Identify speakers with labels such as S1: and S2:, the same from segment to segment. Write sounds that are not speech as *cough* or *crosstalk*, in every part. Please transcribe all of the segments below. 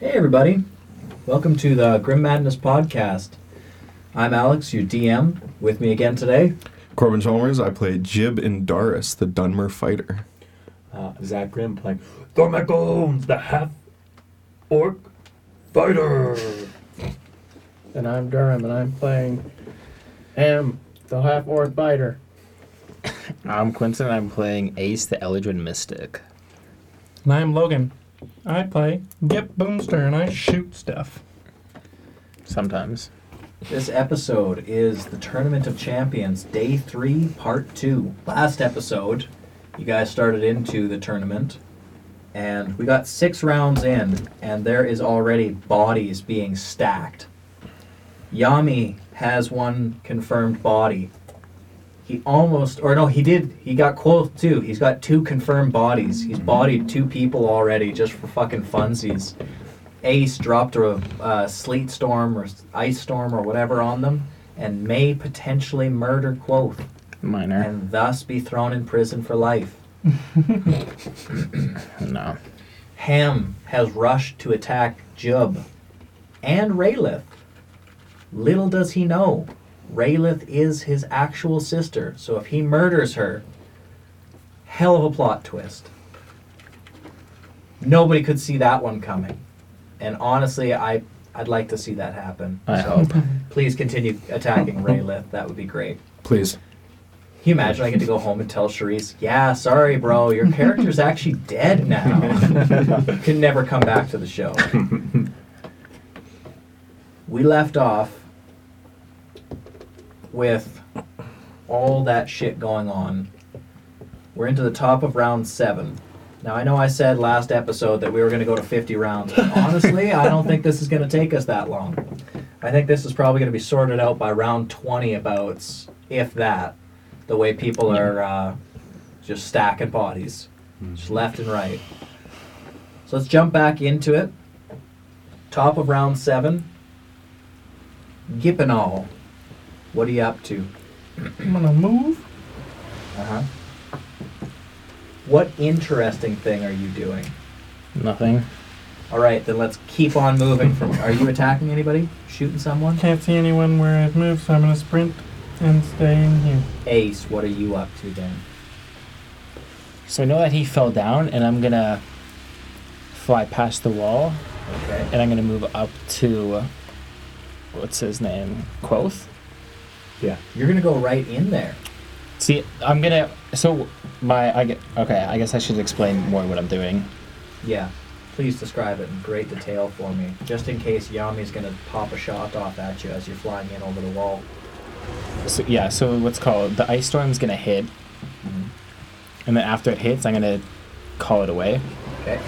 S1: everybody. Welcome to the Grim Madness Podcast. I'm Alex, your DM. With me again today,
S2: Corbin Chalmers, I play Jib and Daris, the Dunmer fighter.
S3: uh, Zach Grimm playing Thormagones, the half orc fighter.
S4: And I'm Durham, and I'm playing Am, the half orc biter.
S5: I'm Quinton. Um, I'm playing Ace the Eldrin Mystic.
S6: And I'm Logan. I play Gip Boomster and I shoot stuff.
S5: Sometimes.
S1: This episode is the Tournament of Champions, Day 3, Part 2. Last episode, you guys started into the tournament, and we got six rounds in, and there is already bodies being stacked. Yami has one confirmed body. He almost, or no, he did, he got quoth too. He's got two confirmed bodies. He's bodied two people already just for fucking funsies. Ace dropped a uh, sleet storm or s- ice storm or whatever on them and may potentially murder Quoth
S5: Minor.
S1: and thus be thrown in prison for life.
S5: No.
S1: Ham has rushed to attack Jub and Raylith. Little does he know, Raylith is his actual sister, so if he murders her, hell of a plot twist. Nobody could see that one coming. And honestly, I, I'd like to see that happen.
S5: I
S1: so
S5: hope.
S1: please continue attacking Raylith. That would be great.
S2: Please.
S1: Can you imagine I get to go home and tell Charisse, yeah, sorry, bro, your character's actually dead now. Can never come back to the show. we left off with all that shit going on. We're into the top of round seven. Now, I know I said last episode that we were going to go to 50 rounds. But honestly, I don't think this is going to take us that long. I think this is probably going to be sorted out by round 20 abouts, if that the way people are uh, just stacking bodies, just left and right. So let's jump back into it. Top of round seven. Gippenall, what are you up to?
S6: I'm gonna move.
S1: Uh huh. What interesting thing are you doing?
S5: Nothing.
S1: All right, then let's keep on moving. From are you attacking anybody? Shooting someone?
S6: Can't see anyone where I've moved, so I'm gonna sprint and stay in here.
S1: Ace, what are you up to then?
S5: So I know that he fell down, and I'm gonna fly past the wall,
S1: Okay.
S5: and I'm gonna move up to what's his name, Quoth.
S1: You're gonna go right in there.
S5: See, I'm gonna. So my I get okay. I guess I should explain more what I'm doing.
S1: Yeah. Please describe it in great detail for me, just in case Yami's gonna pop a shot off at you as you're flying in over the wall.
S5: So yeah. So what's called the ice storm's gonna hit, Mm-hmm. and then after it hits, I'm gonna call it away.
S1: Okay.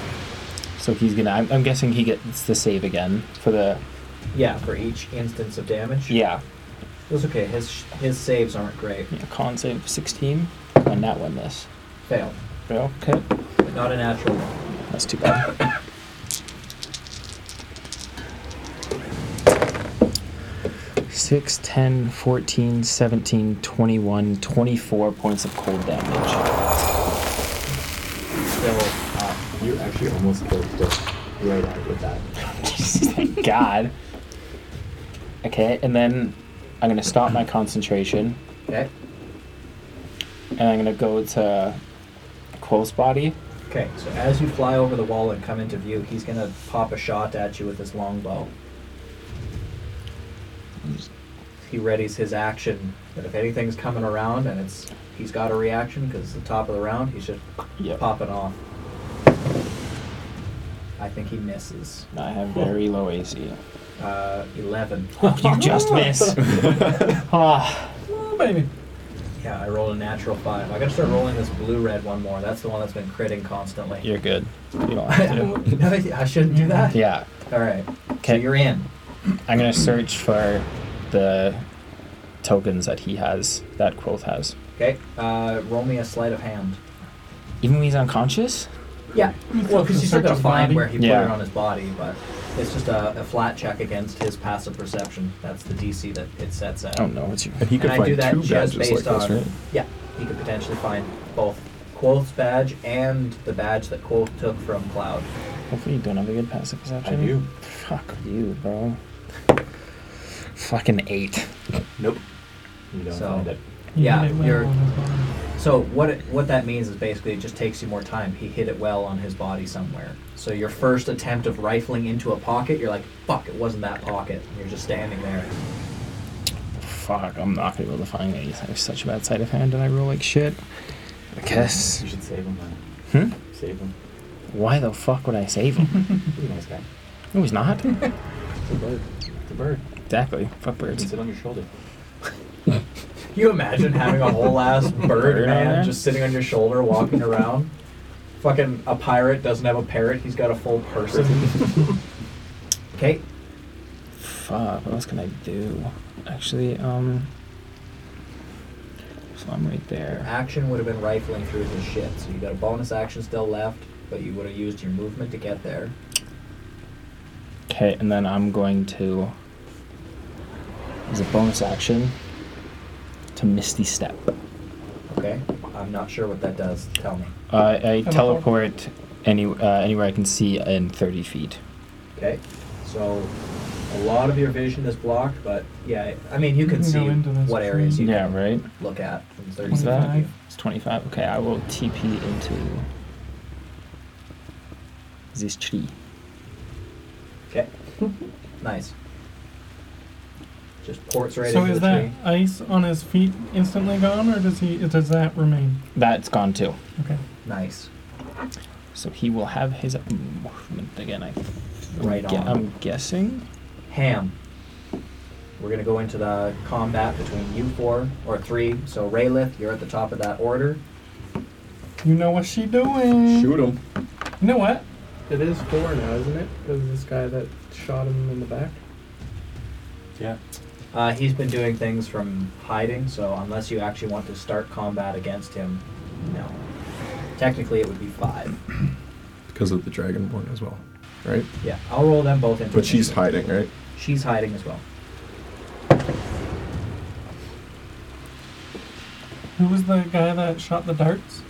S5: So he's gonna. I'm, I'm guessing he gets the save again for the.
S1: Yeah, for each instance of damage.
S5: Yeah.
S1: It was okay. His sh- his saves aren't great.
S5: Yeah, con save 16. On that one, this.
S1: Fail.
S5: Okay.
S1: But not a natural one.
S5: That's too bad. Six, 10, 14, 17, 21, 24 points of cold damage.
S1: Still, uh,
S3: You actually almost killed just right out with that.
S5: Thank God. Okay, and then I'm gonna stop my concentration
S1: okay.
S5: and I'm gonna go to close body.
S1: Okay. So as you fly over the wall and come into view, he's gonna pop a shot at you with his longbow. He readies his action, but if anything's coming around and it's he's got a reaction because it's the top of the round, he's just
S5: Yep.
S1: popping off. I think he misses.
S5: I have very low AC.
S1: Uh, Oh, 11.
S5: *laughs* You just miss. Ah.
S6: Oh, baby.
S1: yeah, I rolled a natural 5. I gotta start rolling this blue red one more. That's the one that's been critting constantly.
S5: You're good. You
S1: *laughs*
S5: don't have to.
S1: no, *laughs* I shouldn't do that?
S5: yeah.
S1: Alright. So
S5: Okay.
S1: you're in.
S5: I'm gonna search for the tokens that he has, that Quoth has.
S1: Okay, uh, roll me a sleight of hand.
S5: Even when he's unconscious?
S1: Yeah, well, because you still gotta
S6: Search his
S1: find
S6: body?
S1: where he
S5: Yeah.
S1: put it on his body, but it's just a, a flat check against his passive perception. That's the DC that it sets at.
S7: Oh,
S5: I don't know. It's you.
S2: And he
S1: and
S2: could
S1: I
S2: find
S1: do that
S2: two
S1: just
S2: badges like
S1: based
S2: this,
S1: on
S2: right?
S1: yeah, he could potentially find both Quoth's badge and the badge that Quoth took from Cloud.
S5: Hopefully you don't have a good passive
S7: I
S5: perception.
S7: do.
S5: Fuck you, bro. Fucking eight.
S7: Nope. You don't
S1: So-
S7: find it.
S1: Yeah,
S4: hit it well
S1: you're-
S4: on the bottom.
S1: So what it, what that means is basically it just takes you more time. He hit it well on his body somewhere. So your first attempt of rifling into a pocket, you're like, fuck, it wasn't that pocket. And you're just standing there.
S5: Fuck, I'm not gonna be able to find these. I have such a bad sleight of hand and I roll like shit. I guess.
S7: You should save him, man.
S5: Hmm?
S7: Save him.
S5: Why the fuck would I
S1: *laughs*
S5: save him?
S7: He's a nice guy.
S5: no, he's not.
S7: It's a bird. It's a bird.
S5: Exactly. Fuck
S7: It can
S5: birds.
S7: sit on your shoulder.
S1: Can *laughs* you imagine having a whole
S7: *laughs*
S1: ass bird
S5: Bird on there?
S1: man just sitting on your shoulder walking around? Fucking a pirate doesn't have a parrot, he's got a full
S7: *laughs*
S1: person. Okay,
S5: Fuck, what else can I do? Actually, um. So I'm right
S1: your
S5: there.
S1: action would have been rifling through his shit, so you got a bonus action still left, but you would have used your movement to get there.
S5: Okay, and then I'm going to. As a bonus action, to Misty Step.
S1: Okay? I'm not sure what that does. Tell me.
S5: Uh, I
S4: Teleport.
S5: teleport any uh, anywhere I can see in 30 feet.
S1: Okay. So a lot of your vision is blocked, but yeah, I mean you can
S4: You can
S1: see
S4: go into this
S1: what areas you
S5: Yeah, right?
S1: can look at from 30
S5: What's
S1: feet of
S5: that?
S1: you.
S5: It's 25. Okay, I will TP into this tree.
S4: *laughs*
S1: Okay. nice. Just ports right
S4: So
S1: into
S4: is
S1: the
S4: that
S1: tree.
S4: ice on his feet instantly gone, or does he? Does that remain?
S5: That's gone too.
S4: Okay.
S1: Nice.
S5: So he will have his movement again. I
S1: Right
S5: gue-
S1: on.
S5: I'm guessing.
S1: Ham. We're gonna go into the combat between you four or three. So Raylith, you're at the top of that order.
S4: You know what she doing?
S2: Shoot him.
S4: You know what?
S8: It is four now, isn't it? Because this guy that shot him in the back.
S7: Yeah.
S1: Uh, he's been doing things from hiding, so unless you actually want to start combat against him, no. Technically, it would be five.
S2: Because of the dragonborn as well, right?
S1: Yeah, I'll roll them both into.
S2: But she's
S1: initiative.
S2: hiding, right?
S1: She's hiding as well.
S4: Who was the guy that shot the darts?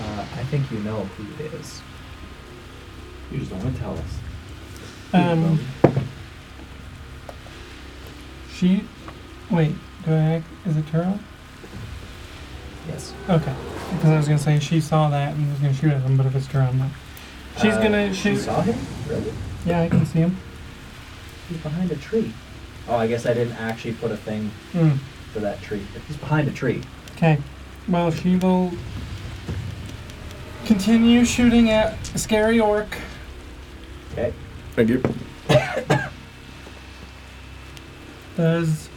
S1: Uh, I think you know who it is.
S7: You just don't want to tell us.
S4: Um. She. Wait. Do I? act- Is it Turo?
S1: Yes.
S4: Okay. Because I was gonna say she saw that and was gonna shoot at him, but if it's Turo, I'm not. She's
S1: Uh,
S4: gonna.
S1: She
S4: She's.
S1: saw him. Really?
S4: Yeah, I can see him.
S1: He's behind a tree. Oh, I guess I didn't actually put a thing
S4: Mm.
S1: for that tree. But he's behind a tree.
S4: Okay. Well, she will continue shooting at Scary Orc.
S1: Okay.
S2: Thank you.
S4: Does.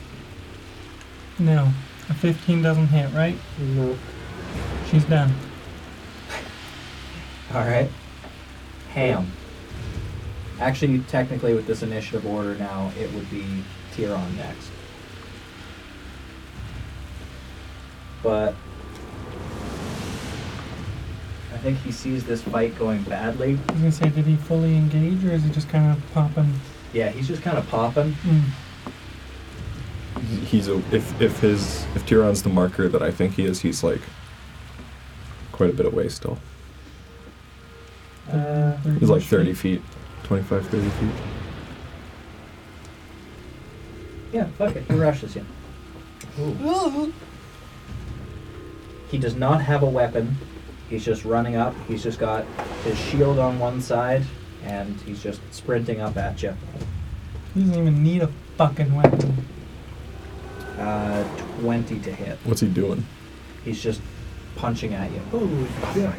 S4: No. A 15 doesn't hit, right?
S8: No.
S4: She's done.
S1: All right. Ham. Actually, technically, with this initiative order now, it would be Tyrion next. But I think he sees this fight going badly.
S4: I was gonna say, did he fully engage or is he just kind of popping?
S1: Yeah, he's just kind of popping.
S4: Mm.
S2: He's a if if his if Tyrion's the marker that I think he is, he's like quite a bit away still.
S8: Uh,
S2: He's like 30 feet, 25, 30 feet.
S1: Yeah, fuck it. He rushes you. He does not have a weapon. He's just running up. He's just got his shield on one side, and he's just sprinting up at you.
S4: He doesn't even need a fucking weapon.
S1: Uh, 20 to hit.
S2: What's he doing?
S1: He's just punching at you.
S7: Oh, yeah.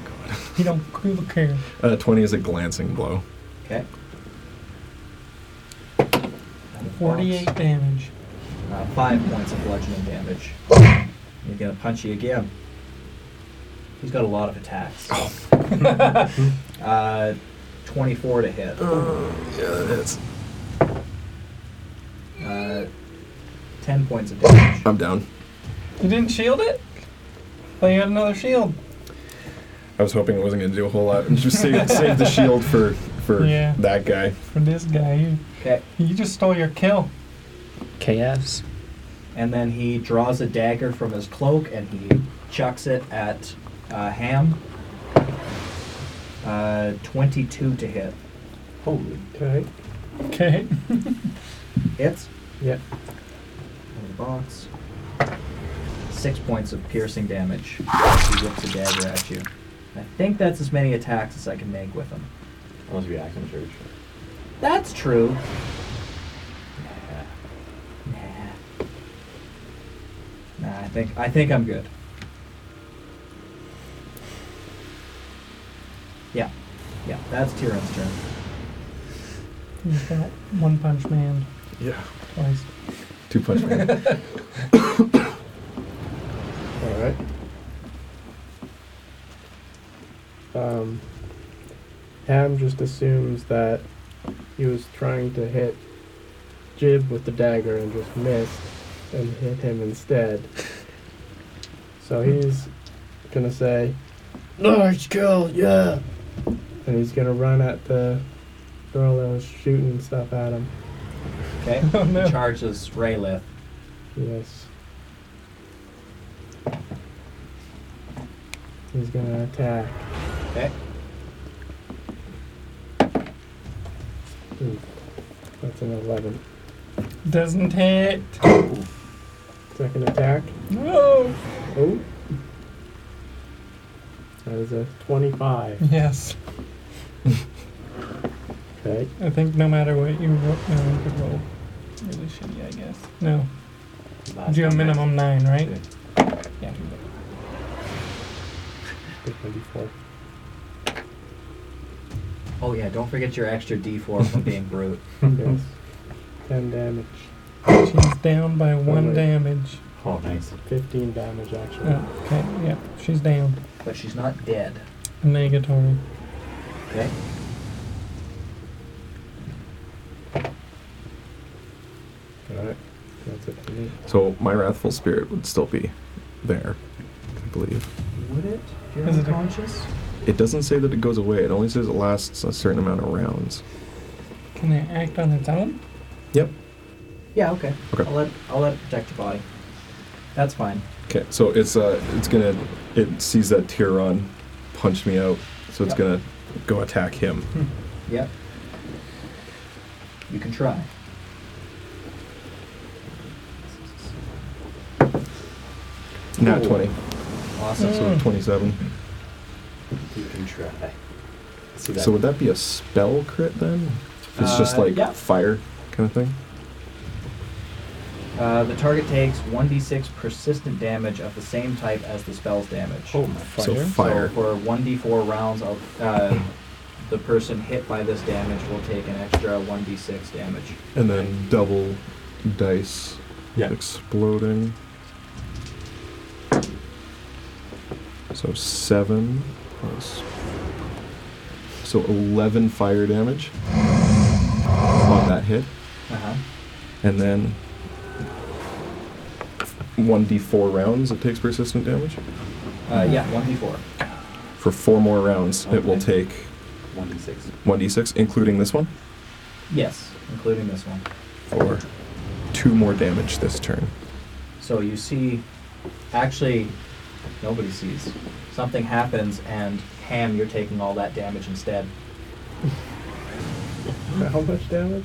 S4: He don't give a care.
S2: Uh, 20 is a glancing blow.
S1: Okay.
S4: 48 damage.
S1: Uh, five points of bludgeoning damage. He's gonna punch you again. He's got a lot of attacks. *laughs* uh, 24 to hit.
S2: Yeah, that hits.
S1: Uh, 10 points of damage.
S2: I'm down.
S4: You didn't shield it? But you had another shield.
S2: I was hoping it wasn't going to do a whole lot. *laughs* Just save, save the shield for for
S4: Yeah.
S2: that guy.
S4: For this guy, you,
S1: Okay.
S4: you just stole your kill.
S5: KS.
S1: And then he draws a dagger from his cloak and he chucks it at uh, Ham. Uh, 22 to hit.
S3: Holy.
S4: Okay.
S6: Okay.
S1: Hits.
S4: Yep.
S1: Out of the box. Six points of piercing damage. He whips a dagger at you. I think that's as many attacks as I can make with him.
S3: Unless we act in church.
S1: That's true.
S3: Yeah.
S1: Nah. Nah, I think I think I'm good. Yeah. Yeah, that's Tyrion's turn.
S6: He's got One Punch Man
S2: Yeah.
S6: twice.
S2: Two punch man.
S4: All right. Um, Ham just assumes that he was trying to hit Jib with the dagger and just missed and hit him instead. So he's gonna say, "Large kill, yeah," and he's gonna run at the girl that was shooting stuff at him.
S1: Okay?
S6: *laughs* Oh no.
S1: Charges Raylith.
S4: Yes. He's gonna attack.
S1: Okay?
S4: Ooh, that's an 11.
S6: Doesn't hit.
S4: Second attack.
S6: No.
S4: Oh. That is a 25.
S6: Yes.
S4: Okay.
S6: I think no matter what you roll, no, you could roll really shitty, I guess. No.
S3: Last
S6: Do a
S3: time I-
S6: minimum nine, right?
S3: Yeah.
S6: Yeah.
S4: Good
S6: *laughs*
S4: 24.
S1: Oh yeah, don't forget your extra D4 from being
S6: *laughs*
S1: brute.
S4: yes. 10 damage.
S6: She's down by one
S4: wait.
S6: damage.
S3: Oh, nice.
S4: 15 damage, actually.
S6: Oh, okay, yeah, she's down.
S1: But she's not dead.
S6: Negatory.
S1: Okay?
S4: Alright. That's it for me.
S2: so my wrathful spirit would still be there, I believe.
S1: Would it? If you're
S6: Is it a-
S1: unconscious?
S2: It doesn't say that it goes away. It only says it lasts a certain amount of rounds.
S6: Can it act on its own?
S2: Yep.
S1: Yeah, okay.
S2: Okay.
S1: I'll let I'll let it protect your body. That's fine.
S2: Okay. So it's uh, it's gonna, it sees that Tyrion punched me out, so it's
S1: Yep.
S2: gonna go attack him.
S1: Yep. You can try.
S2: Nat twenty.
S3: Hmm.
S1: Awesome.
S2: So twenty-seven.
S3: You can try. See that?
S2: So would that be a spell crit then? If it's just
S1: Uh,
S2: like
S1: yeah.
S2: fire kind of thing.
S1: Uh, the target takes 1d6 persistent damage of the same type as the spell's damage.
S3: oh my. f-
S2: So fire.
S5: Fire?
S1: So for 1d4 rounds, of, uh, the person hit by this damage will take an extra 1d6 damage.
S2: And then double dice
S3: Yeah.
S2: exploding. So seven plus. So 11 fire damage on that hit.
S1: Uh-huh.
S2: And then 1d4 rounds it takes persistent damage.
S1: Uh, yeah, 1d4.
S2: For four more rounds, it will
S3: Okay.
S2: take
S3: One d six.
S2: 1d6, including this one,
S1: Yes, including this one.
S2: for two more damage this turn.
S1: So you see, actually, nobody sees. Something happens, and Ham, you're taking all that damage instead.
S4: How much damage?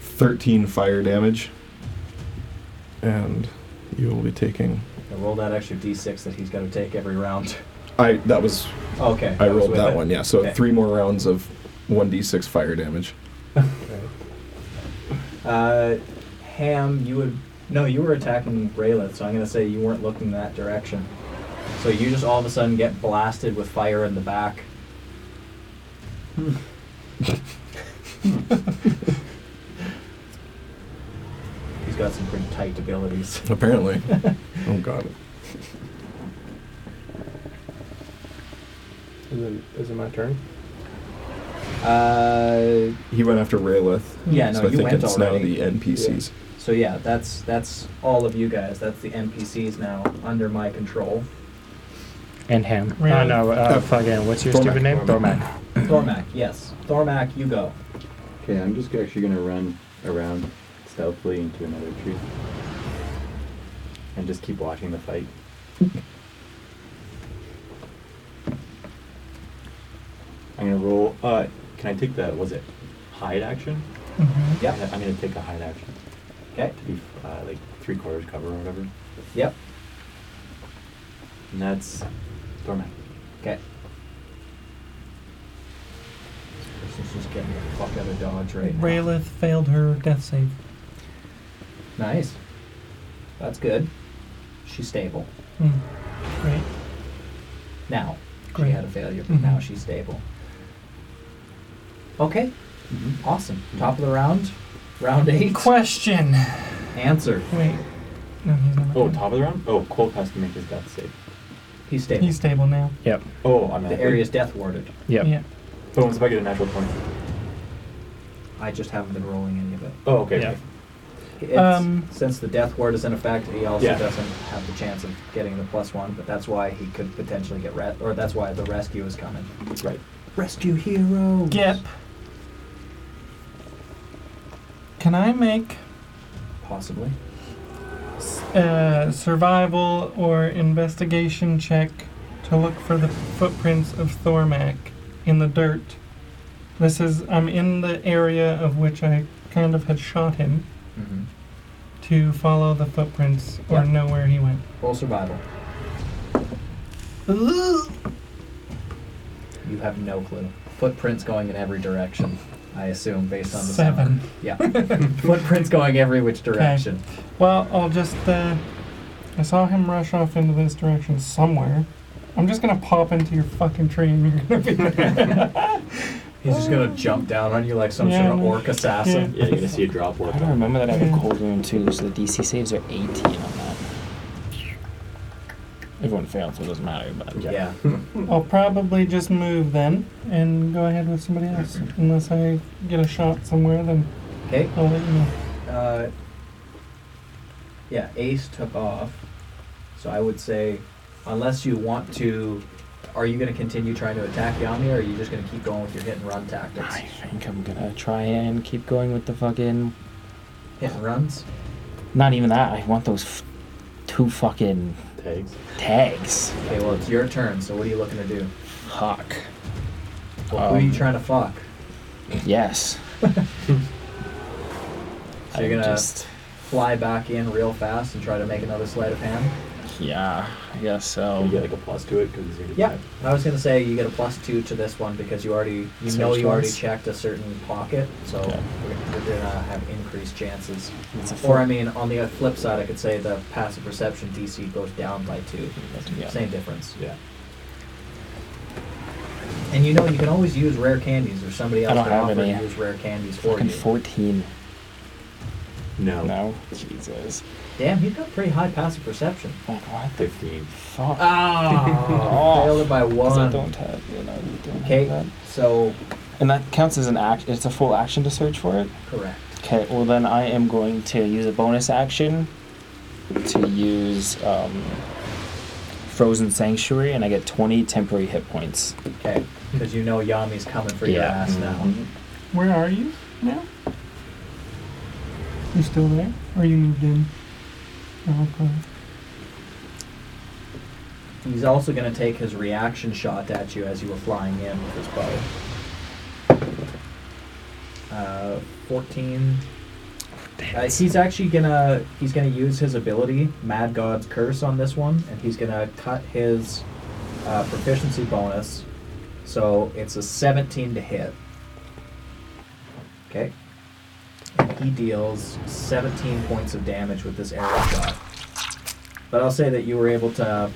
S2: 13 fire damage. And you will be taking.
S1: Now roll that extra d6 that he's got to take every round. *laughs*
S2: I that was
S1: Okay.
S2: I
S1: was
S2: rolled
S1: with
S2: that
S1: it.
S2: one, yeah. So
S1: Okay.
S2: three more rounds of 1d6 fire damage.
S4: Okay.
S1: Uh, Ham, you would. No, you were attacking Raylith, so I'm going to say you weren't looking that direction. So you just all of a sudden get blasted with fire in the back. He's got some pretty tight abilities.
S2: *laughs* Apparently. oh god.
S4: Is it, is it my turn?
S1: Uh,
S2: He went after Raylith.
S1: Hmm. yeah, no,
S2: so I
S1: you
S2: think
S1: went
S2: it's
S1: already.
S2: now the NPCs.
S1: So yeah, that's that's all of you guys. That's the NPCs now under my
S2: *clears throat*
S1: control.
S5: And him.
S6: Really?
S5: Oh, no, uh,
S2: Oh.
S5: fucking, what's your
S2: Thormac.
S5: stupid name?
S2: Thormac.
S5: Thormac.
S1: Thormac, yes, Thormac, you go.
S3: Okay, I'm just actually gonna run around stealthily into another tree. And just keep watching the fight. I'm gonna roll. Uh, can I take the was it hide action?
S4: Mhm.
S1: Yep.
S3: I'm gonna- I'm gonna take a hide action
S1: Okay.
S3: to be uh, like three quarters cover or whatever,
S1: Yep.
S3: and that's doormat.
S1: Okay. This person's just getting the fuck out of dodge right now.
S4: Raylith failed her death save.
S1: Nice. That's good. She's stable.
S4: Mm. Great.
S1: Now. She
S4: Great. Mm-hmm.
S1: had a failure, but now she's stable. Okay. Mm-hmm. Awesome. Top of the round. Round eight.
S4: Question.
S1: Answer.
S4: Wait. No, he's not.
S3: Oh, top of the round. Oh, Colt has to make his death save.
S1: He's stable.
S4: He's stable now.
S5: Yep.
S3: Oh, I'm
S1: the area's death warded.
S5: Yep.
S4: Yeah.
S3: Boom! If I get a natural twenty.
S1: I just haven't been rolling any of it.
S3: Oh, okay.
S4: Yeah.
S3: okay.
S1: It's,
S4: Um,
S1: since the death ward is in effect, he also
S3: Yeah.
S1: doesn't have the chance of getting the plus one, but that's why he could potentially get re- or that's why the rescue is coming.
S3: Right.
S1: Rescue heroes.
S4: Gip. Can I make
S1: Possibly.
S4: s- a Uh, survival or investigation check to look for the footprints of Thormac in the dirt? This is I'm in the area of which I kind of had shot him
S1: Mm-hmm.
S4: to follow the footprints or
S1: Yeah.
S4: know where he went.
S1: Roll survival. You have no clue. Footprints going in every direction. I assume based on the sound.
S4: Seven.
S1: *laughs* Yeah. Footprints going every which direction.
S4: Well, I'll just. Uh, I saw him rush off into this direction somewhere. I'm just gonna pop into your fucking tree and you're gonna be there.
S1: He's just gonna jump down on you like some
S4: Yeah,
S1: sort of
S4: no.
S1: orc assassin.
S3: Yeah, you're gonna see a drop or
S5: I don't remember that I have
S4: Yeah.
S5: a cold wound too, so the DC saves are 18 on that. Everyone failed, so it doesn't matter, but
S1: Yeah. *laughs*
S4: I'll probably just move then and go ahead with somebody else. Unless I get a shot somewhere, then
S1: Okay.
S4: I'll let you know.
S1: Uh, yeah, Ace took off. So I would say, unless you want to, are you going to continue trying to attack Yami, or are you just going to keep going with your hit and run tactics?
S5: I think I'm gonna try and keep going with the fucking.
S1: Hit and runs.
S5: Not even that, I want those f- two fucking
S3: Tags.
S5: tags.
S1: Okay, well it's your turn. So what are you looking to do?
S5: Fuck.
S1: Well, who are you
S5: Um,
S1: trying to fuck? *laughs*
S5: Yes.
S1: So you're
S5: I'm
S1: gonna-
S5: Just,
S1: Fly back in real fast and try to make another sleight of hand.
S5: yeah, I guess
S3: Can
S5: so.
S3: you get like a plus to it because he's already
S1: Yeah, I was gonna say you get a plus two to this one because you already you
S5: Search
S1: know you already
S5: twice.
S1: checked a certain pocket, so
S5: Okay.
S1: we're, we're gonna have increased chances.
S5: It's a
S1: Or
S5: four.
S1: I mean, on the flip side, I could say the passive perception DC goes down by two.
S5: Yeah.
S1: Same difference.
S3: Yeah.
S1: And you know, you can always use rare candies, or somebody
S5: I
S1: else
S5: don't
S1: can
S5: have
S1: offer to
S5: any.
S1: use rare candies for
S5: Fucking
S1: you.
S5: 14.
S3: No.
S5: No? Jesus.
S1: Damn, you've got pretty high passive perception.
S5: Like, what the
S3: Fifteen.
S5: fuck?
S1: Ah,
S5: *laughs* Oh.
S1: failed it by
S5: 'Cause I
S1: one.
S5: don't have, you know, you don't have
S1: Okay,
S5: that.
S1: so
S5: And that counts as an act. It's a full action to search for it.
S1: correct.
S5: Okay. Well, then I am going to use a bonus action to use um, Frozen Sanctuary, and I get 20 temporary hit points.
S1: Okay, because you know Yami's coming for your
S5: Yeah. Mm-hmm.
S1: ass now.
S4: Where are you now? You still there? Or you moved in? Oh, okay.
S1: He's also going to take his reaction shot at you as you were flying in with his bow. Uh, 14. Uh, he's actually gonna he's gonna use his ability Mad God's Curse on this one, and he's gonna cut his uh, proficiency bonus, so it's a 17 to hit. Okay, and he deals 17 points of damage with this arrow shot. But I'll say that you were able to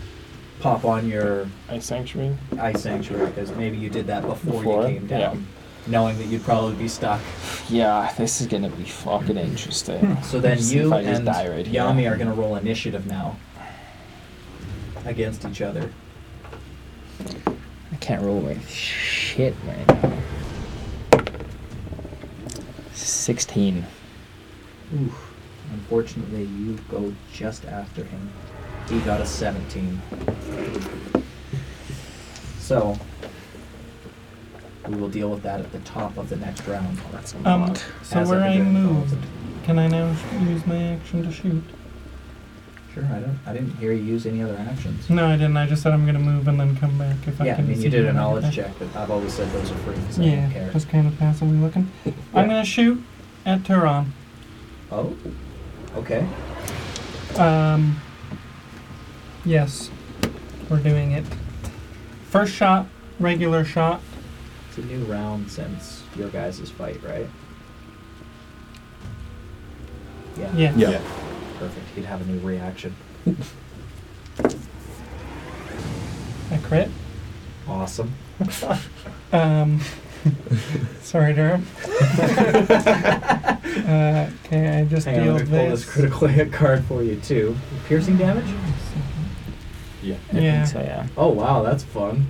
S1: pop on your
S5: Ice Sanctuary.
S1: ice sanctuary because maybe you did that before,
S5: Before,
S1: you came down, knowing that you'd probably be stuck.
S5: Yeah, this is gonna be fucking interesting.
S1: Hmm. So then
S5: Just see
S1: you
S5: if I just
S1: and
S5: die right here.
S1: Yami are going to roll initiative now against each other.
S5: I can't roll my shit right now. 16.
S1: Oof. Unfortunately, you go just after him. He got a 17. So, we will deal with that at the top of the next round.
S5: That's a
S4: Um,
S5: lot.
S4: so
S1: As
S4: where I
S1: everything
S4: moved,
S1: evolved.
S4: can I now sh- use my action to shoot?
S1: Sure, I don't. I didn't hear you use any other actions.
S4: No, I didn't. I just said I'm gonna move and then come back if I
S1: yeah, I
S4: can.
S1: mean, you
S4: see
S1: did a
S4: them.
S1: knowledge
S4: Okay.
S1: check, but I've always said those are free, so I don't
S4: Yeah,
S1: care.
S4: just kind of passively looking. I'm gonna shoot at Tehran.
S1: Oh, okay.
S4: Um, yes, we're doing it. First shot, regular shot.
S1: It's a new round since your guys' fight, right? Yeah.
S4: Yeah.
S2: Yeah.
S1: Perfect. He'd have a new reaction.
S4: I crit.
S1: Awesome. *laughs*
S4: Um, sorry, Durham. uh, okay, I just
S1: Hang on,
S4: deal
S1: let me pull this
S4: this.
S1: critical *laughs* hit card for you too. Piercing damage?
S3: Yeah.
S5: I
S4: Yeah.
S5: think so, yeah.
S1: Oh wow, that's fun.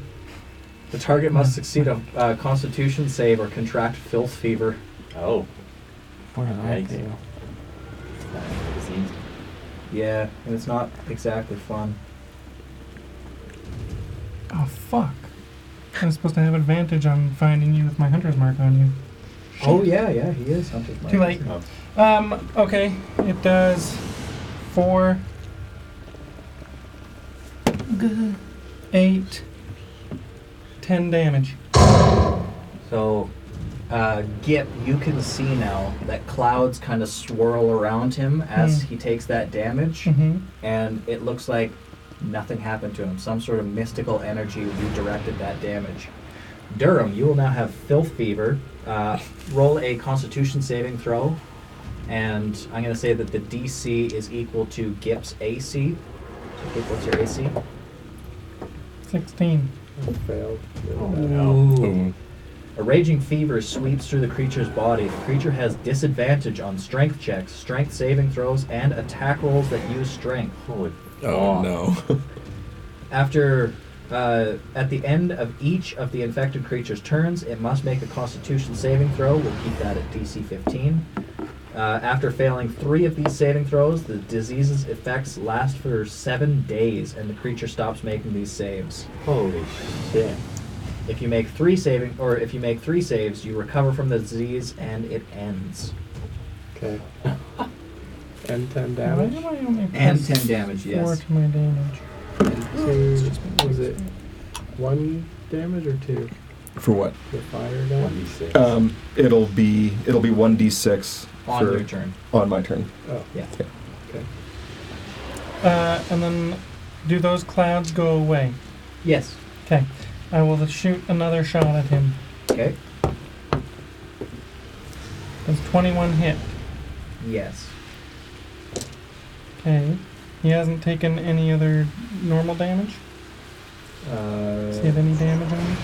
S1: The target must succeed a uh, Constitution save or contract filth fever.
S3: Oh.
S5: What did I
S3: Yikes.
S5: do?
S3: That seems-
S1: Yeah, and it's not exactly fun.
S4: Oh fuck! I was supposed to have advantage on finding you with my hunter's mark on you.
S1: Oh yeah, yeah, he is hunter's mark.
S4: Too late.
S3: Oh.
S4: Um, okay, it does four, g- eight, ten damage.
S1: So, uh, Gip, you can see now that clouds kind of swirl around him as
S4: Mm.
S1: he takes that damage,
S4: Mm-hmm.
S1: and it looks like nothing happened to him. Some sort of mystical energy redirected that damage. Durham, you will now have filth fever. Uh, roll a Constitution saving throw, and I'm going to say that the DC is equal to Gip's AC. So Gip, what's your AC?
S4: Sixteen.
S9: I failed.
S2: Ooh.
S1: A raging fever sweeps through the creature's body. The creature has disadvantage on strength checks, strength saving throws, and attack rolls that use strength.
S3: Holy.
S2: Oh, no. *laughs*
S1: After, uh, at the end of each of the infected creature's turns, it must make a Constitution saving throw. We'll keep that at DC 15. Uh, after failing three of these saving throws, the disease's effects last for seven days, and the creature stops making these saves.
S3: Holy shit.
S1: If you make three saving, or if you make three saves, you recover from the disease and it ends.
S9: Okay. and 10
S4: Why
S9: damage.
S4: am I only
S1: And
S4: plus
S1: 10 damage,
S4: four
S1: yes.
S4: to my damage?
S9: Two, was it one damage or two?
S2: For what?
S9: The fire
S3: One
S9: damage?
S3: d six.
S2: Um, it'll be it'll be one d six
S1: On your turn.
S2: on my turn.
S9: Oh,
S1: Yeah.
S9: okay.
S4: Uh, and then, do those clouds go away?
S1: Yes.
S4: Okay, I will shoot another shot at him.
S1: Okay.
S4: Does twenty-one hit?
S1: Yes.
S4: Okay. He hasn't taken any other normal damage. Does he have
S1: Uh,
S4: any damage on him?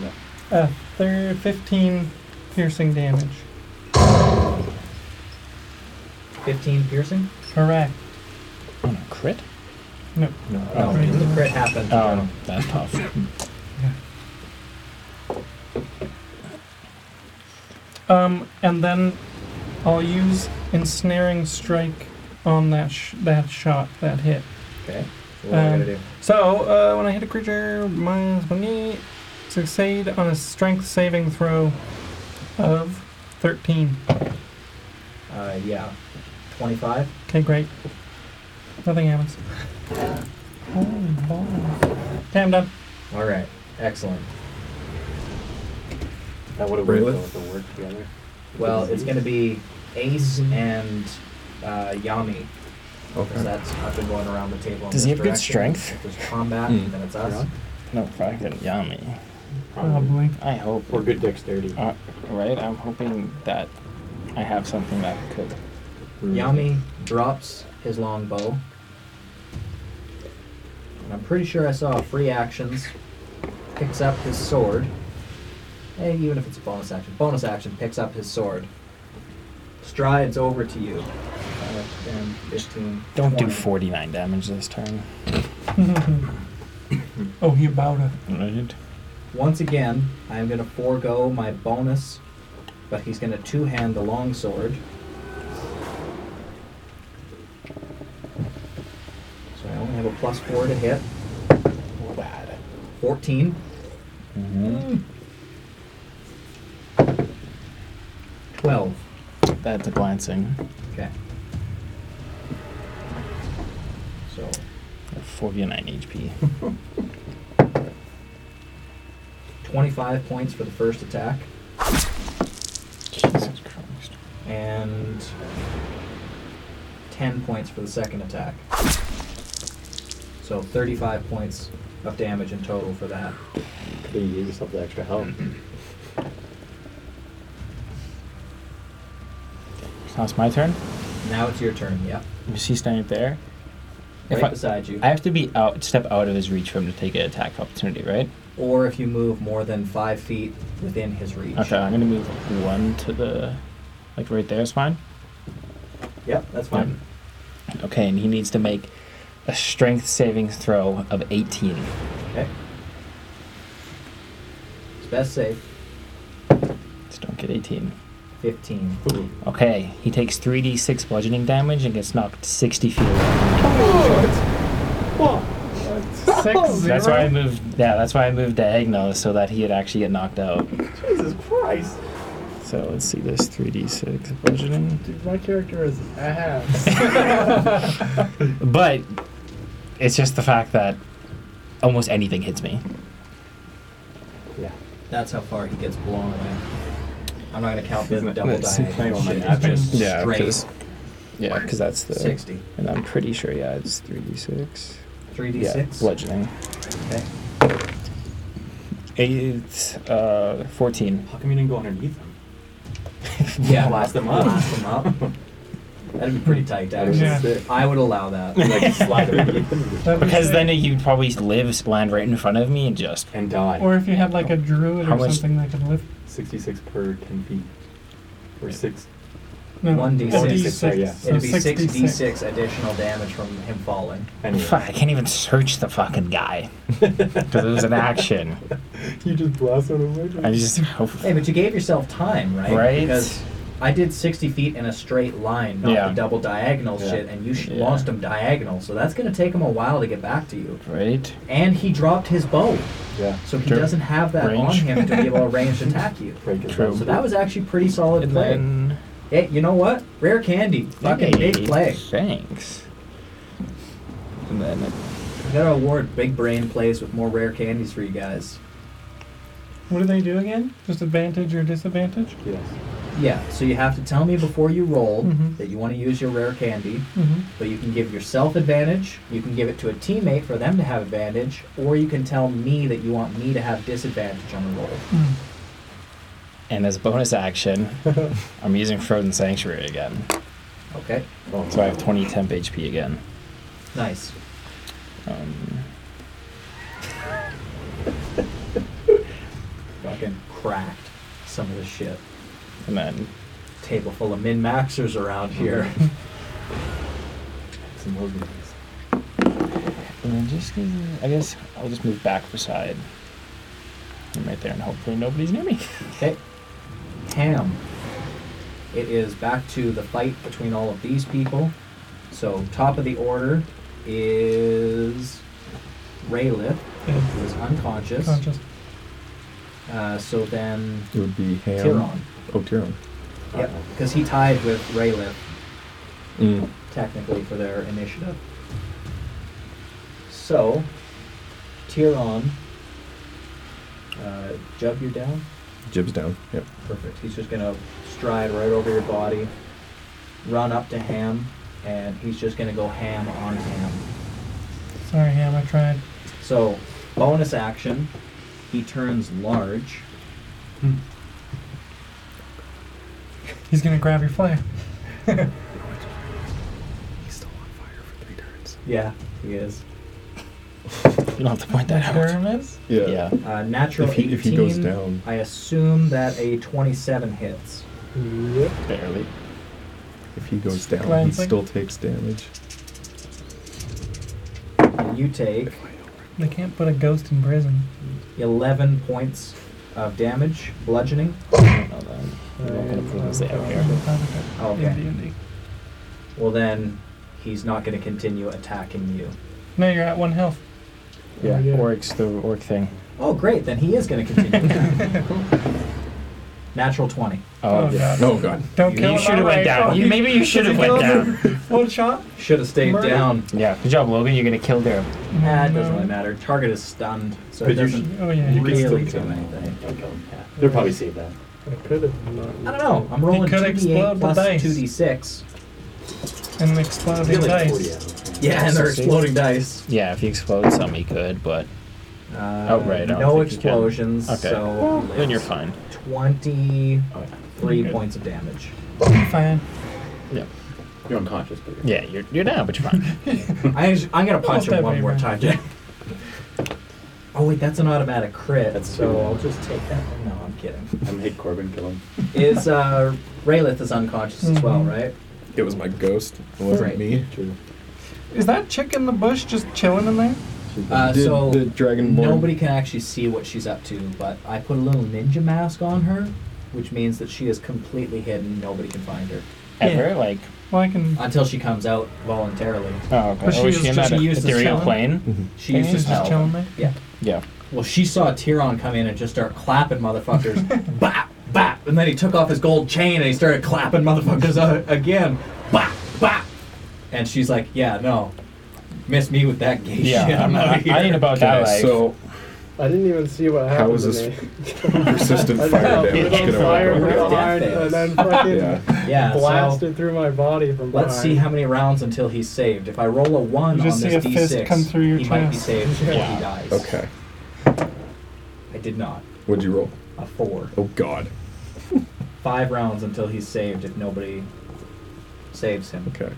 S3: No.
S4: Uh, thir- 15 piercing damage.
S1: 15 piercing?
S4: Correct.
S5: On a crit?
S4: No.
S5: No.
S1: No, Oh,
S4: right.
S1: the crit happened.
S5: Oh, that's tough.
S4: Um, and then I'll use ensnaring strike on that sh- that shot that hit.
S1: Okay. So what am I
S4: Um,
S1: going to do?
S4: So uh, when I hit a creature, minus one eight, succeed on a strength saving throw of 13.
S1: Uh, yeah. 25?
S4: Okay, great. Nothing happens. Holy balls. Okay, I'm done.
S1: All right. Excellent.
S3: That would have worked
S2: Braylon?
S3: though, if they worked together.
S1: Well, it's going to be Ace
S5: Mm-hmm.
S1: and uh, Yami. Because
S2: Okay.
S1: that's, I've been going around the table. in
S5: Does he
S1: this
S5: have good
S1: direction.
S5: strength?
S1: If There's combat,
S2: Hmm.
S1: then it's us.
S5: No, fucking yummy.
S4: Probably.
S5: I hope.
S3: Or good dexterity.
S5: Uh, right? I'm hoping that I have something that could.
S3: Mm.
S5: Mm-hmm.
S1: Yami drops his longbow. And I'm pretty sure I saw free actions. Picks up his sword. Hey, even if it's a bonus action. Bonus action picks up his sword. Strides over to you. Uh, 10, 15,
S5: Don't do
S1: 20.
S5: 49 damage this turn.
S4: oh, he about
S5: *laughs*
S4: it.
S5: Right?
S1: Once again, I'm going to forego my bonus, but he's going to two hand the longsword. So I only have a plus four to hit.
S5: Bad.
S1: 14.
S5: Mhm.
S1: 12.
S5: That's a glancing.
S1: Okay.
S5: 49 HP.
S1: 25 points for the first attack.
S5: Jesus Christ.
S1: and 10 points for the second attack. So 35 points of damage in total for that.
S3: Could you give yourself the extra help?
S5: Now it's my turn.
S1: *clears throat* Now it's your turn, yep.
S5: Is he standing there? If
S1: Right
S5: I,
S1: beside you.
S5: I have to be out, step out of his reach for him to take an attack of opportunity, right?
S1: or if you move more than 5 feet within his reach.
S5: Okay, I'm gonna move one to the, like right there is fine.
S1: Yep, that's fine.
S5: Okay, and he needs to make a strength saving throw of 18.
S1: Okay. It's best save.
S5: Just don't get 18.
S1: 15.
S5: Okay, he takes 3d6 bludgeoning damage and gets knocked 60 feet away.
S6: Six zero.
S5: That's why I moved. Yeah, that's why I moved diagonal so that he'd actually get knocked out.
S4: Jesus Christ!
S5: So let's see this 3d6 bludgeoning.
S4: Dude, my character is ass.
S5: *laughs* But it's just the fact that almost anything hits me.
S3: Yeah.
S1: That's how far he gets blown away. I'm not going to
S5: *laughs*
S1: count the
S3: Isn't it-
S1: double
S5: that's-
S1: diagonal.
S3: I
S1: shit.
S3: don't
S1: It's just
S5: know. Yeah,
S1: straight
S5: 'cause- uh, Yeah, because that's the.
S1: 60.
S5: And I'm pretty sure, yeah, it's 3d6. Yeah,
S1: 3d6.
S5: bludgeoning.
S1: Okay.
S5: Eight, uh, 14.
S3: How come you didn't go underneath him?
S1: Yeah,
S3: Blast them up.
S1: Blast them up. That'd be pretty tight, actually.
S6: Yeah.
S1: I would allow that.
S3: Like slide underneath him
S6: That'd be
S5: Because
S6: sick.
S5: then you'd probably live, land right in front of me and just.
S3: and die.
S6: Or if you had like a druid
S5: How
S6: or
S5: much-
S6: something that could lift.
S3: 66 per 10 feet. Or 6.
S6: No,
S1: One D6.
S6: a
S3: Sorry, yeah.
S6: so
S1: It'd be
S6: 66.
S1: 6d6 additional damage from him falling.
S5: *laughs*
S3: Anyway.
S5: Fuck, I can't even search the
S1: *laughs*
S5: fucking guy. Because it was an action.
S4: you just blast him away.
S5: I
S1: *laughs*
S5: just hope.
S1: Hey, but you gave yourself time, right?
S5: Right?
S1: Because I did 60 feet in a straight line, not
S5: Yeah.
S1: the double diagonal
S3: Yeah.
S1: shit, and you sh-
S5: Yeah.
S1: launched him diagonal, so that's going to take him a while to get back to you.
S5: Right?
S1: And he dropped his bow,
S3: Yeah.
S1: so he
S5: True.
S1: doesn't have that on
S5: Range.
S1: him to be
S5: *laughs*
S1: able to range attack you.
S3: Break his
S5: True.
S1: So that was actually pretty solid
S5: And
S1: play.
S5: then.
S1: Hey, you know what? Rare candy. Fucking
S5: Hey,
S1: big play.
S5: Thanks. And then it,
S1: We gotta award big brain plays with more rare candies for you guys.
S6: What do they do again? Just advantage or disadvantage?
S3: Yes.
S1: Yeah, so you have to tell me before you roll
S6: Mhm.
S1: that you want to use your rare candy,
S6: Mm-hmm.
S1: but you can give yourself advantage, you can give it to a teammate for them to have advantage, or you can tell me that you want me to have disadvantage on the roll.
S5: and as a
S1: *laughs*
S5: bonus action, I'm using Frozen Sanctuary again.
S1: Okay?
S3: Oh,
S5: So I have 20 temp HP again.
S1: Nice.
S5: Um,
S1: *laughs* Fucking cracked some of this shit.
S5: and then
S1: Table full of min maxers around here. *laughs*
S3: Some Wilburys.
S5: And then just, gonna- I guess I'll just move back beside him right there, and hopefully nobody's near me. *laughs*
S1: Okay. Ham. It is back to the fight between all of these people. So top of the order is Raylith, who is unconscious.
S6: Conscious.
S1: Uh, so then
S2: It would be Ham.
S1: Tyron.
S2: Oh, Tyron.
S1: Yep,
S3: Uh-oh.
S1: because he tied with Raylith
S2: Mm.
S1: technically for their initiative. So Tyron, uh, jump you down.
S2: Jib's down. Yep.
S1: Perfect. He's just gonna stride right over your body, run up to Ham, and he's just gonna go ham on Ham.
S6: Sorry, Ham, I tried.
S1: So, bonus action, he turns large.
S5: Hmm.
S6: He's gonna grab your flare.
S2: He's still on fire for three turns.
S1: Yeah, he is.
S5: You don't have to point that out.
S6: Dermis?
S2: Yeah.
S5: Yeah.
S1: Uh, natural
S2: If he-
S1: 18.
S2: if he goes down.
S1: I assume that a 27 hits.
S4: Yep.
S5: barely.
S2: If he goes down,
S6: Glancing.
S2: he still takes damage.
S1: And you take
S6: They can't put a ghost in prison.
S1: 11 points of damage, bludgeoning.
S5: I don't know that. I'm not gonna put this out here.
S1: Okay.
S6: In D&D.
S1: Well, then he's not going to continue attacking you.
S6: No, you're at one health. Oh,
S5: Yeah,
S4: Yeah.
S5: orcs, the orc thing.
S6: *laughs*
S1: Oh, great, then he is going to continue attacking. Natural 20.
S5: Oh,
S6: Oh,
S5: yeah.
S2: *laughs*
S6: God.
S2: Oh god.
S6: Don't kill
S5: You
S6: him.
S5: should have
S6: alright.
S5: went down. You, maybe you should have
S6: Did you
S5: went
S6: kill
S5: down.
S6: him? One shot.
S1: Should have stayed
S6: Murder.
S1: down.
S5: Yeah, good job, Logan. You're gonna kill Darren.
S1: Nah, it doesn't
S6: No.
S1: really matter. Target is stunned, so it
S3: But you
S1: doesn't
S6: Oh yeah.
S3: You
S6: You
S3: could
S6: could-
S3: still
S1: really
S3: kill
S1: do
S3: him.
S1: anything.
S3: They'll probably save that.
S4: I could have not.
S1: I don't know. I'm rolling
S6: could
S1: 2d8
S6: explode the
S1: plus
S6: dice.
S1: 2d6.
S6: and exploding dice.
S1: Yeah, and they're
S5: So see?
S1: exploding dice.
S5: Yeah, if he explodes something, he could, but
S1: Uh,
S5: Oh, right, I don't
S1: No
S5: think you can.
S1: explosions,
S5: Okay.
S1: so
S5: then you're fine. Oh,
S1: 23
S5: Good.
S1: points of damage.
S6: Fine.
S5: Yeah,
S3: You're unconscious, but you're
S5: yeah, you're you're down, but *laughs* you're fine.
S1: I, actu- I'm going to punch
S6: Almost
S1: him one
S6: every
S1: more
S6: round.
S1: time, Jack. *laughs* Oh, wait, that's an automatic crit,
S3: That's
S1: so
S3: two.
S1: I'll just take that. one. No, I'm kidding.
S3: I'm hate Corbin, kill him.
S1: Is, uh, Raylith is unconscious as well,
S6: Mhm.
S1: right?
S2: It was my ghost. It wasn't
S1: Right.
S2: me.
S3: True.
S6: Is that chick in the bush just chilling in there?
S1: Uh,
S2: Did
S1: so
S2: the dragonborn-
S1: Mm-hmm. nobody can actually see what she's up to, but I put a little ninja mask on her, which means that she is completely hidden. Nobody can find her
S5: Ever like,
S6: Well, I can.
S1: until she comes out voluntarily.
S5: oh, okay.
S6: But she
S5: oh, is
S6: was
S5: she in
S6: just-
S5: that
S6: she used the
S5: ethereal
S6: shell.
S5: plane?
S2: Mhm.
S1: She
S5: Can
S1: used
S5: you
S1: to
S5: just
S1: smell.
S6: chilling there?
S1: Yeah.
S5: Yeah.
S1: Well, she saw Tyrion come in and just start clapping motherfuckers. bap, bap. And then he took off his gold chain and he started clapping motherfuckers a- again. Bap, bap. And she's like, yeah, no. Miss me with that gay shit.
S5: *laughs* Yeah,
S1: I'm
S5: I'm
S1: out
S5: not,
S1: here.
S5: I ain't about that
S2: Okay,
S5: life.
S2: so
S4: I didn't even see what happened.
S2: How was
S4: to
S2: this-
S4: me.
S2: *laughs* persistent
S4: I just
S2: fire
S4: got
S2: damage.
S4: lit on
S2: Get away
S4: fire
S2: from it.
S4: real hard,
S1: Death
S4: and then
S1: is.
S4: fucking
S2: Yeah.
S1: yeah, so
S4: blasted through my body from behind.
S1: let's see how many rounds until he's saved. If I roll a 1
S6: You just
S1: on
S6: see
S1: this
S6: a
S1: d6,
S6: fist come through your
S1: he might be
S6: chest.
S1: saved before
S5: Yeah.
S1: he dies.
S2: Okay.
S1: I did not.
S2: What'd you roll?
S1: A 4.
S2: Oh god.
S1: Five rounds until he's saved if nobody saves him.
S2: Okay.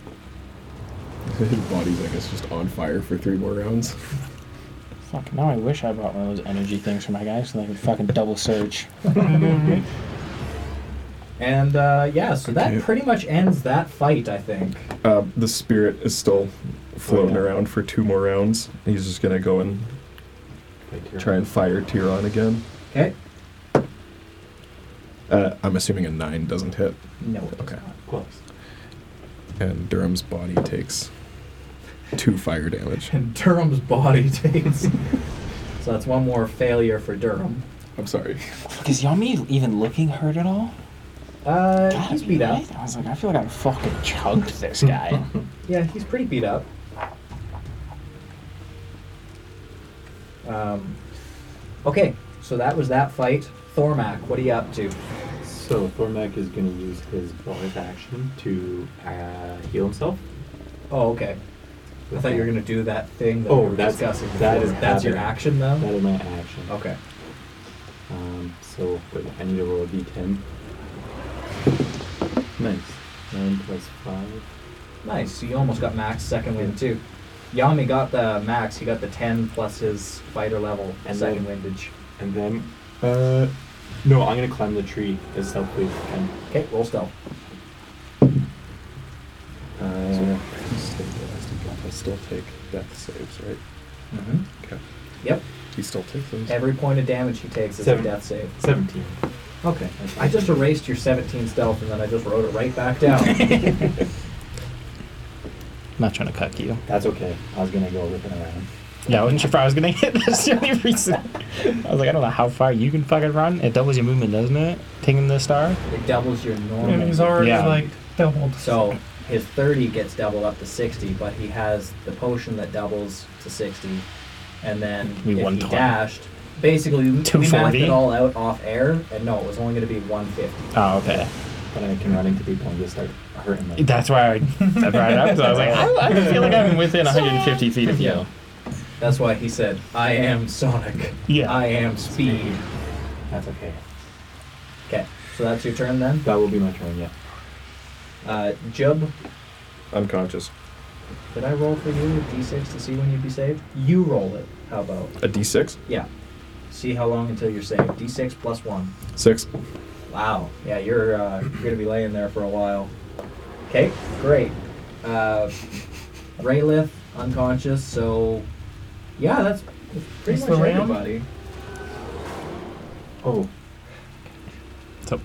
S2: *laughs* His body's, I guess, just on fire for three more rounds.
S5: Fuck, now I wish I bought one of those energy things for my guy so they could fucking double surge.
S6: I know, right?
S1: And uh, yeah, so that
S2: Okay.
S1: pretty much ends that fight, I think.
S2: Uh, the spirit is still floating
S5: Oh, yeah.
S2: around for two more rounds. He's just gonna go and try and fire Tyrion again.
S1: Okay.
S2: Uh, I'm assuming a nine doesn't hit,
S1: No, it does
S2: Okay.
S1: not.
S3: Close.
S2: and Durham's body takes two fire damage.
S1: And Durham's body *laughs* takes. so that's one more failure for Durham.
S2: I'm sorry.
S5: Is Yami even looking hurt at all?
S1: Uh,
S5: God,
S1: he's beat up.
S5: right? I was like, I feel like I fucking chugged this *laughs* guy.
S1: Yeah, he's pretty beat up. Um, okay, so that was that fight. Thormac, what are you up to?
S3: *laughs* So Thormac is going to use his bonus action to uh, heal himself.
S1: Oh, okay. I thought you were gonna do that thing that
S3: Oh,
S1: we were
S3: that's-
S1: discussing.
S3: that
S1: before.
S3: is
S1: that's your
S3: happening.
S1: action, though.
S3: That is my action.
S1: okay.
S3: Um, so wait, I need to roll a d10. Nice. Nine plus five.
S1: Nice. So you almost got max second wind too. Yami got the max. He got the ten plus his fighter level
S3: And
S1: second
S3: then-
S1: windage.
S3: And then, uh, no, I'm gonna climb the tree as stealthily as I
S1: Okay, roll stealth.
S3: can. Uh,
S2: I still take death saves, right?
S1: Mm-hmm.
S2: Okay.
S1: Yep.
S2: He still takes those.
S1: Every point of damage he takes is
S3: Seven.
S1: a death save.
S3: seventeen.
S1: Okay. I just erased your 17 stealth and then I just wrote it right back down.
S5: I'm not trying to cuck you.
S3: *laughs* That's okay. I was gonna go with it around.
S5: Yeah, I wasn't sure if I was gonna *laughs* hit. That's the only reason. I was like, I don't know how far you can fucking run. It doubles your movement, doesn't it? Pinging the star.
S1: it doubles your normal.
S6: And he's already
S5: Yeah.
S6: like doubled.
S1: So his 30 gets doubled up to 60, but he has the potion that doubles to 60. And then
S5: We
S1: if
S5: won
S1: he
S5: time.
S1: dashed, basically we- we mapped
S5: 240?
S1: it all out off air, and no, it was only going to be 150.
S5: Oh, okay.
S3: But I can run into people and just start hurting them.
S5: That's why I that brought it up. 'cause I was like, I, I feel like I'm within 150 feet of you.
S1: That's why he said, I am Sonic.
S5: Yeah.
S1: I am Speed.
S3: That's okay.
S1: Okay, so that's your turn then.
S3: That will be my turn. Yeah.
S1: Uh, Jub,
S2: Unconscious.
S1: did I roll for you a d6 to see when you'd be saved? You roll it. How about?
S2: A d6?
S1: Yeah. See how long until you're saved. D6 plus one.
S2: Six.
S1: Wow. Yeah, you're uh, you're gonna be laying there for a while. Okay, great. Uh, Raylith unconscious. So, yeah, that's pretty
S6: That's
S1: much
S6: the round?
S1: everybody.
S3: Oh,
S5: So,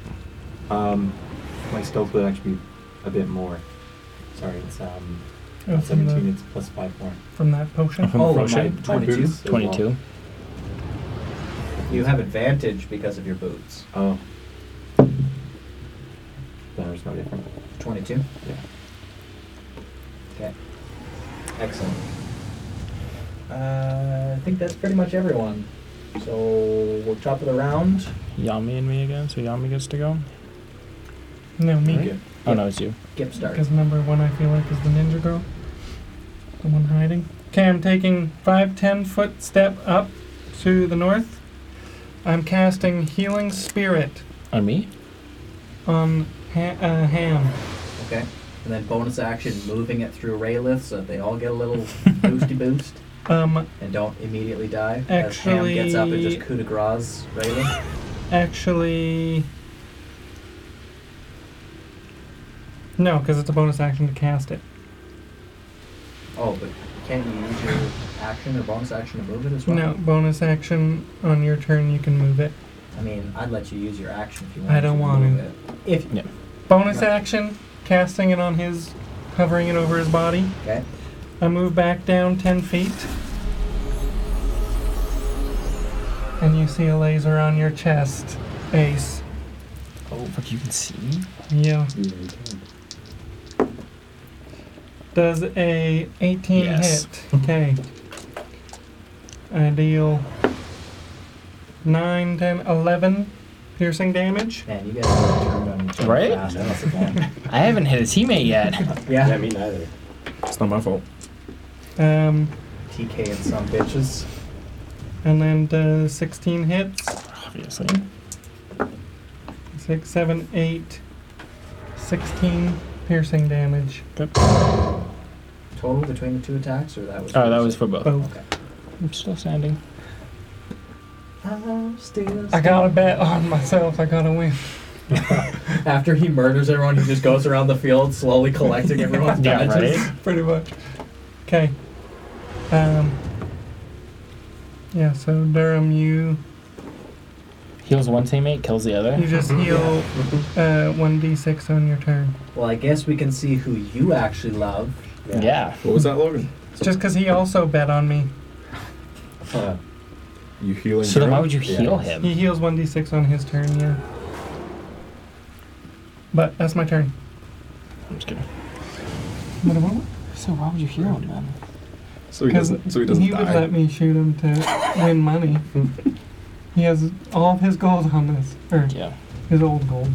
S3: um, my stealth would actually be a bit more. Sorry, it's um,
S6: Oh, from,
S3: seventeen.
S6: the,
S3: It's plus five more.
S6: from that potion.
S5: Uh-huh.
S1: Oh, my,
S5: Function?
S3: My
S1: 22.
S3: boots as well.
S5: 22.
S3: uh,
S1: You have advantage because of your boots.
S3: Oh, is no different.
S1: 22?
S3: Yeah.
S1: Okay. Excellent. Uh, I think that's pretty much everyone. So we're top of the round.
S5: Yami and me again, so Yami gets to go.
S4: No, me.
S1: Right.
S5: Oh no, it's you.
S1: Gip starts.
S4: Because number one, I feel like, is the ninja girl. The one hiding. Okay, I'm taking five, ten foot step up to the north. I'm casting Healing Spirit
S5: On me?
S4: on ha- uh, Ham.
S1: Okay. And then bonus action, moving it through Raylith so that they all get a
S4: *laughs*
S1: little boosty boost
S4: Um,
S1: and don't immediately die. As Ham gets up and just coup de grace Raylith.
S4: actually. No, because it's a bonus action to cast it.
S1: Oh, but can't you use your action or bonus action to move it as well?
S4: No, bonus action on your turn, you can move it.
S1: I mean, I'd let you use your action if you
S4: I
S1: want.
S4: don't want
S1: move
S4: to.
S1: It. If
S4: Bonus
S1: Right.
S4: action, casting it on his, hovering it over his body.
S1: okay,
S4: I move back down 10 feet. And you see a laser on your chest, Ace.
S5: Oh fuck, you can see me?
S4: Yeah.
S3: Yeah, you can.
S4: Does a 18
S5: Yes.
S4: hit. Okay. I deal 9, 10, 11 piercing damage.
S1: man, you guys are turned on each other
S5: Right?
S1: fast. That's the point.
S5: I haven't hit a teammate
S3: *laughs*
S5: yet.
S1: yeah.
S3: Yeah, me neither.
S2: It's not my fault.
S4: Um,
S1: TK and some bitches.
S4: and then does 16 hits.
S5: Obviously.
S4: 6, 7, 8, 16 piercing damage.
S1: Total between the two attacks, or that was?
S5: Oh, that was for both.
S4: Both.
S1: Okay.
S5: I'm still standing.
S1: I'm still
S4: I gotta bet on myself, I gotta win. *laughs*
S1: After he murders everyone, he just goes around the field slowly collecting everyone's
S5: Yeah,
S1: badges.
S5: right?
S4: pretty much. Okay. Um. Yeah. So Durham, you
S5: Heals one teammate, kills the
S4: you
S5: other.
S4: just heal uh one d six on your turn.
S1: Well, I guess we can see who you actually love.
S5: Yeah.
S2: What was that, Logan?
S4: It's just because he also bet on me.
S3: Uh,
S2: You healing?
S5: So then why
S2: Durham?
S5: would you
S3: Yeah.
S5: heal
S4: He
S5: him?
S4: heals one d six on his turn. Yeah. But that's my turn.
S5: I'm just kidding.
S4: So why would you heal him then?
S2: so he doesn't. So he doesn't die.
S4: would let me shoot him to
S2: *laughs*
S4: win money. he has all of his gold on this, or
S5: Yeah.
S4: his old gold.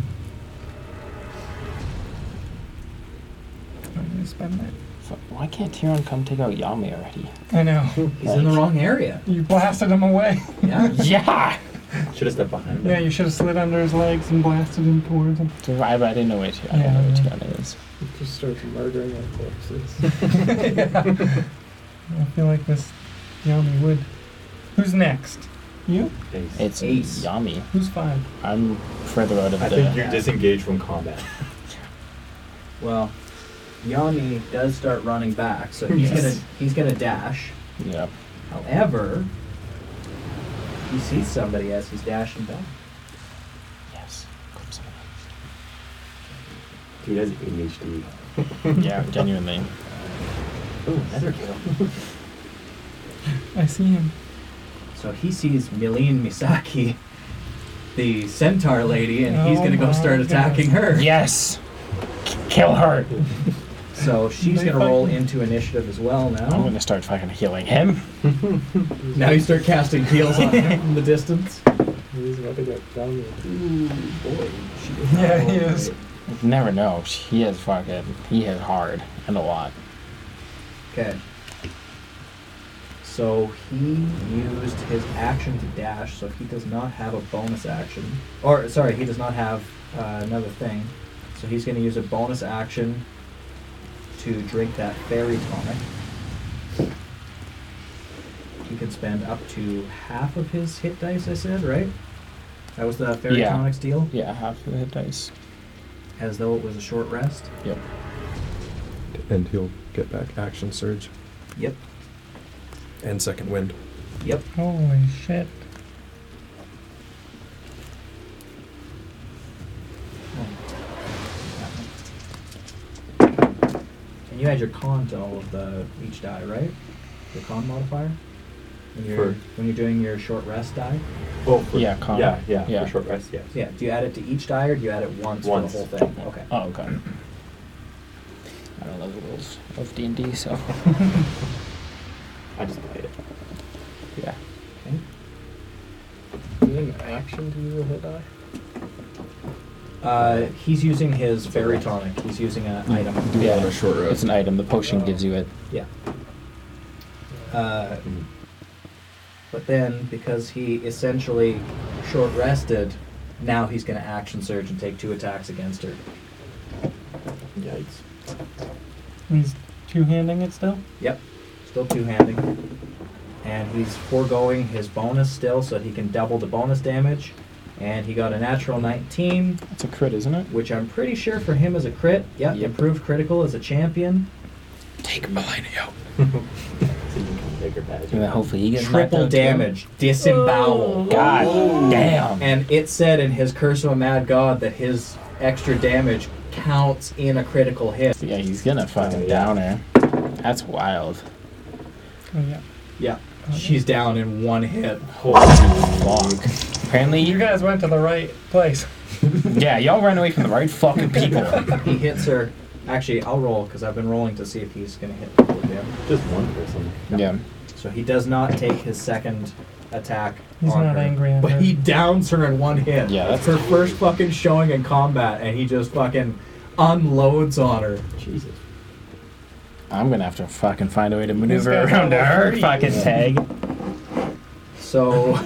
S4: I'm gonna spend that.
S5: Fuck, Why can't Tyrion come take out Yami already?
S4: I know.
S1: He's in the wrong area.
S4: You blasted him away.
S5: *laughs*
S1: Yeah.
S5: *laughs* Yeah!
S3: should have stepped behind him.
S4: yeah, you should have slid under his legs and blasted him towards him.
S5: So I, I didn't know where Tyrion, I
S4: Yeah,
S5: don't know where
S4: yeah.
S5: Tyrion is.
S10: Just starts murdering our corpses.
S4: I feel like this Yami would. Who's next? You?
S3: Ace.
S5: It's
S1: Ace.
S5: Yami.
S4: Who's five?
S5: I'm further out of
S3: I
S5: the.
S3: think you're disengaged from combat.
S1: Well, Yami does start running back, so he's
S5: Yes.
S1: gonna he's gonna dash.
S5: yeah.
S1: However, he sees somebody as he's dashing back.
S5: Yes.
S3: Dude has ADHD.
S5: *laughs* yeah, genuinely.
S3: Ooh, another kill.
S4: I see him.
S1: So he sees Milene Misaki, the centaur lady, and he's
S4: Oh
S1: gonna go
S4: my
S1: start attacking
S4: God.
S1: her.
S5: Yes! K- kill her!
S1: So she's
S4: They
S1: gonna roll
S4: fucking-
S1: into initiative as well
S5: I'm
S1: now.
S5: gonna start fucking healing him.
S1: Now you start casting heals on him from the distance.
S10: He's about to get dummy.
S1: Boy, she did
S4: *laughs* Yeah,
S1: not roll
S4: he is.
S1: great.
S5: You never know. He is fucking. He is hard and a lot.
S1: Okay. So he used his action to dash, so he does not have a bonus action. Or, sorry, he does not have uh, another thing. So he's going to use a bonus action to drink that fairy tonic. He can spend up to half of his hit dice, I said, right? That was the fairy
S5: Yeah.
S1: tonic's deal,
S5: Yeah, half the hit dice.
S1: as though it was a short rest.
S5: Yep.
S2: And he'll get back action surge
S1: Yep,
S2: and second wind.
S1: yep.
S4: Holy shit.
S1: And you add your con to all of the each die, right? Your con modifier. When you're,
S3: For-
S1: when you're doing your short rest die?
S3: Oh, for,
S5: Yeah, con.
S3: yeah, yeah,
S5: Yeah.
S3: for short rest, yeah.
S1: Yeah, do you add it to each die or do you add it once,
S3: Once.
S1: for the whole thing? Okay.
S5: Oh, okay. *clears throat* I don't know the rules of D and D, so
S3: I just played it.
S5: yeah.
S4: Is it an action to use a hit die?
S1: Uh, he's using his fairy tonic. He's using an
S3: Mm.
S1: item.
S2: Do
S5: Yeah.
S2: it on a short
S5: It's
S2: rest.
S5: an item. The potion gives you it.
S1: Yeah. Uh, but then, because he essentially short rested, now he's going to action surge and take two attacks against her.
S3: Yikes.
S6: He's two handing it still?
S1: Yep, still two handing. And he's foregoing his bonus still so that he can double the bonus damage. And he got a natural 19,
S5: It's a crit, isn't it?
S1: which I'm pretty sure for him is a crit. Yep,
S5: Yep.
S1: improved critical as a champion.
S5: Take mine out.
S3: It's an even bigger badge.
S5: And then hopefully he gets knocked
S1: Triple
S5: out too.
S1: damage, disembowel.
S5: God damn.
S1: And it said in his Curse of a Mad God that his extra damage counts in a critical hit.
S5: Yeah, he's gonna fucking
S3: yeah.
S5: downer. That's wild.
S6: Oh, yeah.
S1: Yeah. She's down in one hit.
S5: Fuck. Apparently,
S6: You guys went to the right place.
S5: yeah, y'all ran away from the right fucking people.
S1: He hits her. Actually, I'll roll because I've been rolling to see if he's going to hit people again.
S3: Just one person.
S5: yeah.
S1: So he does not take his second attack.
S6: He's
S1: on
S6: not
S1: her,
S6: angry at
S1: But
S6: her.
S1: he downs her in one hit.
S5: Yeah,
S1: It's
S5: that's-
S1: her first fucking showing in combat, and he just fucking unloads on her.
S3: Jesus.
S5: I'm gonna have to fucking find a way to maneuver
S6: guy's
S5: around
S6: level
S5: our
S6: three.
S5: fucking tag.
S1: So,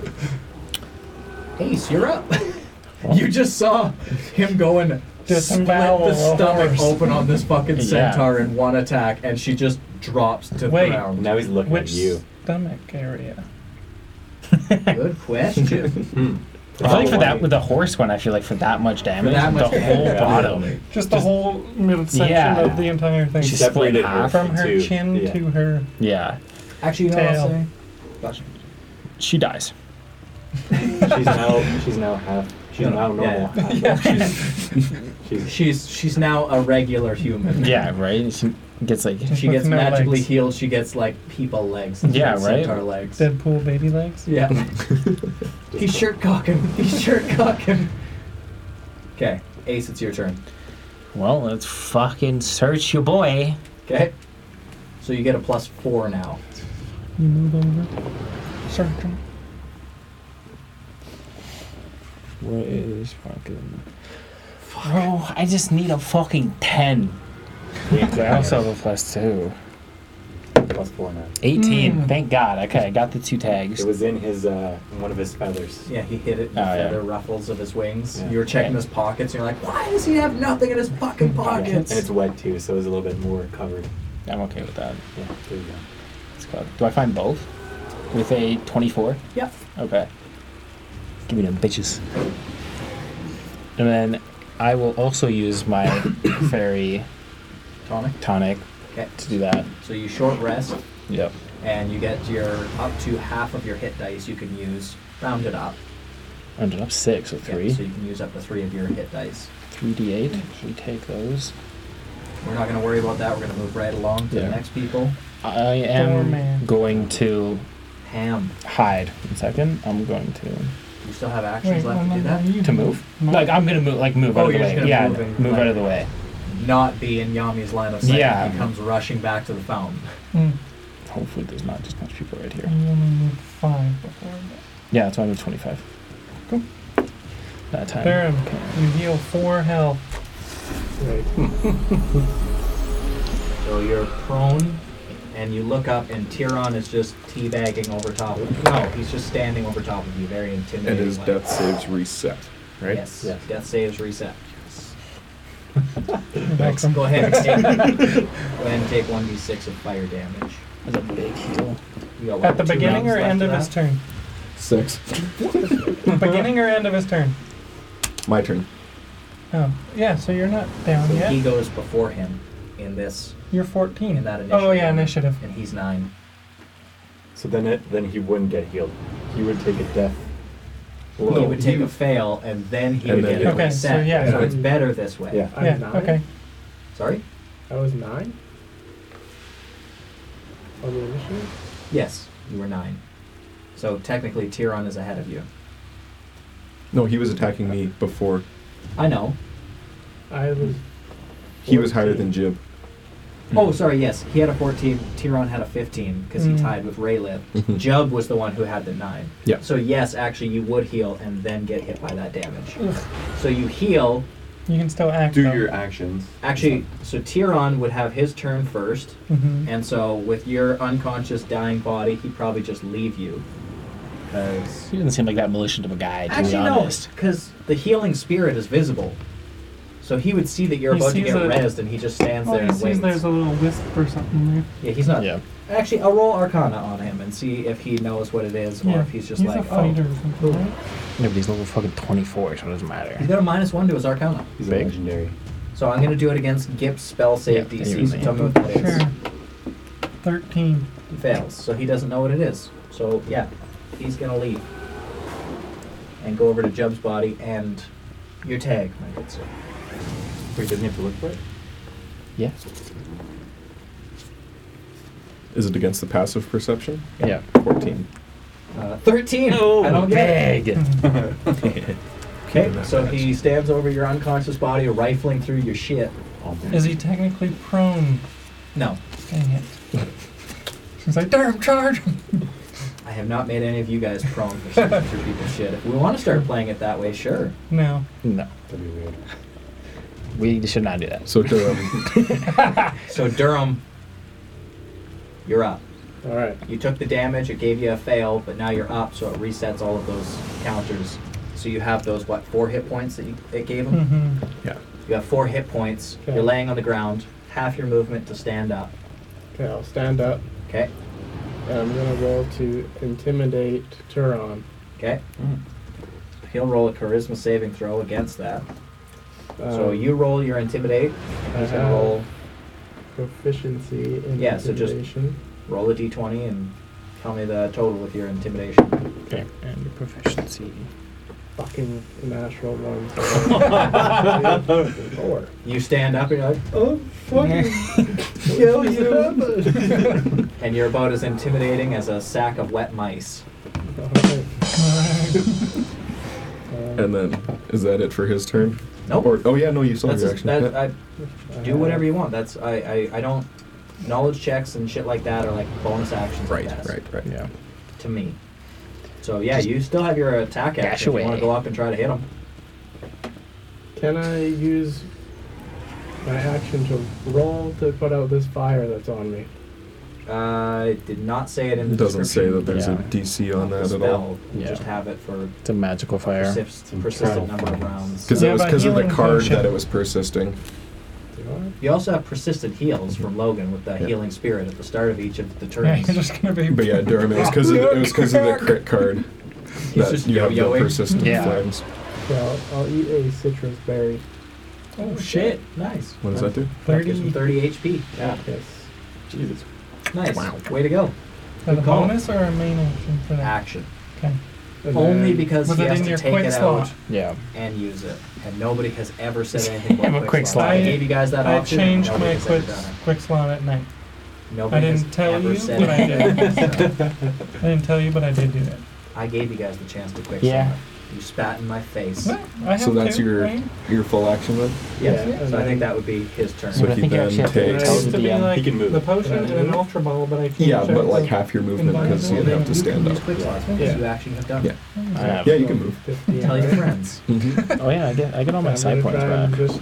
S1: *laughs* Ace, you're up. you just saw him going split
S6: Disembowel
S1: the
S6: a
S1: stomach Oh,
S6: horse.
S1: open on this fucking
S5: Yeah.
S1: centaur in one attack, and she just drops to
S6: Wait.
S1: the ground.
S3: Now he's looking
S6: Which
S3: at you.
S6: stomach area?
S1: Good
S5: *laughs*
S1: question.
S5: I feel like for that
S3: Probably.
S5: with the horse one, I feel like for that much damage,
S1: that much
S5: the
S1: damage,
S5: whole
S1: yeah.
S5: bottom.
S6: Just the whole middle section
S5: Yeah.
S6: of the entire thing.
S5: She's-
S3: Separated
S5: split half
S6: From her
S3: into-
S6: chin
S3: yeah.
S6: to her.
S5: Yeah,
S1: Actually, you know what I'll
S6: Tail.
S1: say?
S5: she *laughs* dies.
S3: She's now. She's now half. She's now normal.
S1: Yeah.
S3: Half, *laughs* She's, she's
S1: She's she's now a regular
S5: *laughs*
S1: human.
S5: Yeah, right. She gets like
S1: She
S6: With
S1: gets
S6: no
S1: magically
S6: legs.
S1: healed. She gets like people legs. instead
S5: Yeah,
S1: of
S5: right?
S1: Centaur legs.
S6: Deadpool baby legs. *laughs*
S1: Yeah. He's shirt cocking. He's shirt cocking. Okay, Ace, it's your turn.
S5: Well, let's fucking search your boy.
S1: Okay. So you get a plus four now.
S6: You move over. Search him.
S5: Where is fucking? Bro, I just need a fucking ten. I also have a plus two.
S3: plus four now.
S5: Eighteen. Thank God. Okay, I got the two tags.
S3: It was in his uh, in one of his feathers.
S1: Yeah, he hit it in the
S5: Oh, yeah.
S1: feather ruffles of his wings.
S3: Yeah.
S1: You were checking
S5: Yeah.
S1: his pockets, and you're like, why does he have nothing in his fucking
S3: Yeah, And
S1: pockets?
S3: it's wet too, so it was a little bit more covered.
S5: I'm okay with that.
S3: Yeah, there you go.
S5: It's called. Do I find both? With a twenty-four.
S1: Yep.
S5: Okay. Give me them bitches. And then I will also use *coughs* my fairy
S1: Tonic.
S5: tonic
S1: Okay.
S5: to do that.
S1: So you short rest,
S5: Yep.
S1: and you get your up to half of your hit dice you can use rounded up.
S5: Ended up six or
S1: Yeah,
S5: three.
S1: so you can use up to three of your hit dice.
S5: Three D eight. Should we take those?
S1: We're not going to worry about that. We're going to move right along to the
S5: Yeah.
S1: next people.
S5: I am
S6: Doorman.
S5: going to
S1: Ham.
S5: hide. One second. I'm going to
S1: You still have actions
S6: Wait,
S1: left
S6: no,
S1: to do
S6: no,
S1: that?
S6: no, you-
S5: to move. Like I'm gonna move. Like move
S1: Oh,
S5: out of the
S1: you're just
S5: way.
S1: gonna
S5: Yeah.
S1: move
S5: Move,
S1: and, like-
S5: out of the way.
S1: Not be in Yami's line of sight.
S5: Yeah.
S1: He comes rushing back to the fountain.
S6: Mm.
S5: Hopefully there's not just much people right here.
S6: You only moved five before that.
S5: Yeah. That's why I'm at 25. Cool. That time.
S6: Baron,
S5: Okay.
S6: you heal four health.
S4: Right.
S1: So you're prone, and you look up, and Tyrion is just teabagging over top of you. No, he's just standing over top of you, very
S2: And
S1: intimidating.
S2: his
S1: like-
S2: death saves reset, right?
S1: Yes.
S3: Yes.
S1: Death saves reset.
S5: Thanks.
S1: Go ahead and take,
S5: *laughs*
S1: go ahead and take 1d6 of fire damage.
S5: That's a big heal.
S1: You got, what,
S6: At the
S1: two
S6: beginning
S1: rounds
S6: or
S1: left
S6: end
S1: of
S6: of
S1: that?
S6: his turn?
S2: Six.
S6: beginning or end of his turn?
S2: My turn.
S6: Oh, yeah, so you're not down
S1: So
S6: yet.
S1: he goes before him in this,
S6: You're 14.
S1: in that initiative.
S6: oh, yeah, initiative.
S1: And he's nine.
S3: So then it then he wouldn't get healed. He would take a death.
S1: he
S3: blow.
S1: would take a fail, and then he
S2: And
S1: would
S2: then
S1: get a
S2: Okay,
S6: so
S1: reset.
S6: yeah.
S1: it's better this way.
S3: Yeah.
S4: I'm
S6: yeah,
S4: nine.
S6: okay.
S1: Sorry?
S4: I was nine? On the initiative?
S1: Yes. You were nine. So technically, Tiron is ahead of you.
S2: No, he was attacking me before.
S1: I know.
S4: I was.
S2: He was higher
S4: 14.
S2: than Jib.
S1: Oh, sorry, yes. He had a 14. Tiron had a 15 because
S6: Mm.
S1: he tied with Raylith.
S2: Mhm.
S1: Jub was the one who had the 9.
S2: Yeah.
S1: So, yes, actually, you would heal and then get hit by that damage. So, you heal.
S6: You can still act.
S3: Do
S6: though.
S3: your actions.
S1: Actually, so Tiron would have his turn first.
S4: Mm-hmm.
S6: Mhm.
S1: And so, with your unconscious, dying body, he'd probably just leave you. Because.
S5: He doesn't seem like that militant of a guy, to
S1: Actually,
S5: be
S1: no,
S5: honest.
S1: because the healing spirit is visible. So he would see that you're
S6: He
S1: about to
S6: sees
S1: get
S6: a-
S1: rezzed, and he just stands
S6: Well,
S1: there
S6: he
S1: and waits.
S6: sees there's a little wisp or something there.
S1: Yeah, he's not.
S5: Yeah.
S1: Actually, I'll roll Arcana on him and see if he knows what it is, or
S6: yeah.
S1: if he's just
S6: he's
S1: like,
S6: a fighter
S1: oh,
S6: or something, right?
S5: Yeah, but he's level fucking 24, so it doesn't matter.
S1: he's got a minus one to his Arcana.
S3: He's
S5: Big.
S3: a legendary.
S1: So I'm gonna do it against Gip's spell save
S5: Yeah,
S1: DC.
S5: anyways,
S1: So
S5: yeah.
S1: tell me what that is.
S6: Sure. 13.
S1: He fails, so he doesn't know what it is. So yeah, he's gonna leave and go over to Jub's body and your tag, my good sir.
S3: Wait, doesn't he have to look for it?
S5: Yeah.
S2: Is it against the passive perception?
S5: Yeah.
S2: 14.
S1: Uh, Thirteen.
S6: Oh.
S1: I don't get it.
S5: Big!
S1: Okay,
S2: Not
S1: so
S2: bad.
S1: he stands over your unconscious body, rifling through your shit.
S6: Is he technically prone?
S1: No,
S6: Dang it.
S1: *laughs*
S6: He's like, damn, charge him!
S1: I have not made any of you guys prone for shooting through people's shit. If we want to start playing it that way, sure.
S6: No.
S5: *laughs* No.
S3: That'd be weird.
S5: We should not do that.
S2: So um, Durham,
S1: So Durham, you're up.
S4: All right.
S1: You took the damage. It gave you a fail, but now you're up, so it resets all of those counters. So you have those what four hit points that you, it gave him.
S6: Mm-hmm.
S2: yeah.
S1: You have four hit points.
S4: Hmm. Okay.
S1: You're laying on the ground, half your movement to stand up.
S4: Okay, I'll stand up.
S1: Okay,
S4: And I'm gonna roll to intimidate Turon.
S1: okay.
S4: Hmm.
S1: He'll roll a charisma saving throw against that.
S4: Um,
S1: so you roll your intimidate.
S4: I
S1: He's gonna
S4: have
S1: roll
S4: proficiency in
S1: Yeah, so just-
S4: intimidation.
S1: roll a d20 and tell me the total of your intimidation.
S4: Okay.
S5: And your proficiency.
S4: Fucking natural one. Four.
S1: You stand up and you're like,
S4: Oh fucking
S1: *laughs*
S4: kill you!
S1: and you're about as intimidating as a sack of wet mice.
S2: And then, is that it for his turn?
S1: Nope.
S2: Or, oh yeah, no, you saw
S1: That's
S2: your
S1: just-
S2: action.
S1: that, I, do whatever you want. That's I, I, I don't knowledge checks and shit like that are like bonus actions. I
S2: right,
S1: guess,
S2: right, right.
S5: Yeah.
S1: To me. So yeah, you still have your attack
S5: dash
S1: action. If you want
S5: away.
S1: to go up and try to hit him.
S4: Can I use my action to roll to put out this fire that's on me?
S1: Uh, it did not say it in the
S2: It doesn't say
S1: description
S2: that there's a
S5: Yeah.
S2: DC
S1: of
S2: on
S1: the
S2: that at all.
S1: spell. You
S5: Yeah.
S1: just have it for
S5: It's a magical fire.
S1: persist,
S3: Some
S1: persistent
S3: trial
S1: number of
S3: points.
S1: rounds.
S2: Because
S6: Yeah,
S2: it was
S6: but
S2: because of the
S6: healing
S2: card
S6: potion.
S2: that it was persisting.
S4: Do
S1: You also have persistent heals from Logan with the healing spirit at the start of each of the
S6: *laughs* Yeah,
S1: turns.
S6: you're just gonna be.
S2: But yeah, Durham, it was because of, it was 'cause of the crit card
S1: He's
S2: that
S1: just
S2: you have the
S1: yo-yoing.
S2: persistent
S5: Yeah.
S2: flames.
S4: I? Okay, I'll, I'll eat a citrus berry.
S1: Oh shit! Nice.
S2: What does that do?
S1: That gives him
S6: 30.
S1: 30 HP.
S3: Yeah.
S4: Yes.
S3: Jesus.
S1: Nice. Way to go.
S6: A
S1: Good call.
S6: bonus or a main action for that?
S1: Action.
S6: Okay.
S4: And
S1: Only
S4: then-
S1: because
S6: Was
S1: he
S6: it
S1: has
S6: in
S1: to
S6: your
S1: take
S6: quick
S1: it
S6: slot?
S1: out
S5: Yeah.
S1: and use it, and nobody has ever
S6: *laughs*
S1: said anything
S5: Have
S1: about
S5: a
S1: quick,
S5: quick
S1: slot.
S5: slot.
S1: I gave you guys that
S6: I
S1: option. and
S6: changed
S1: nobody
S6: my
S1: has
S6: quick,
S1: ever done it.
S6: quick slot at night.
S1: Nobody
S6: I didn't
S1: has
S6: tell
S1: ever
S6: you,
S1: said
S6: but I
S1: anything, so
S6: I didn't tell you, but I did do that.
S1: *laughs* I gave you guys the chance to quick
S5: Yeah.
S1: slot. You spat in my face.
S6: No, I have
S2: So that's
S6: to,
S2: your
S6: right?
S2: your full action then.
S1: Yes.
S4: Yeah.
S1: So I think that would be his turn.
S2: So
S5: but I
S2: he
S5: think you
S2: then
S5: actually have to
S2: takes-
S6: It
S5: tell
S6: used
S5: the
S6: to be
S5: DM.
S3: He
S6: like
S3: can move.
S6: the potion and
S4: Can I
S6: an
S4: move?
S6: ultra ball, but I changed
S2: Yeah,
S6: it
S2: but
S6: to-
S2: like half your movement because you
S6: Environmental
S2: have to stand up.
S1: Quick slots
S4: Yeah.
S1: because you actually have done.
S2: Yeah.
S1: it.
S5: Yeah.
S2: Yeah, you can move.
S4: 15,
S1: Tell your
S4: right?
S1: friends.
S2: Mhm.
S5: Oh yeah, I get I get all my
S4: I'm
S5: side
S4: gonna
S5: points
S4: try and
S5: back.
S4: Just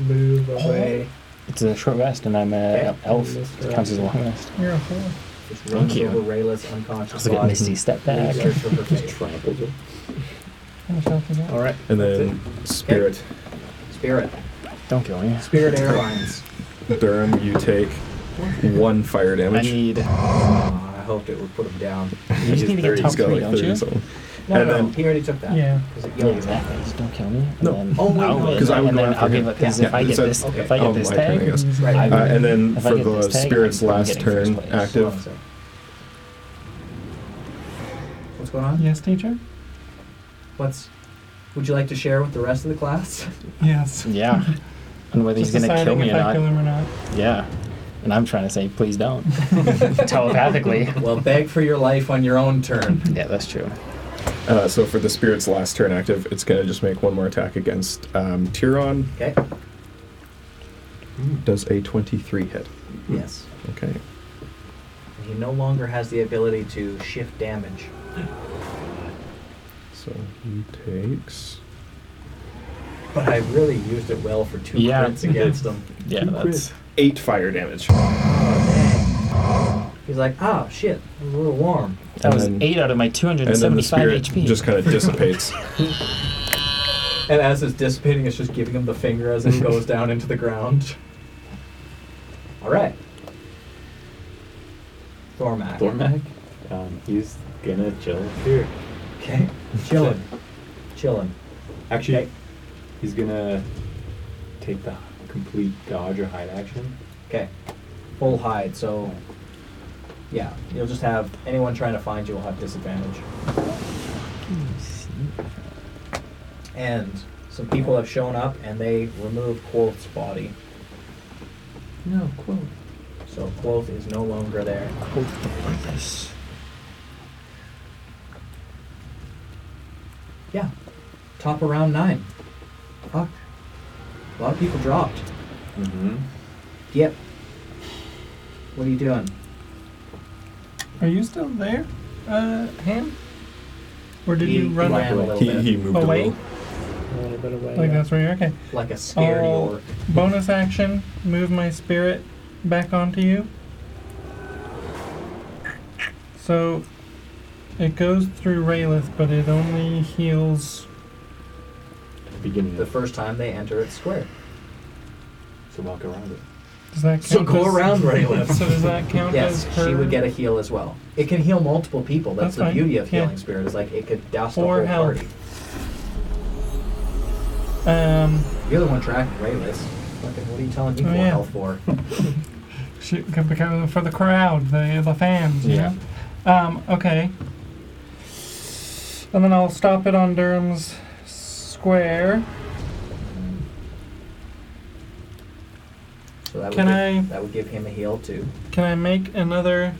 S4: move away.
S5: It's a short rest, and I'm a
S1: Okay.
S5: elf.
S4: Missed
S5: It counts as a long rest.
S6: You're a whore.
S1: Just runs
S5: you.
S1: over Rayla's
S5: I
S1: unconscious
S5: was getting
S1: body.
S5: misty step back.
S1: leaves her for her
S4: Just
S1: fate.
S4: trampled him.
S6: How much health you got?
S4: All right.
S2: And then spirit.
S1: Spirit.
S5: Don't kill me.
S1: Spirit
S2: *laughs*
S1: Airlines.
S2: Durham, you take one fire
S5: I
S2: damage. *laughs*
S5: need.
S1: Aw, Uh, I hoped it would put him down.
S5: You just need to get top
S2: He's got
S5: three,
S2: like
S5: don't you?
S2: something.
S1: No,
S2: And
S1: no,
S2: then-
S1: he already took that.
S6: Yeah.
S1: 'Cause it
S5: Yeah,
S1: yelled at
S5: exactly. Just don't kill me. And
S2: No.
S5: Then
S1: Oh, wait,
S5: I'll
S1: no,
S5: win,
S1: 'cause I
S5: and
S2: would go
S5: then
S2: after
S5: I'll
S2: him.
S5: give it because
S2: Yeah,
S5: if I get
S2: it's a-
S5: this,
S1: okay.
S5: if I get
S2: Oh,
S5: this
S2: my turn, I
S5: tag,
S2: guess.
S6: He's
S1: Right.
S5: I
S2: Uh, and then
S5: If I
S2: for
S5: get this
S2: the
S5: tag, I'm
S2: spirit's
S5: getting
S2: last
S5: first
S2: turn
S5: place.
S1: you. Hold on a
S2: active,
S1: sec. What's going on?
S6: Yes, teacher?
S1: What's would you like to share with the rest of the class? *laughs*
S6: Yes.
S5: yeah. And whether
S6: Just
S5: he's gonna kill
S6: deciding
S5: me
S6: if
S5: or
S6: I kill
S5: not.
S6: him or not.
S5: Yeah. And I'm trying to say, please
S6: *laughs*
S5: don't. Telepathically.
S1: Well, beg for your life on your own turn.
S5: Yeah, that's true.
S2: Uh, so for the spirit's last turn active, it's going to just make one more attack against um, Tyrion.
S1: Okay.
S2: Does a 23 hit.
S1: Yes.
S2: Okay.
S1: He no longer has the ability to shift damage.
S2: So he takes.
S1: But I really used it well for two
S5: Yeah.
S1: crits against him.
S5: Yeah,
S4: Two
S5: that's.
S2: Eight fire damage.
S1: Oh, dang. He's like, ah, shit, it was a little warm.
S5: That was
S2: And then-
S5: eight out of my
S2: And then the
S5: 275
S2: spirit
S5: HP.
S2: just kind of
S5: *laughs*
S2: dissipates.
S1: And as it's dissipating, it's just giving him the finger as it
S3: *laughs*
S1: goes down into the ground. *laughs* All right. Thormac.
S3: Dormac, um, he's gonna chill here.
S1: Okay. Chilling. Chilling.
S3: Actually,
S1: Okay.
S3: he's gonna take the complete dodge or hide action.
S1: Okay. Full hide, so. Yeah, you'll just have anyone trying to find you will have disadvantage. And some people have shown up and they remove Quoth's body.
S3: No, quote.
S1: So Quoth is no longer there. Yeah. Top of round nine. Fuck. A lot of people dropped.
S3: Mm-hmm.
S1: Yep. What are you doing?
S6: Are you still there, uh, Ham? Or did
S1: He-
S6: you run
S1: he
S6: like,
S1: ran a
S5: Oh,
S1: little
S2: he,
S1: bit.
S2: he moved a
S6: Away?
S2: little.
S4: A little bit away. yeah.
S6: that's where you're okay?
S1: Like a scary
S6: Oh.
S1: orc.
S6: Bonus action, move my spirit back onto you. So it goes through Raylith, but it only heals.
S3: Beginning
S1: The
S3: of
S1: first time they enter its square.
S3: to walk around it.
S6: Does that count?
S1: So go
S6: as-
S1: around Raylith.
S6: So does that
S1: *laughs*
S6: count
S1: Yes,
S6: as her?
S1: she would get a heal as well. It can heal multiple people. That's,
S6: That's
S1: the
S6: fine.
S1: beauty of
S6: Yeah.
S1: healing spirit. Is like it could douse the
S6: Or
S1: whole
S6: health.
S1: party.
S6: Um,
S1: You're the one tracking Rayless. Fucking, what are you telling me
S6: Oh,
S1: for
S6: yeah.
S1: health for?
S6: she, because for the crowd, the the fans. you
S5: Yeah.
S6: know? Um. Okay. And then I'll stop it on Durham's square.
S1: So that would
S6: Can
S1: give,
S6: I-
S1: That would give him a heal too.
S6: Can I make another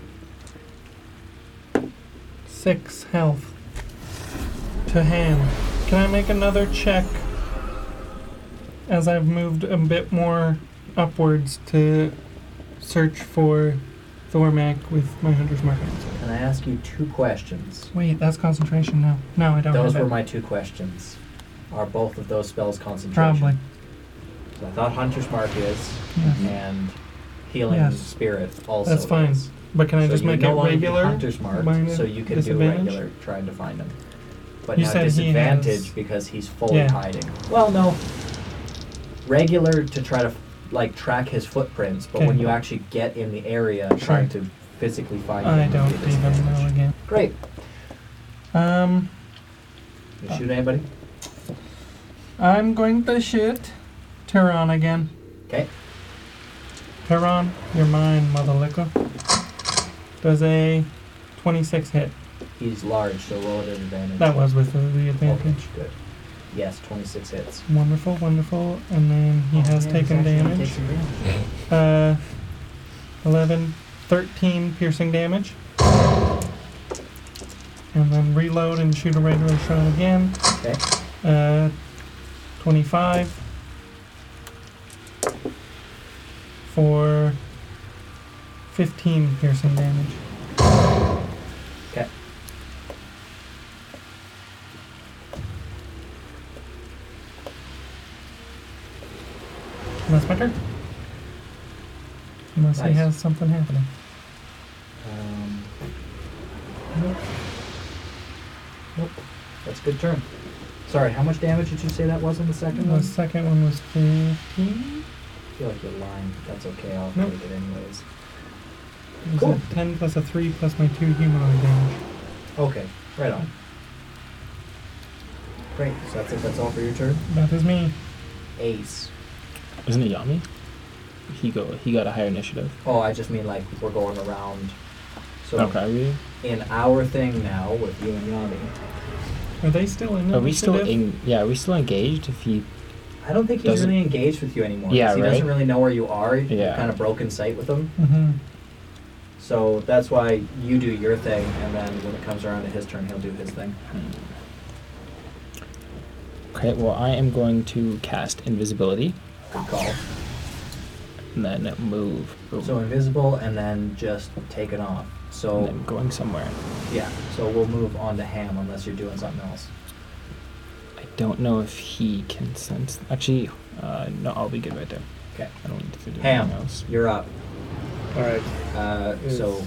S6: six health to hand? Can I make another check as I've moved a bit more upwards to search for Thormac with my hunter's markings?
S1: Can I ask you two questions?
S6: Wait, that's concentration now. No, I don't.
S1: Those
S6: have
S1: were
S6: it.
S1: my two questions. Are both of those spells concentration?
S6: probably.
S1: So I thought Hunter's Mark is,
S6: Yeah.
S1: and Healing
S6: Yes.
S1: Spirit also.
S6: That's fine.
S1: is.
S6: But can I
S1: So
S6: just
S1: you
S6: make
S1: no
S6: it
S1: longer get
S6: regular?
S1: Hunter's Mark,
S6: minor
S1: so you can do
S6: disadvantage?
S1: regular trying to find him. But
S6: You
S1: now
S6: said he
S1: disadvantage
S6: has-
S1: because he's fully
S6: Yeah.
S1: hiding. Well, no. Regular to try to like track his footprints, but when
S6: Okay.
S1: you actually get in the area
S6: Sure.
S1: trying to physically find
S6: I
S1: him, you
S6: don't
S1: get
S6: even know
S1: disadvantage.
S6: again.
S1: Great.
S6: Um,
S1: You
S6: Uh.
S1: shoot anybody?
S6: I'm going to shoot Tehran again.
S1: Okay.
S6: Tehran, you're mine, mother liquor. Does a 26 hit.
S1: He's large, so roll at advantage.
S6: That was with the, the
S1: Okay,
S6: advantage.
S1: good. Yes, 26 hits.
S6: Wonderful, wonderful. And then
S1: Oh,
S6: he has taken damage. Uh, 11, 13 piercing damage. And then reload and shoot a regular shot again.
S1: Okay.
S6: Uh, 25 for 15 piercing damage.
S1: Okay.
S6: And That's my turn. Unless he
S1: Nice.
S6: has something happening.
S1: Um, nope. Nope. That's a good turn. Sorry, how much damage did you say that was in the second
S6: The
S1: one?
S6: second one was 15.
S1: I feel like you're lying. but That's okay. I'll
S6: Nope.
S1: take it anyways.
S6: It was
S1: Cool.
S6: a 10 plus a 3 plus my 2 humanoid damage.
S1: Okay. Right on. Great. So that's it. That's all for your turn.
S6: That is me.
S1: Ace.
S5: Isn't it Yami? He go. He got a higher initiative.
S1: Oh, I just mean like we're going around. So
S5: Okay. Are we,
S1: in our thing now with you and Yanni,
S6: Are they still in
S5: are we still
S6: initiative?
S5: in? Yeah. Are we still engaged? If he
S1: I don't think he's
S5: Doesn't-
S1: really engaged with you anymore. 'cause
S5: Yeah,
S1: he doesn't
S5: right?
S1: really know where you are. You've
S5: Yeah.
S1: kind of broken sight with him.
S6: Mm-hmm.
S1: So that's why you do your thing, and then when it comes around to his turn, he'll do his thing.
S5: Okay, well, I am going to cast invisibility
S1: Good call.
S5: and then move.
S1: So invisible, and then just take it off.
S5: and
S1: So
S5: then going somewhere.
S1: yeah. So we'll move on to Ham unless you're doing something else.
S5: I don't know if he can sense. Actually, uh, no, I'll be good right there.
S1: 'Kay.
S5: I don't need to do
S1: Ham.
S5: anything else.
S1: You're up.
S4: All right.
S1: Uh,
S4: Is-
S1: so,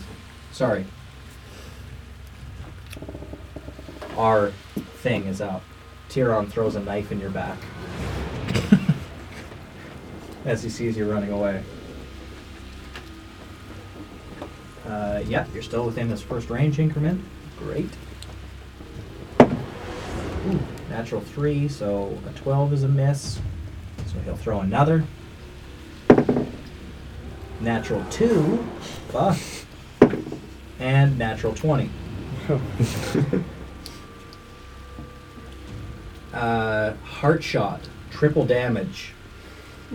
S1: sorry. Our thing is up. Tyron throws a knife in your back as he sees you running away. Uh, yeah, you're still within this first range increment. Great. Ooh, natural three, so a 12 is a miss. So he'll throw another. Natural two. Fuck. And natural 20. uh, heart shot, triple damage.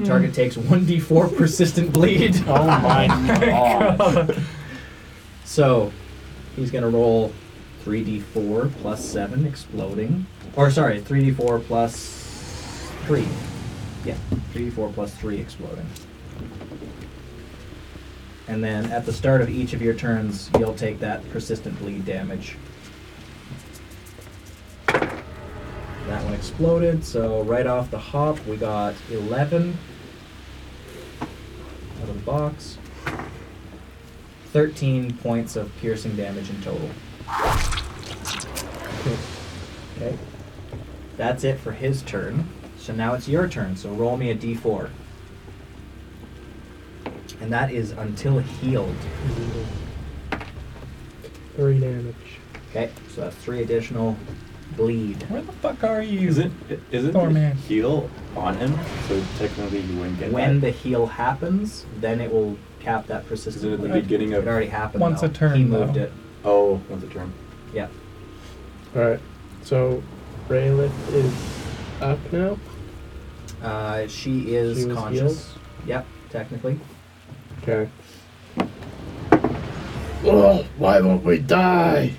S1: Target takes 1d4 persistent bleed.
S5: *laughs* Oh
S1: *laughs*
S5: my god.
S1: So he's going to roll 3d4 plus 7 exploding. Or sorry, 3d4 plus 3. Yeah, 3d4 plus 3 exploding. And then at the start of each of your turns, you'll take that persistent bleed damage. That one exploded, so right off the hop, we got 11 out of the box. 13 points of piercing damage in total. Okay. That's it for his turn. So now it's your turn, so roll me a d4. And that is until healed.
S4: Three damage.
S1: Okay, so that's three additional bleed.
S6: Where the fuck are you?
S3: Is it is it
S6: Thor man.
S3: heal on him? So technically you wouldn't get
S1: When
S3: that.
S1: the heal happens, then it will cap that
S3: Is it
S1: persistent
S3: at the
S1: bleed.
S3: beginning
S1: It
S3: of
S1: already happened.
S6: Once
S1: though.
S6: a turn,
S1: He moved
S6: though.
S1: it.
S3: Oh, what's the term?
S1: Yeah.
S4: All right. So Raylith is up now.
S1: Uh, she is
S4: She was
S1: conscious. Yep, technically.
S4: Okay. Oh, why won't we die?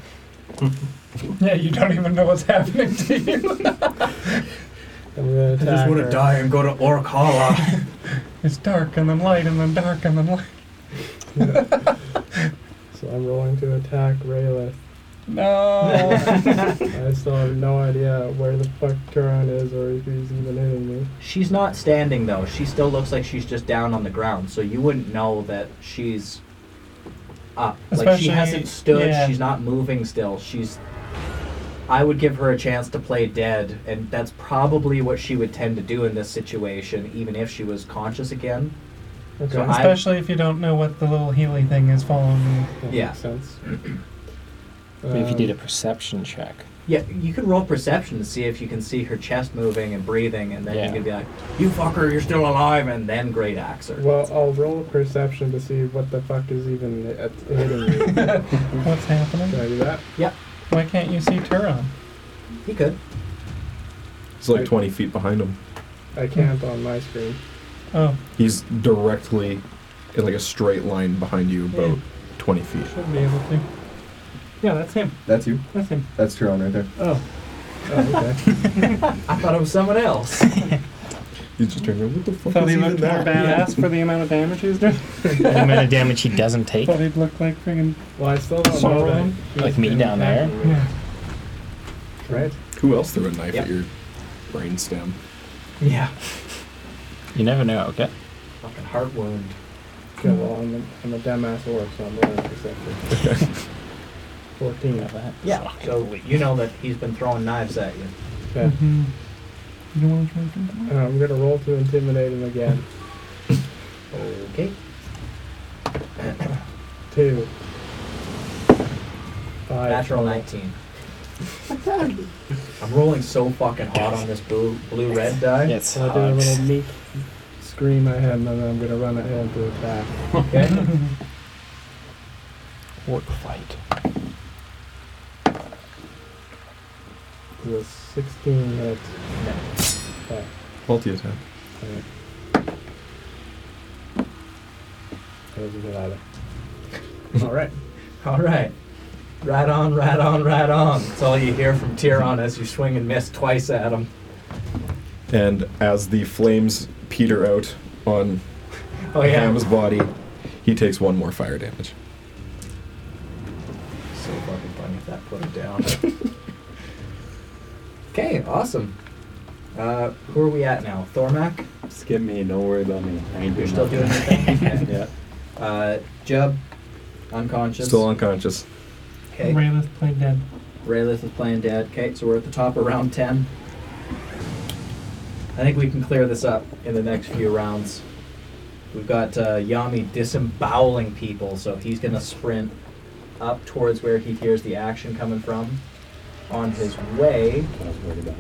S6: Yeah, you don't even know what's happening to you. *laughs*
S4: I'm gonna attack her.
S1: and go to Orkala. *laughs*
S6: it's dark and then light and then dark and then light.
S4: So I'm rolling to attack Raylith.
S6: *laughs* No.
S4: I still have no idea where the fuck Turon is or if he's even hitting me.
S1: She's not standing though. She still looks like she's just down on the ground, so you wouldn't know that she's up. like she
S6: Especially-
S1: hasn't stood.
S6: yeah.
S1: She's not moving still. She's. I would give her a chance to play dead, and that's probably what she would tend to do in this situation, even if she was conscious again.
S4: Okay.
S1: So I-
S6: Especially if you don't know what the little Healy thing is following you.
S4: that
S1: yeah.
S4: Makes sense.
S5: Maybe if you did a
S4: Um,
S2: *laughs*
S5: perception check.
S1: Yeah, you could roll perception to see if you can see her chest moving and breathing, and then
S5: Yeah.
S1: you could be like, "You fucker, you're still alive," and then great axe her.
S4: Well, I'll roll perception to see what the fuck is even at- hitting
S5: *laughs*
S4: me. Can
S6: What's happening?
S4: I do that?
S6: Why can't you see Turon?
S1: He could.
S2: He's like
S4: Right.
S2: 20 feet behind him.
S4: I can't on my screen.
S6: Oh,
S2: He's directly in like a straight line behind you, about
S6: Yeah.
S2: 20 feet.
S6: should be able to. Yeah, that's him.
S11: That's you.
S6: That's him.
S11: That's Tyrone right there.
S6: Oh.
S4: Oh, okay.
S1: I thought it was someone else. *laughs*
S2: He's just turning around. What the fuck
S6: Thought
S2: is
S6: he
S2: even
S6: looked more
S2: that?
S6: *laughs* badass for the amount of damage he's doing.
S5: the amount of damage he
S2: *laughs*
S5: doesn't take.
S6: Thought he'd look like friggin'
S4: Well, I still don't know that.
S6: Sauron?
S4: he's
S5: Like me
S4: been
S5: down there.
S4: attacking me,
S6: yeah.
S4: Right?
S2: Who else threw a knife
S1: Yep.
S2: at your brainstem?
S1: yeah.
S5: You never know, okay?
S1: Fucking heart wound.
S4: Okay, well, I'm a, I'm a dumbass orc, so I'm rolling perception.
S6: *laughs*
S4: 14.
S5: You know that.
S1: Yeah. So you know that he's been throwing knives at you.
S4: Okay.
S6: Mhm. You don't want to drink him?
S4: Uh, I'm gonna roll to intimidate him again.
S1: Okay.
S4: Two. Five.
S1: Natural
S4: total.
S1: 19. I'm rolling so fucking hot on this blue blue red die.
S5: It
S4: So I do a
S5: sucks.
S4: little meek scream at him, and then I'm gonna run at him to attack.
S1: Okay.
S5: Orc fight.
S4: It was 16 hits.
S1: No.
S4: Okay.
S2: Multi attack.
S4: Alright. That was a good idea.
S1: All right. All right. Right on, right on, right on. That's all you hear from Tyrion as you swing and miss twice at him.
S2: And as the flames peter out on
S1: Oh, yeah.
S2: Ham's body, he takes one more fire damage.
S1: So fucking funny if that put him down. okay, awesome. Uh, who are we at now? Thormac?
S3: Skip me. Don't worry about me. I ain't
S1: You're
S3: doing
S1: still doing your
S3: nothing.
S1: thing? Okay.
S3: *laughs* yeah.
S1: Uh, Jub, unconscious.
S2: Still unconscious.
S1: Okay.
S6: Raylith played dead.
S1: Raylith is playing dead. Okay, so we're at the top of round 10. I think we can clear this up in the next few rounds. We've got uh, Yami disemboweling people, so he's going to sprint up towards where he hears the action coming from. On his way,
S3: I was worried about.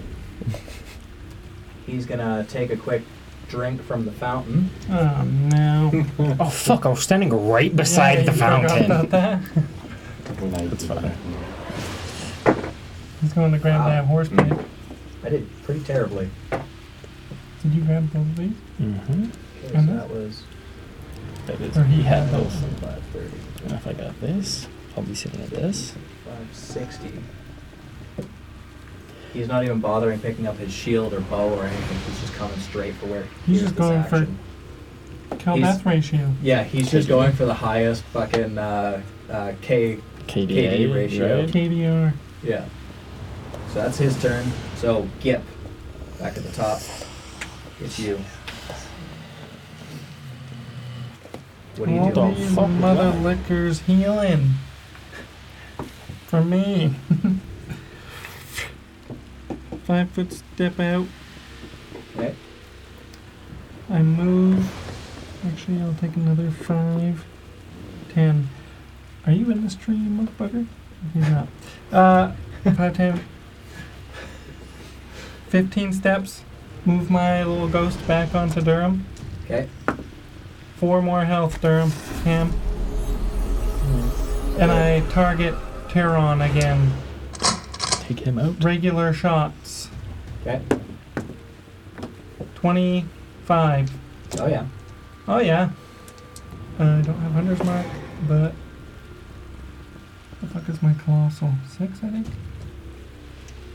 S1: he's going to take a quick drink from the fountain.
S6: Oh no.
S5: Oh fuck! I was standing right
S6: Yeah,
S5: beside the
S6: you forgot
S5: fountain.
S6: About that.
S3: When I
S2: That's
S3: did
S2: fine.
S3: that.
S6: He's going to grab
S1: Ah.
S6: that horse
S2: Mm.
S6: bit.
S1: I did pretty terribly.
S6: Did you grab both of these?
S5: Mm-hmm.
S1: Okay, so
S6: Mhm.
S1: that was
S5: That is.
S6: Or he had
S1: that was
S6: those.
S1: 530.
S5: And if I got this, I'll be sitting at this.
S1: 560. He's not even bothering picking up his shield or bow or anything. He's just coming straight for where he hears
S6: He's just
S1: this
S6: going for-
S1: action.
S6: Kill
S1: He's-
S6: death ratio.
S1: Yeah, he's just going for the highest fucking uh, uh, K.
S5: KDA,
S1: KD ratio.
S5: right?
S6: KDR.
S1: Yeah. So that's his turn. So Gip, back at the top. It's you. What are you
S6: What
S1: doing?
S5: the
S6: these
S5: fuck was
S6: mother
S5: that?
S6: liquors healing? For me. *laughs* Five foot step out.
S1: Okay.
S6: I move. Actually, I'll take another five. Ten. Are you in this tree, you motherfucker? He's not. Uh, five, ten. Fifteen steps. Move my little ghost back onto Durham.
S1: Okay.
S6: Four more health, Durham. Ham. And I target Tyron again.
S5: Take him out.
S6: Regular shots.
S1: Okay.
S6: 25.
S1: Oh yeah.
S6: Oh, yeah. Uh, I don't have Hunter's Mark, but. The fuck is my Colossal? Six, I think?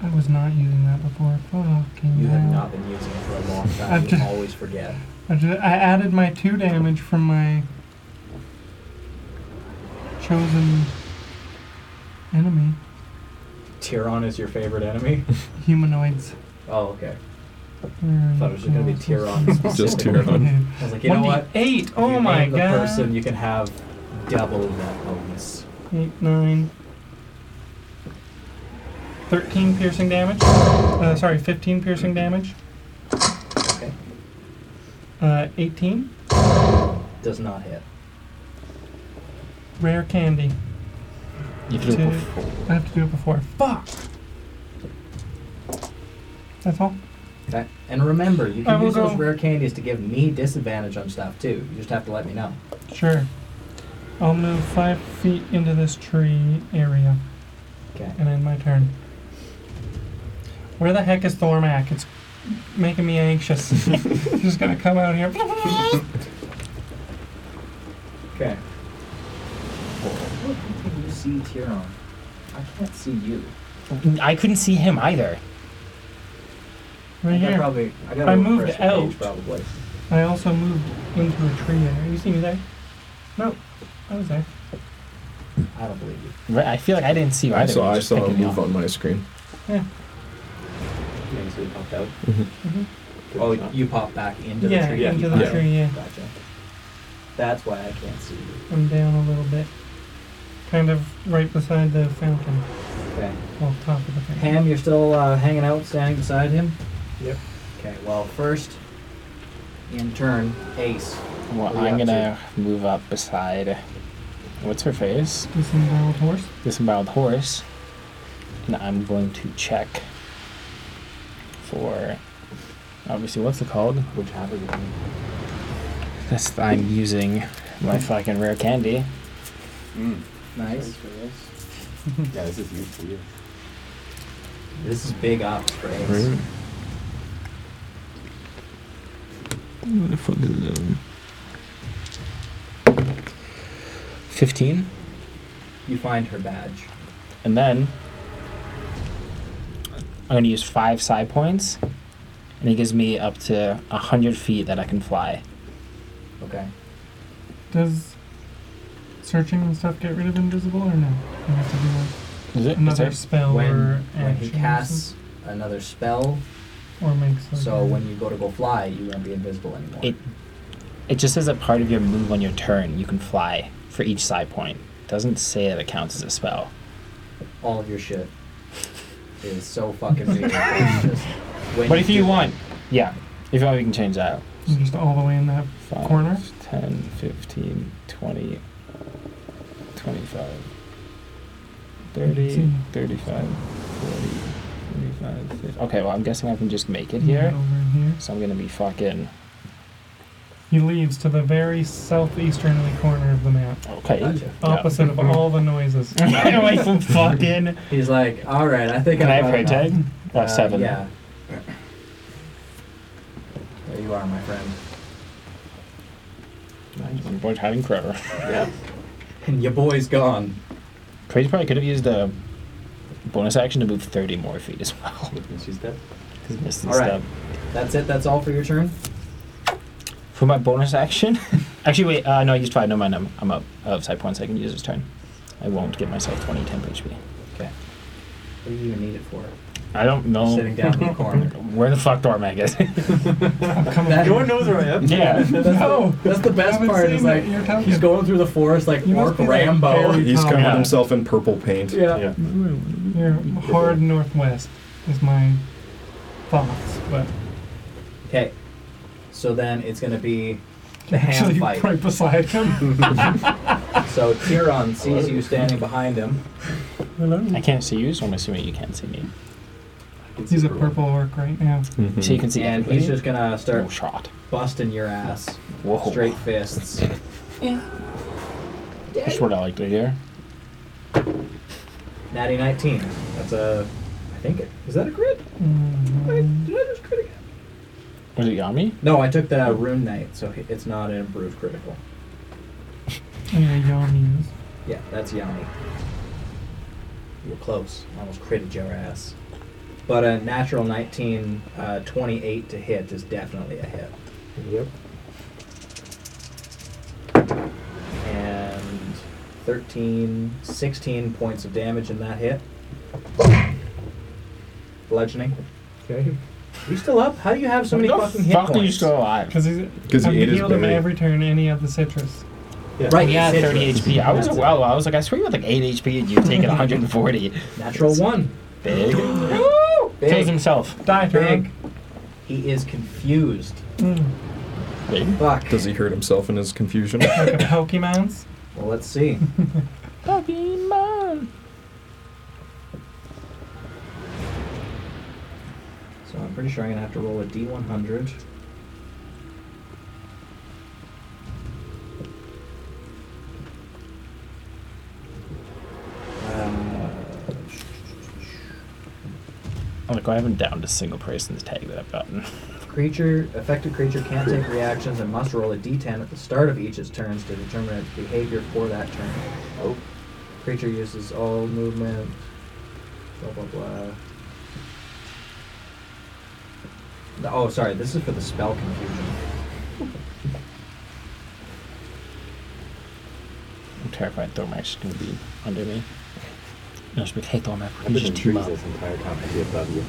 S6: I was not using that before. Fucking
S1: You have
S6: hell.
S1: not been using it for a long time.
S6: I've
S1: You
S6: just-
S1: always forget.
S6: I, ju- I added my two damage from my chosen enemy,
S1: Tyrion is your favorite enemy.
S6: humanoids.
S1: Oh okay.
S6: They're
S1: I thought it was just gonna be
S6: awesome.
S11: Oh,
S1: Tyrion.
S2: *laughs* Just
S1: specifically.
S2: Tyrion.
S11: *laughs*
S1: I was like, you know what?
S6: Eight.
S1: If
S6: Oh
S1: you
S6: my
S1: name the
S6: god.
S1: person, you can have double that bonus.
S6: Eight, nine. Thirteen piercing damage. Uh, sorry, fifteen piercing damage.
S1: Okay.
S6: Uh, eighteen.
S1: Does not hit.
S6: Rare candy.
S5: You threw
S6: Two.
S5: it before.
S6: I have to do it before. Fuck. That's all.
S1: Okay. And remember, you
S6: I
S1: can
S6: will
S1: use those
S6: go-
S1: rare candies to give me disadvantage on stuff too. You just have to let me know.
S6: Sure. I'll move five feet into this tree area
S1: Okay.
S6: and end my turn. Where the heck is Thormac? It's making
S1: *laughs*
S6: me anxious. He's just gonna come out here. *laughs*
S1: Okay. What can you see Tyrion? I can't see you.
S5: I couldn't see him either.
S1: I
S6: Right
S1: gotta
S6: here.
S1: probably. I gotta
S6: I moved
S1: refresh the page
S6: out.
S1: probably.
S6: I also moved into a tree there. You see me there? No, I was there.
S1: I don't believe you.
S5: Right, I feel like I didn't see you either.
S2: So
S5: You're
S2: I
S5: just
S2: saw a
S5: picking me
S2: move
S5: off.
S2: on my screen.
S3: Yeah, so you popped out.
S2: Mm-hmm.
S6: Mhm.
S3: Good
S1: Oh,
S3: shot.
S1: you pop back into
S6: yeah,
S1: the tree.
S6: into the
S2: Yeah.
S6: tree. Yeah,
S1: Gotcha. That's why I can't see you.
S6: I'm down a little bit, kind of right beside the fountain,
S1: Okay.
S6: well, top of the fountain.
S1: Ham, you're still uh, hanging out, standing beside him?
S3: Yep.
S1: Okay, well, first, in turn, Ace.
S5: Well,
S1: What are you
S5: I'm
S1: up
S5: gonna move up beside. What's her face?
S6: Disemboweled horse.
S5: Disemboweled horse. And I'm going to check for. Obviously, what's it called?
S3: Which half is it?
S5: That's I'm using my fucking rare candy.
S1: Nice. *laughs*
S3: Yeah, this is huge for you.
S1: This is big ops for Ace.
S5: Where the fuck is it? Fifteen,
S1: You find her badge.
S5: and then I'm gonna use five psi points, and it gives me up to hundred feet that I can fly.
S1: Okay.
S6: Does searching and stuff get rid of invisible or no? You have to do like
S5: Is it? Is
S6: another
S5: there-
S6: spell or
S1: When, when
S6: action
S1: he
S6: or something?
S1: casts another spell,
S6: or makes. like
S1: so
S6: a-
S1: when you go to go fly, you won't be invisible anymore.
S5: It- It just says that part of your move on your turn you can fly for each psi point. doesn't say that it counts as a spell.
S1: All of your shit is so fucking
S3: *laughs*
S1: weird. It's just when
S5: But if you
S1: do-
S5: want, yeah. If you want, we can change that.
S6: You're just all the way in that
S5: 5,
S6: Corner?
S5: 10, 15, 20, 25, 30,
S6: See.
S5: 35, 40, 45, 50. Okay, well, I'm guessing I can just make it
S6: you get
S5: here.
S6: over here.
S5: So I'm going to be fucking.
S6: He leads to the very southeasternly corner of the map,
S5: Okay.
S1: Gotcha.
S6: opposite of all the noises.
S5: I'm like, fucking.
S1: He's like, all right, I think
S5: Can I
S1: I've
S5: have
S1: got
S5: her
S1: enough."
S5: tag? Uh,
S1: Uh,
S5: seven.
S1: Yeah. There you are, my friend.
S5: I'm boy hiding forever.
S1: Yeah. And your boy's gone.
S5: Crazy probably could have used a bonus action to move 30 more feet as well. *laughs*
S3: And she's dead.
S5: Just missed the
S1: All right.
S5: step.
S1: That's it. That's all for your turn.
S5: For my bonus action? *laughs* Actually, wait, uh, no, I used five. No mind, I'm, I'm up. uh, I have side points. I can use this turn. I won't give myself 20 temp HP.
S1: What do you even need it for?
S5: I don't know.
S1: Sitting down
S6: Oh.
S1: in the
S6: *laughs*
S1: corner.
S5: Where the fuck Dormag is.
S1: That-
S3: No one knows where I
S5: *laughs*
S3: am.
S5: yeah.
S1: *laughs* That's,
S5: *laughs*
S1: the, that's the best
S6: Haven't
S1: part.
S6: seen
S1: Is
S6: that
S1: like
S6: you're telling
S1: he's
S6: me.
S1: going through the forest like
S6: You must
S1: Orc
S6: be, like,
S1: Rambo.
S6: very-
S2: He's covered
S5: Yeah.
S2: himself in purple paint.
S1: Oh, yeah.
S3: Yeah.
S6: You're hard northwest is my thoughts, but
S1: Okay. So then it's gonna be
S6: *laughs*
S1: the hand
S6: actually
S1: fight.
S6: right beside
S1: *laughs*
S6: him.
S1: So Tyrion sees you standing behind him.
S5: I can't see you, so I'm assuming you can't see me.
S6: He's a purple orc right now.
S2: Mhm.
S5: So you can see
S1: And
S5: everybody?
S1: he's just gonna
S5: no
S1: start
S5: shot.
S1: busting your ass.
S5: Whoa.
S1: Straight fists.
S5: That's what I like to hear.
S1: Natty 19. That's a. I think it. Is that a crit? Wait,
S6: Mhm.
S1: did I just crit again?
S5: Was it Yami?
S1: No, I took the rune knight, so he- it's not an improved
S5: *laughs*
S1: critical.
S6: Anyway, Yami's.
S1: Yeah, that's Yami. You were close. I almost critted your ass. But a natural 19, uh, 28 to hit is definitely a hit.
S4: Yep.
S1: And 13, 16 points of damage in that hit. Bludgeoning.
S4: *laughs* Okay.
S1: You still up? How do you have so many
S5: How the
S1: fucking hit
S5: fuck
S1: points?
S5: are you still alive?
S6: Because he's
S2: 'Cause he
S6: I've
S2: ate his
S6: healed him
S2: berry.
S6: every turn, and he had the citrus.
S3: Yeah.
S1: Right,
S5: Yeah,
S1: it's *laughs*
S5: 30
S1: hit.
S5: HP. I was
S1: That's it.
S5: well. I was like, I swear you had like 8 HP and
S1: *laughs*
S5: you've taken 140.
S1: Natural one.
S5: Big. Kills
S1: *gasps* Big.
S5: himself.
S6: Die, Turok.
S1: Big. He is confused.
S6: Mm.
S5: Big.
S1: Fuck.
S2: Does he hurt himself in his confusion?
S6: Like a Pokemon's.
S1: Well, let's see.
S5: Pokemon.
S1: So I'm pretty sure I'm gonna have to roll a D100. Uh,
S5: I'm like, "Oh, I haven't downed a single person's tag that I've gotten.
S1: Creature, affected creature can't take reactions and must roll a d10 at the start of each of its turns to determine its behavior for that turn.
S3: Oh.
S1: Creature uses all movement, blah blah blah. The- oh, sorry, this is for the spell confusion.
S5: I'm terrified Thormax is going to be under me. And I should be, hey Thormax,
S3: I've
S5: we
S3: been in
S5: just team
S3: trees
S5: up.
S3: this entire time. I did love you.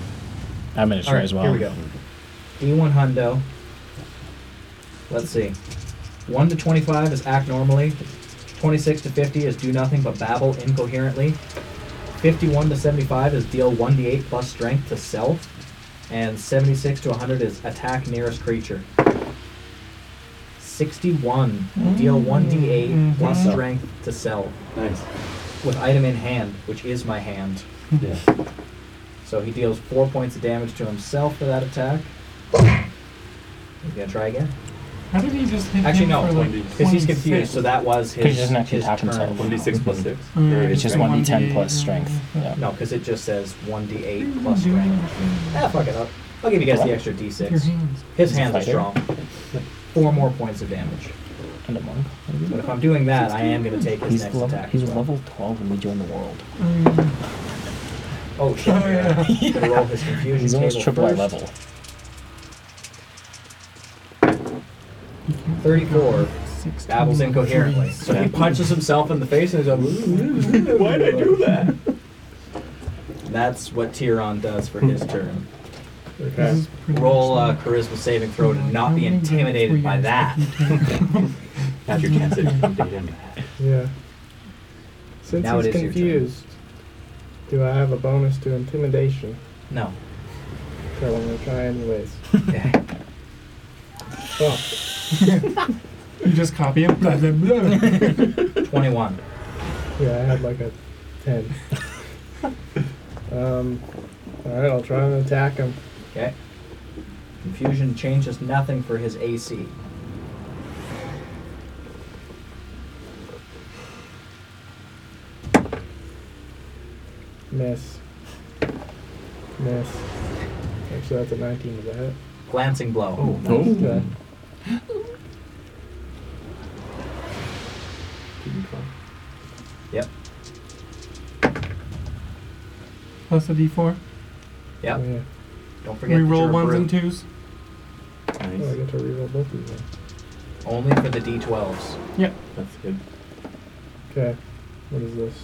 S5: I'm in a
S1: All
S5: tree
S1: right,
S5: as well.
S1: here we go. D1 Hundo. Let's see. 1 to 25 is act normally. 26 to 50 is do nothing but babble incoherently. 51 to 75 is deal 1d8 plus strength to self. And 76 to 100 is attack nearest creature. 61, deal 1d8 plus
S6: Mhm.
S1: strength to self. *laughs*
S3: Nice.
S1: With item in hand, which is my hand.
S3: Yeah.
S1: So he deals four points of damage to himself for that attack. He's gonna try again.
S6: How did he just hit
S1: Actually,
S6: him
S1: no,
S6: for like
S1: because he's confused. So that was his.
S5: He doesn't actually
S1: his
S5: attack
S1: turn.
S5: himself.
S3: 1d6 plus 6.
S6: Mm.
S3: Or
S5: It's just
S3: strength.
S5: 1d10
S6: 1d8,
S5: plus strength.
S6: yeah.
S5: Yeah.
S1: No, because it just says one d8 plus strength. Ah, fuck it up. I'll give you guys the extra d6.
S6: Your hands.
S1: His
S5: He's a
S1: hands are
S5: fighter.
S1: strong. Four more points of damage.
S5: And a monk.
S1: But
S5: Maybe?
S1: if I'm doing that, I am going to take his
S5: He's,
S1: next
S5: level,
S1: attack.
S5: he's
S1: as well.
S5: level 12 when we join the world.
S6: Mm,
S1: Oh shit! Yeah. Gonna roll his confusion
S5: He's almost
S1: table
S5: triple our
S1: first.
S5: level.
S1: Thirty-four.
S6: 16.
S1: Babbles incoherently. So he
S3: Yeah.
S1: punches himself in the face and he's like,
S4: Why'd I do that?
S1: That's what Tyrion does for his turn.
S6: This
S4: Okay.
S6: is pretty
S1: Roll
S6: much
S1: a
S6: like-
S1: charisma saving throw to not be intimidated by that.
S3: Now's
S1: *laughs*
S3: your chance to intimidate him.
S4: Yeah. Since
S1: Now it
S4: he's
S1: is your turn.
S4: confused, do I have a bonus to intimidation?
S1: No.
S4: So I'm gonna try anyways.
S1: Okay.
S4: Fuck.
S6: You just copy him. Blah, blah, blah.
S1: Twenty-one.
S4: Yeah, I had like a ten. um, all right, I'll try and attack him.
S1: Okay. Confusion changes nothing for his AC.
S4: Miss. Miss. Actually, that's a 19 to the hit.
S1: Glancing blow.
S3: Oh, nice.
S2: Oh.
S4: Okay.
S3: Keep him close.
S1: Yep.
S6: Plus a d4.
S1: Yep.
S4: Oh, Yeah.
S1: Don't forget.
S6: We
S1: that
S6: roll
S1: you're a
S6: ones
S1: brute.
S6: and twos.
S4: Oh, I
S3: Nice.
S4: get to reroll both of them.
S1: Only for the D12s.
S6: Yep.
S3: That's good.
S4: Okay. What is this?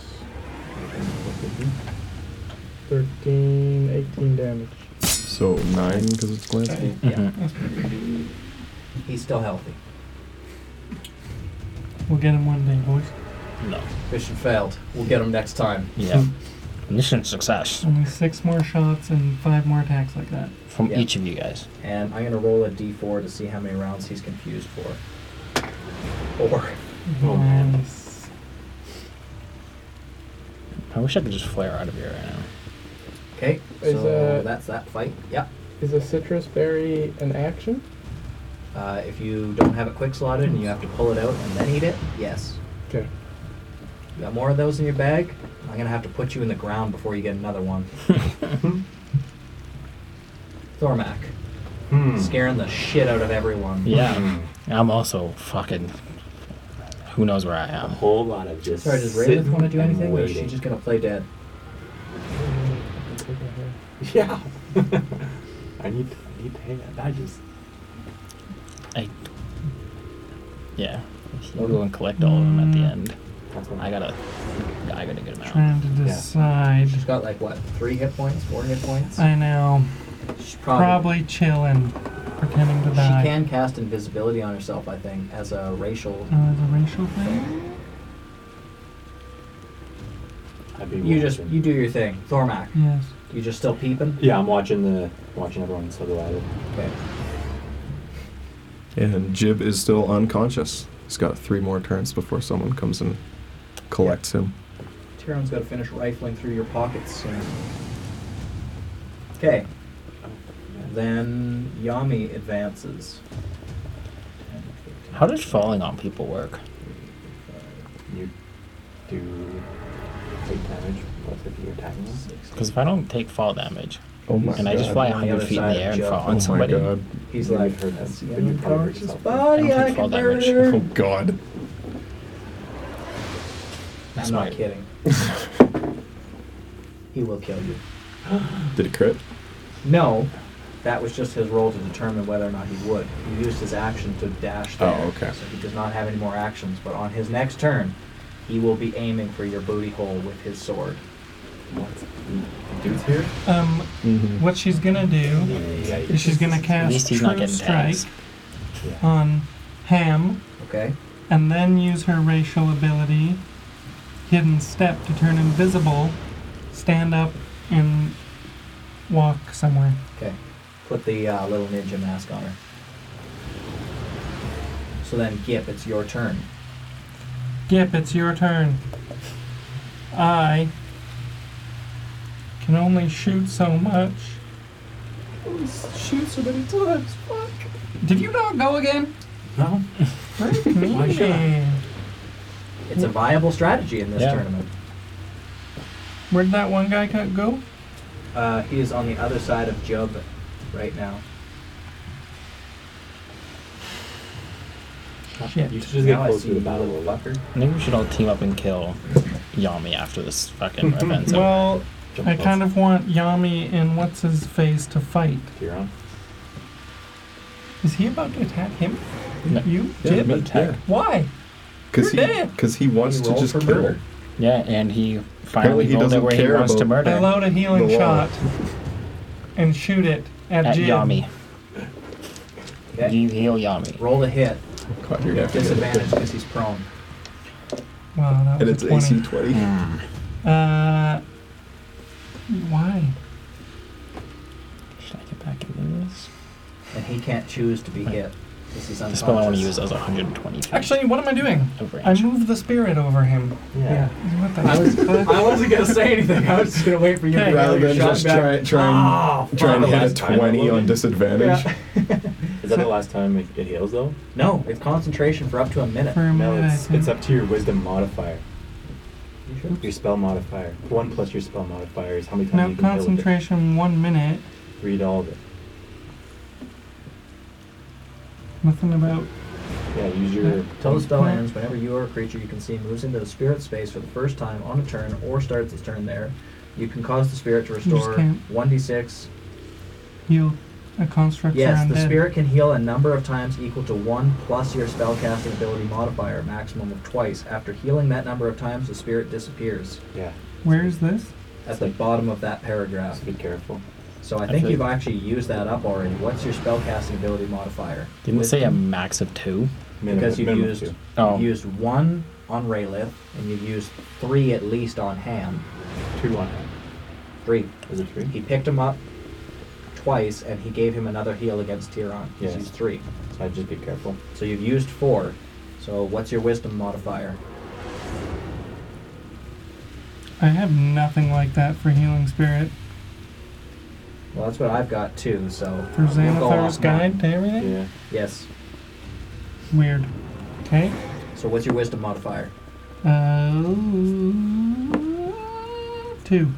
S4: 13, 18 damage.
S2: So nine because it's glancing.
S6: Okay.
S1: Yeah.
S5: Mhm.
S1: He's still healthy.
S6: We'll get him one day, boys.
S5: Mm-hmm. No.
S1: Mission failed. We'll get him next time.
S5: Yeah.
S1: *laughs*
S5: Mission success
S6: Only six more shots and five more attacks like that.
S5: from
S1: Yeah.
S5: each of you guys.
S1: And I'm gonna roll a D4 to see how many rounds he's confused for. Or
S3: Oh, man.
S6: Nice.
S5: I wish I could just flare out of here right now.
S1: okay,
S4: Is
S1: so
S4: that-
S1: that's that fight. Yeah.
S4: Is a citrus berry an action?
S1: Uh, if you don't have it quick slotted and you have to pull it out and then eat it, yes.
S4: Okay.
S1: You got more of those in your bag? I'm gonna have to put you in the ground before you get another one. Thormac,
S3: Hmm.
S1: scaring the shit out of everyone.
S5: Yeah.
S3: Hmm.
S5: *laughs* I'm also fucking. Who knows where I
S3: A
S5: am?
S3: whole lot of just.
S1: Sorry, does Raven
S3: sitting
S1: want to do
S3: and
S1: anything, or is she
S3: waiting.
S1: just gonna play dead?
S3: *laughs* Yeah. I need. I need pay. I just.
S5: I. Yeah. We'll go and collect all of them at the end.
S3: That's what
S5: I gotta. I gotta get them out.
S6: Trying to decide.
S1: She's got like what, three hit points, four hit points?
S6: I know.
S1: She's
S6: Probably chilling, pretending to
S1: She
S6: die.
S1: can cast invisibility on herself, I think, as a racial.
S6: Uh, the racial thing.
S3: I'd be
S1: You just
S3: watching.
S1: you do your thing, Thormac.
S6: Yes.
S1: You just still peeping.
S3: Yeah, I'm watching the watching everyone so do I.
S1: Okay.
S2: And Jib is still unconscious. He's got three more turns before someone comes and collects him.
S1: Tyron's got to finish rifling through your pockets soon. Okay. Then Yami advances.
S5: How does falling on people work?
S3: You do take damage both if you're attacking them.
S5: Because if I don't take fall damage,
S2: Oh my
S5: and I
S2: God.
S5: just fly
S1: On the
S5: 100
S1: other
S5: feet in
S1: side
S5: the air
S1: of
S5: and
S1: Joe.
S5: fall
S2: Oh
S5: on
S2: my
S5: somebody.
S2: God.
S1: He's
S3: You
S1: like,
S3: would hurt
S1: that's
S3: them.
S1: the
S3: Then you'd probably hurt
S1: unconscious
S3: yourself.
S1: body
S5: I don't
S1: I
S5: think
S1: can
S5: fall damage.
S2: Oh
S5: *laughs*
S1: murder.
S2: God.
S5: That's
S1: I'm not
S5: my-
S1: kidding.
S3: *laughs*
S1: he will kill you.
S2: Did it crit?
S1: No, that was just his role to determine whether or not he would. He used his action to dash there.
S2: Oh, okay.
S1: So he does not have any more actions. But on his next turn, he will be aiming for your booty hole with his sword. "Oh."
S3: What? Dudes here?
S6: Um,
S2: Mm-hmm.
S6: what she's gonna do
S3: Yeah,
S6: is she's gonna
S5: At
S6: cast
S5: least he's not
S6: True
S5: getting
S6: Strike
S5: tags.
S3: yeah.
S6: on Ham,
S1: Okay?
S6: and then use her racial ability, Hidden Step, to turn invisible, stand up, and walk somewhere.
S1: Okay. Put the uh, little ninja mask on her. So then, Gip, it's your turn.
S6: Gip, it's your turn. I can only shoot so much.
S3: Shoot so many times. Fuck.
S6: Did you not go again?
S3: No.
S1: *laughs*
S3: Why should I?
S1: It's a viable strategy in this
S5: Yeah.
S1: tournament.
S6: Where'd that one guy co- go?
S1: Uh, he is on the other side of Job right now.
S6: Shit.
S3: You should just get
S1: Now I
S3: closer to the
S1: see
S3: battle,
S1: you.
S3: little fucker.
S5: I think we should all team up and kill Yami after
S2: *laughs*
S5: this fucking event's over.
S6: Well,
S3: Jump
S6: I
S3: close.
S6: kind of want Yami and what's his face to fight.
S3: Kieran.
S6: Is he about to attack him?
S5: No.
S6: You?
S2: Yeah,
S5: Jib
S2: me-
S5: attack.
S2: yeah.
S6: Why?
S2: Cause
S6: You're
S2: he,
S6: dead.
S2: cause he wants
S1: You
S2: to
S1: roll
S2: just
S1: for
S2: kill
S1: murder.
S5: Yeah, and he
S2: Apparently
S5: finally
S2: he
S5: rolled it
S2: doesn't
S5: where he
S2: care
S5: wants to
S2: about-
S5: murder
S6: I load a healing
S2: The wall.
S6: shot and shoot it at,
S5: at
S6: Jib.
S5: Yami.
S1: Okay.
S5: You heal Yami.
S1: Roll the hit.
S2: God, you're gonna have to get it.
S1: Disadvantage because he's prone.
S6: Wow,
S2: And
S6: that
S2: it's
S6: was a 20.
S2: AC 20.
S6: Uh, why?
S5: Should I get back into this?
S1: And he can't choose to be hit because he's
S5: The
S1: unconscious.
S5: spell I want to use is 120 feet
S6: Actually, what am I doing?
S5: of range.
S6: I moved the spirit over him.
S3: Yeah.
S6: What the
S1: I was *laughs* I wasn't gonna say anything. I was just gonna wait for you to
S6: Okay.
S1: roll
S2: Rather
S1: your
S2: than
S1: shot
S2: just
S1: back.
S2: try, try and,
S1: Oh, fuck.
S2: try and
S3: the
S2: hit a
S3: last time,
S2: 20 on
S3: wasn't it?
S2: disadvantage.
S1: Yeah.
S3: Is that the last time it, it heals though?
S1: *laughs* No, it's concentration for up to a minute.
S6: For a
S3: No,
S6: minute, I
S3: it's
S6: think.
S3: it's up to your wisdom modifier.
S1: You sure?
S3: Your spell modifier. One plus your spell modifier is how many times
S6: No
S3: you can heal with it.
S6: concentration, one minute.
S3: Read all of it.
S6: Nothing about.
S3: Yeah, use your.
S1: Until the spell ends, whenever you or a creature you can see moves into the spirit space for the first time on a turn or starts its turn there, you can cause the spirit to
S6: just
S1: restore
S6: can't.
S1: 1d6.
S6: heal a construct
S1: Yes,
S6: around
S1: the spirit can heal a number of times equal to 1 plus your spellcasting ability modifier, maximum of twice. After healing that number of times, the spirit disappears.
S3: Yeah.
S6: Where is this?
S1: At the bottom of that paragraph.
S3: Just be careful.
S1: So I think
S5: Actually-
S1: you've actually used that up already. What's your spellcasting ability modifier?
S5: Didn't it say a
S1: Wisdom?
S5: max of two?
S3: Minimum,
S1: Because you've
S3: minimum
S1: used,
S3: two.
S5: Oh.
S1: you've used one on Raylith, and you've used three at least on Ham.
S3: two on him.
S1: Three.
S3: Is it three?
S1: He picked him up twice, and he gave him another heal against Tiron. He's
S3: Yes.
S1: used three.
S3: So I'd just be careful.
S1: So you've used four. So what's your wisdom modifier?
S6: I have nothing like that for healing spirit.
S1: Well, that's what I've got too. So
S6: For
S1: we'll go
S6: Xanathar's
S1: off
S6: guide
S1: mine.
S6: to everything?
S3: Yeah.
S1: Yes.
S6: Weird. Okay.
S1: So what's your wisdom modifier?
S6: Uh, two.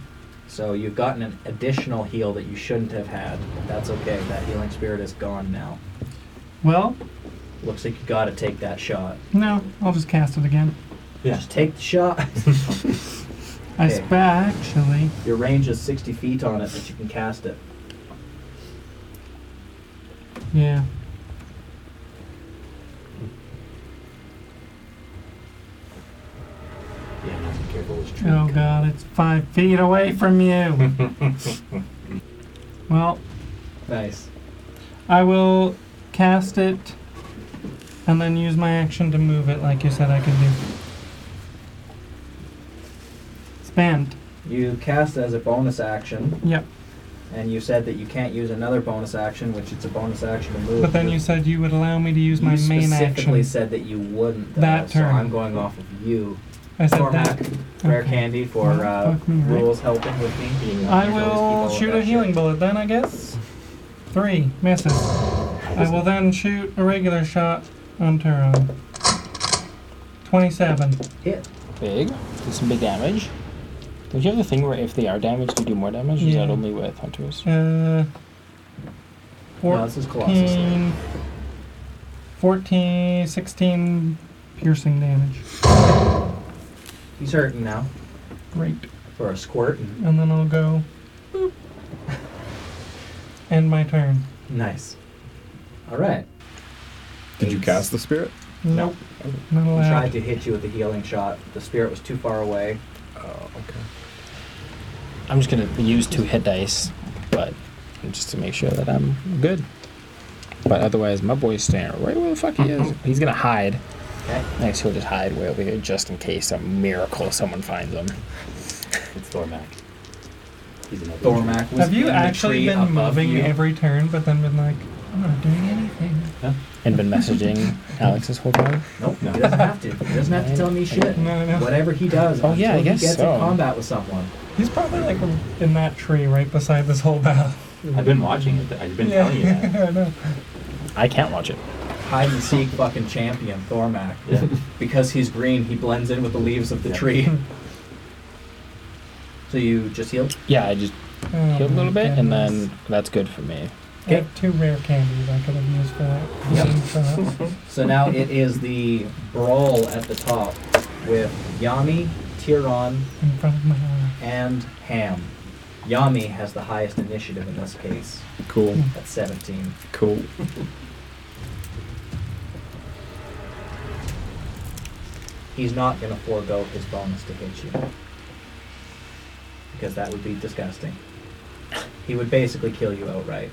S1: So you've gotten an additional heal that you shouldn't have had. but That's okay. That healing spirit is gone now.
S6: Well,
S1: Looks like you got to take that shot.
S6: no, I'll just cast it again.
S3: Yeah.
S1: Just take the
S3: *laughs*
S1: shot.
S6: I
S1: Okay.
S6: spa actually.
S1: your range is 60 feet on it, but you can cast it.
S6: Yeah.
S3: Yeah, just be careful. It's true.
S6: Oh god, it's five feet away from you. well,
S1: Nice.
S6: I will cast it and then use my action to move it like you said I could do. Spent.
S1: You cast as a bonus action,
S6: Yep.
S1: and you said that you can't use another bonus action, which it's a bonus action to move.
S6: But then you said you would allow me to use my
S1: You
S6: main
S1: specifically
S6: action.
S1: said that you wouldn't. though,
S6: That turn.
S1: So I'm going off of you.
S6: I said
S1: Cormac,
S6: that.
S1: rare
S6: Okay.
S1: candy for
S6: Well,
S1: uh,
S6: fuck me, right?
S1: rules helping with me.
S3: Being
S6: I
S3: lucky.
S6: will
S1: all of
S6: shoot
S1: that
S6: a
S1: shit.
S6: healing bullet then, I guess. Three misses. I will then shoot a regular shot on Turon. 27.
S1: Hit.
S5: Big. Do some big damage. Don't you have the thing where if they are damaged, you do more damage? Or is that
S6: Yeah.
S5: only with hunters?
S6: Uh,
S1: No, this is Colossus.
S6: 14, 14, 16 piercing damage.
S1: He's hurting now
S6: Great.
S1: for a squirt. and-
S6: And then I'll go. boop. End my turn.
S1: Nice. All right.
S2: Did you cast the spirit?
S6: Nope. Not
S1: He tried
S6: allowed.
S1: to hit you with a healing shot. The spirit was too far away.
S2: Oh, okay.
S5: I'm just gonna use two hit dice, but just to make sure that I'm good. But otherwise, my boy's staying right where the fuck he is. He's gonna hide.
S1: Okay.
S5: Next, he'll just hide way over here just in case a miracle someone finds him.
S3: It's Thormac. He's another
S1: Thormac was
S6: Have
S1: in
S6: you
S1: the
S6: actually
S1: tree
S6: been
S1: above
S6: moving
S1: you.
S6: every turn, but then been like, I'm not doing anything?
S5: And been *laughs* messaging Alex this whole time.
S1: Nope,
S3: No.
S1: he doesn't have to. He doesn't have to tell me shit.
S6: No, no.
S1: Whatever he does,
S5: Oh, yeah,
S1: until
S5: I guess
S1: he gets
S5: so.
S1: in combat with someone.
S6: He's probably like in that tree right beside this whole battle.
S3: I've been watching it. I've been telling you that.
S6: I know.
S5: I can't watch it.
S1: Hide and seek fucking champion, Thormac.
S3: Yeah.
S1: Because he's green, he blends in with the leaves of the
S3: Yeah.
S1: tree. *laughs* so you just healed?
S5: Yeah, I just
S6: Oh
S5: healed a
S6: my
S5: little bit, and
S6: goodness.
S5: then that's good for me.
S6: I have two rare candies I could have used for that.
S1: Yep.
S6: cuisine shot.
S1: So now it is the brawl at the top with Yami, Tiron,
S6: in front of my eye.
S1: and Ham. Yami has the highest initiative in this case
S2: Cool.
S1: at 17.
S2: Cool.
S1: He's not going to forego his bonus to hit you because that would be disgusting. He would basically kill you outright.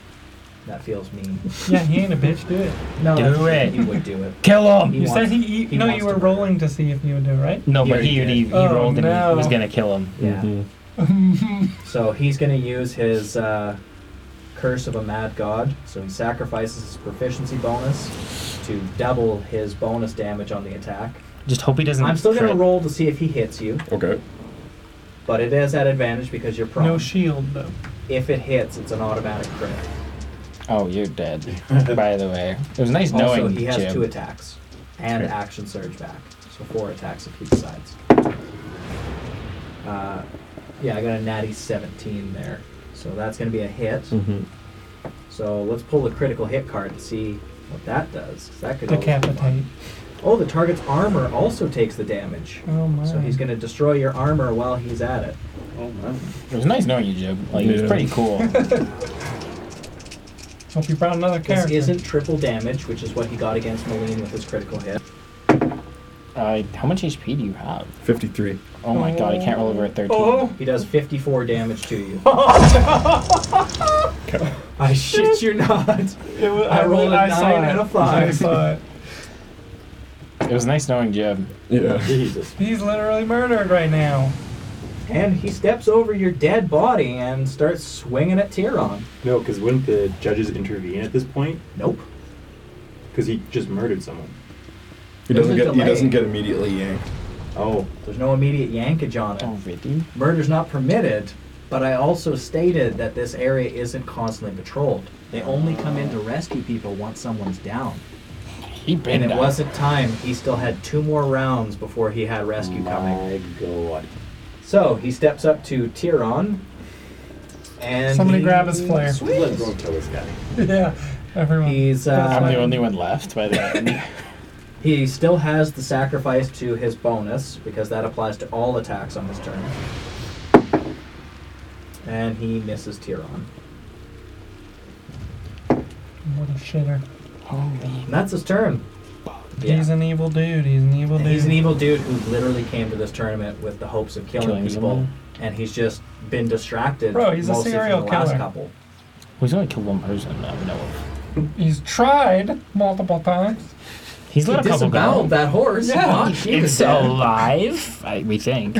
S1: That feels mean.
S6: Yeah, he ain't a bitch, do it.
S1: No,
S5: Do
S1: that's-
S5: it.
S1: He would do it.
S5: Kill him.
S1: He
S6: You
S1: wants-
S6: said he, you,
S1: he
S6: no,
S1: wants to
S6: you were
S1: murder.
S6: rolling to see if you would do it, right?
S5: No,
S1: He
S5: but he
S1: already
S5: he, he
S1: did.
S6: Oh,
S5: rolled and
S6: no.
S5: he was gonna kill him.
S1: Yeah.
S2: Mhm.
S1: So he's going to use his uh, Curse of a Mad God. So he sacrifices his proficiency bonus to double his bonus damage on the attack.
S5: Just hope he doesn't.
S1: I'm still going
S5: try-
S1: to roll to see if he hits you,
S2: Okay.
S1: but it is at advantage because you're prone.
S6: No shield, though.
S1: if it hits, it's an automatic crit.
S5: Oh, you're dead. By the way, it was nice
S1: also,
S5: knowing
S1: he has
S5: Jib.
S1: two attacks and
S5: Right.
S1: action surge back. So four attacks if he decides. Uh, yeah, I got a natty 17 there. So that's going to be a hit.
S2: Mm-hmm.
S1: So let's pull the critical hit card to see what that does. 'cause That could always be fun.
S6: Decapitate.
S1: Oh, the target's armor also takes the damage.
S6: Oh my.
S1: So he's going to destroy your armor while he's at it.
S3: Oh, man.
S5: It was nice knowing you, Jib. Like it was
S2: Yeah.
S5: pretty *laughs* cool.
S6: Hope you brought another
S1: This
S6: character.
S1: isn't triple damage, which is what he got against Moline with his critical hit.
S5: uh, how much HP do you have?
S2: 53.
S5: Oh my god, I can't roll over at 13.
S1: He does 54 damage to you. I shit you not.
S6: It wa-
S1: I rolled a
S6: I saw
S1: nine
S6: it.
S1: and a five.
S6: I saw it.
S5: It was nice knowing Jib.
S2: Yeah.
S3: Jesus.
S6: He's literally murdered right now.
S1: And he steps over your dead body and starts swinging at Tyrion.
S3: No, because wouldn't the judges intervene at this point?
S1: Nope.
S3: Because he just murdered someone.
S2: He
S1: There's a
S2: doesn't get. He
S1: delay.
S2: doesn't get immediately yanked.
S3: Oh,
S1: There's no immediate yankage on it.
S5: Oh, really?
S1: Murder's not permitted, but I also stated that this area isn't constantly patrolled. They only come in to rescue people once someone's down.
S5: He been
S1: And it
S5: down.
S1: wasn't time. He still had two more rounds before he had rescue coming.
S3: my God.
S1: So he steps up to Tyrion. And
S6: Somebody
S1: he
S6: grab his flare.
S1: swings.
S3: Go kill this guy.
S6: yeah, everyone.
S1: He's
S5: I'm the
S1: uh,
S5: only one left, by the way. *laughs*
S1: he still has the sacrifice to his bonus because that applies to all attacks on his turn. And he misses Tyrion.
S6: what a shitter.
S5: Holy.
S1: And that's his turn. Yeah.
S6: He's an evil dude. He's an evil
S1: And
S6: dude.
S1: He's an evil dude who literally came to this tournament with the hopes of killing,
S5: Killing
S1: people,
S5: someone.
S1: and he's just been distracted.
S6: Bro, he's a
S1: mostly from
S6: serial
S1: the Last
S6: killer.
S1: couple.
S5: Who's gonna kill one person that I know of?
S6: He's tried multiple times.
S5: He's
S1: He
S5: let a couple go.
S1: disemboweled that horse.
S6: Yeah.
S1: Fuck, she was
S5: It's
S1: dead.
S5: alive, I, we think.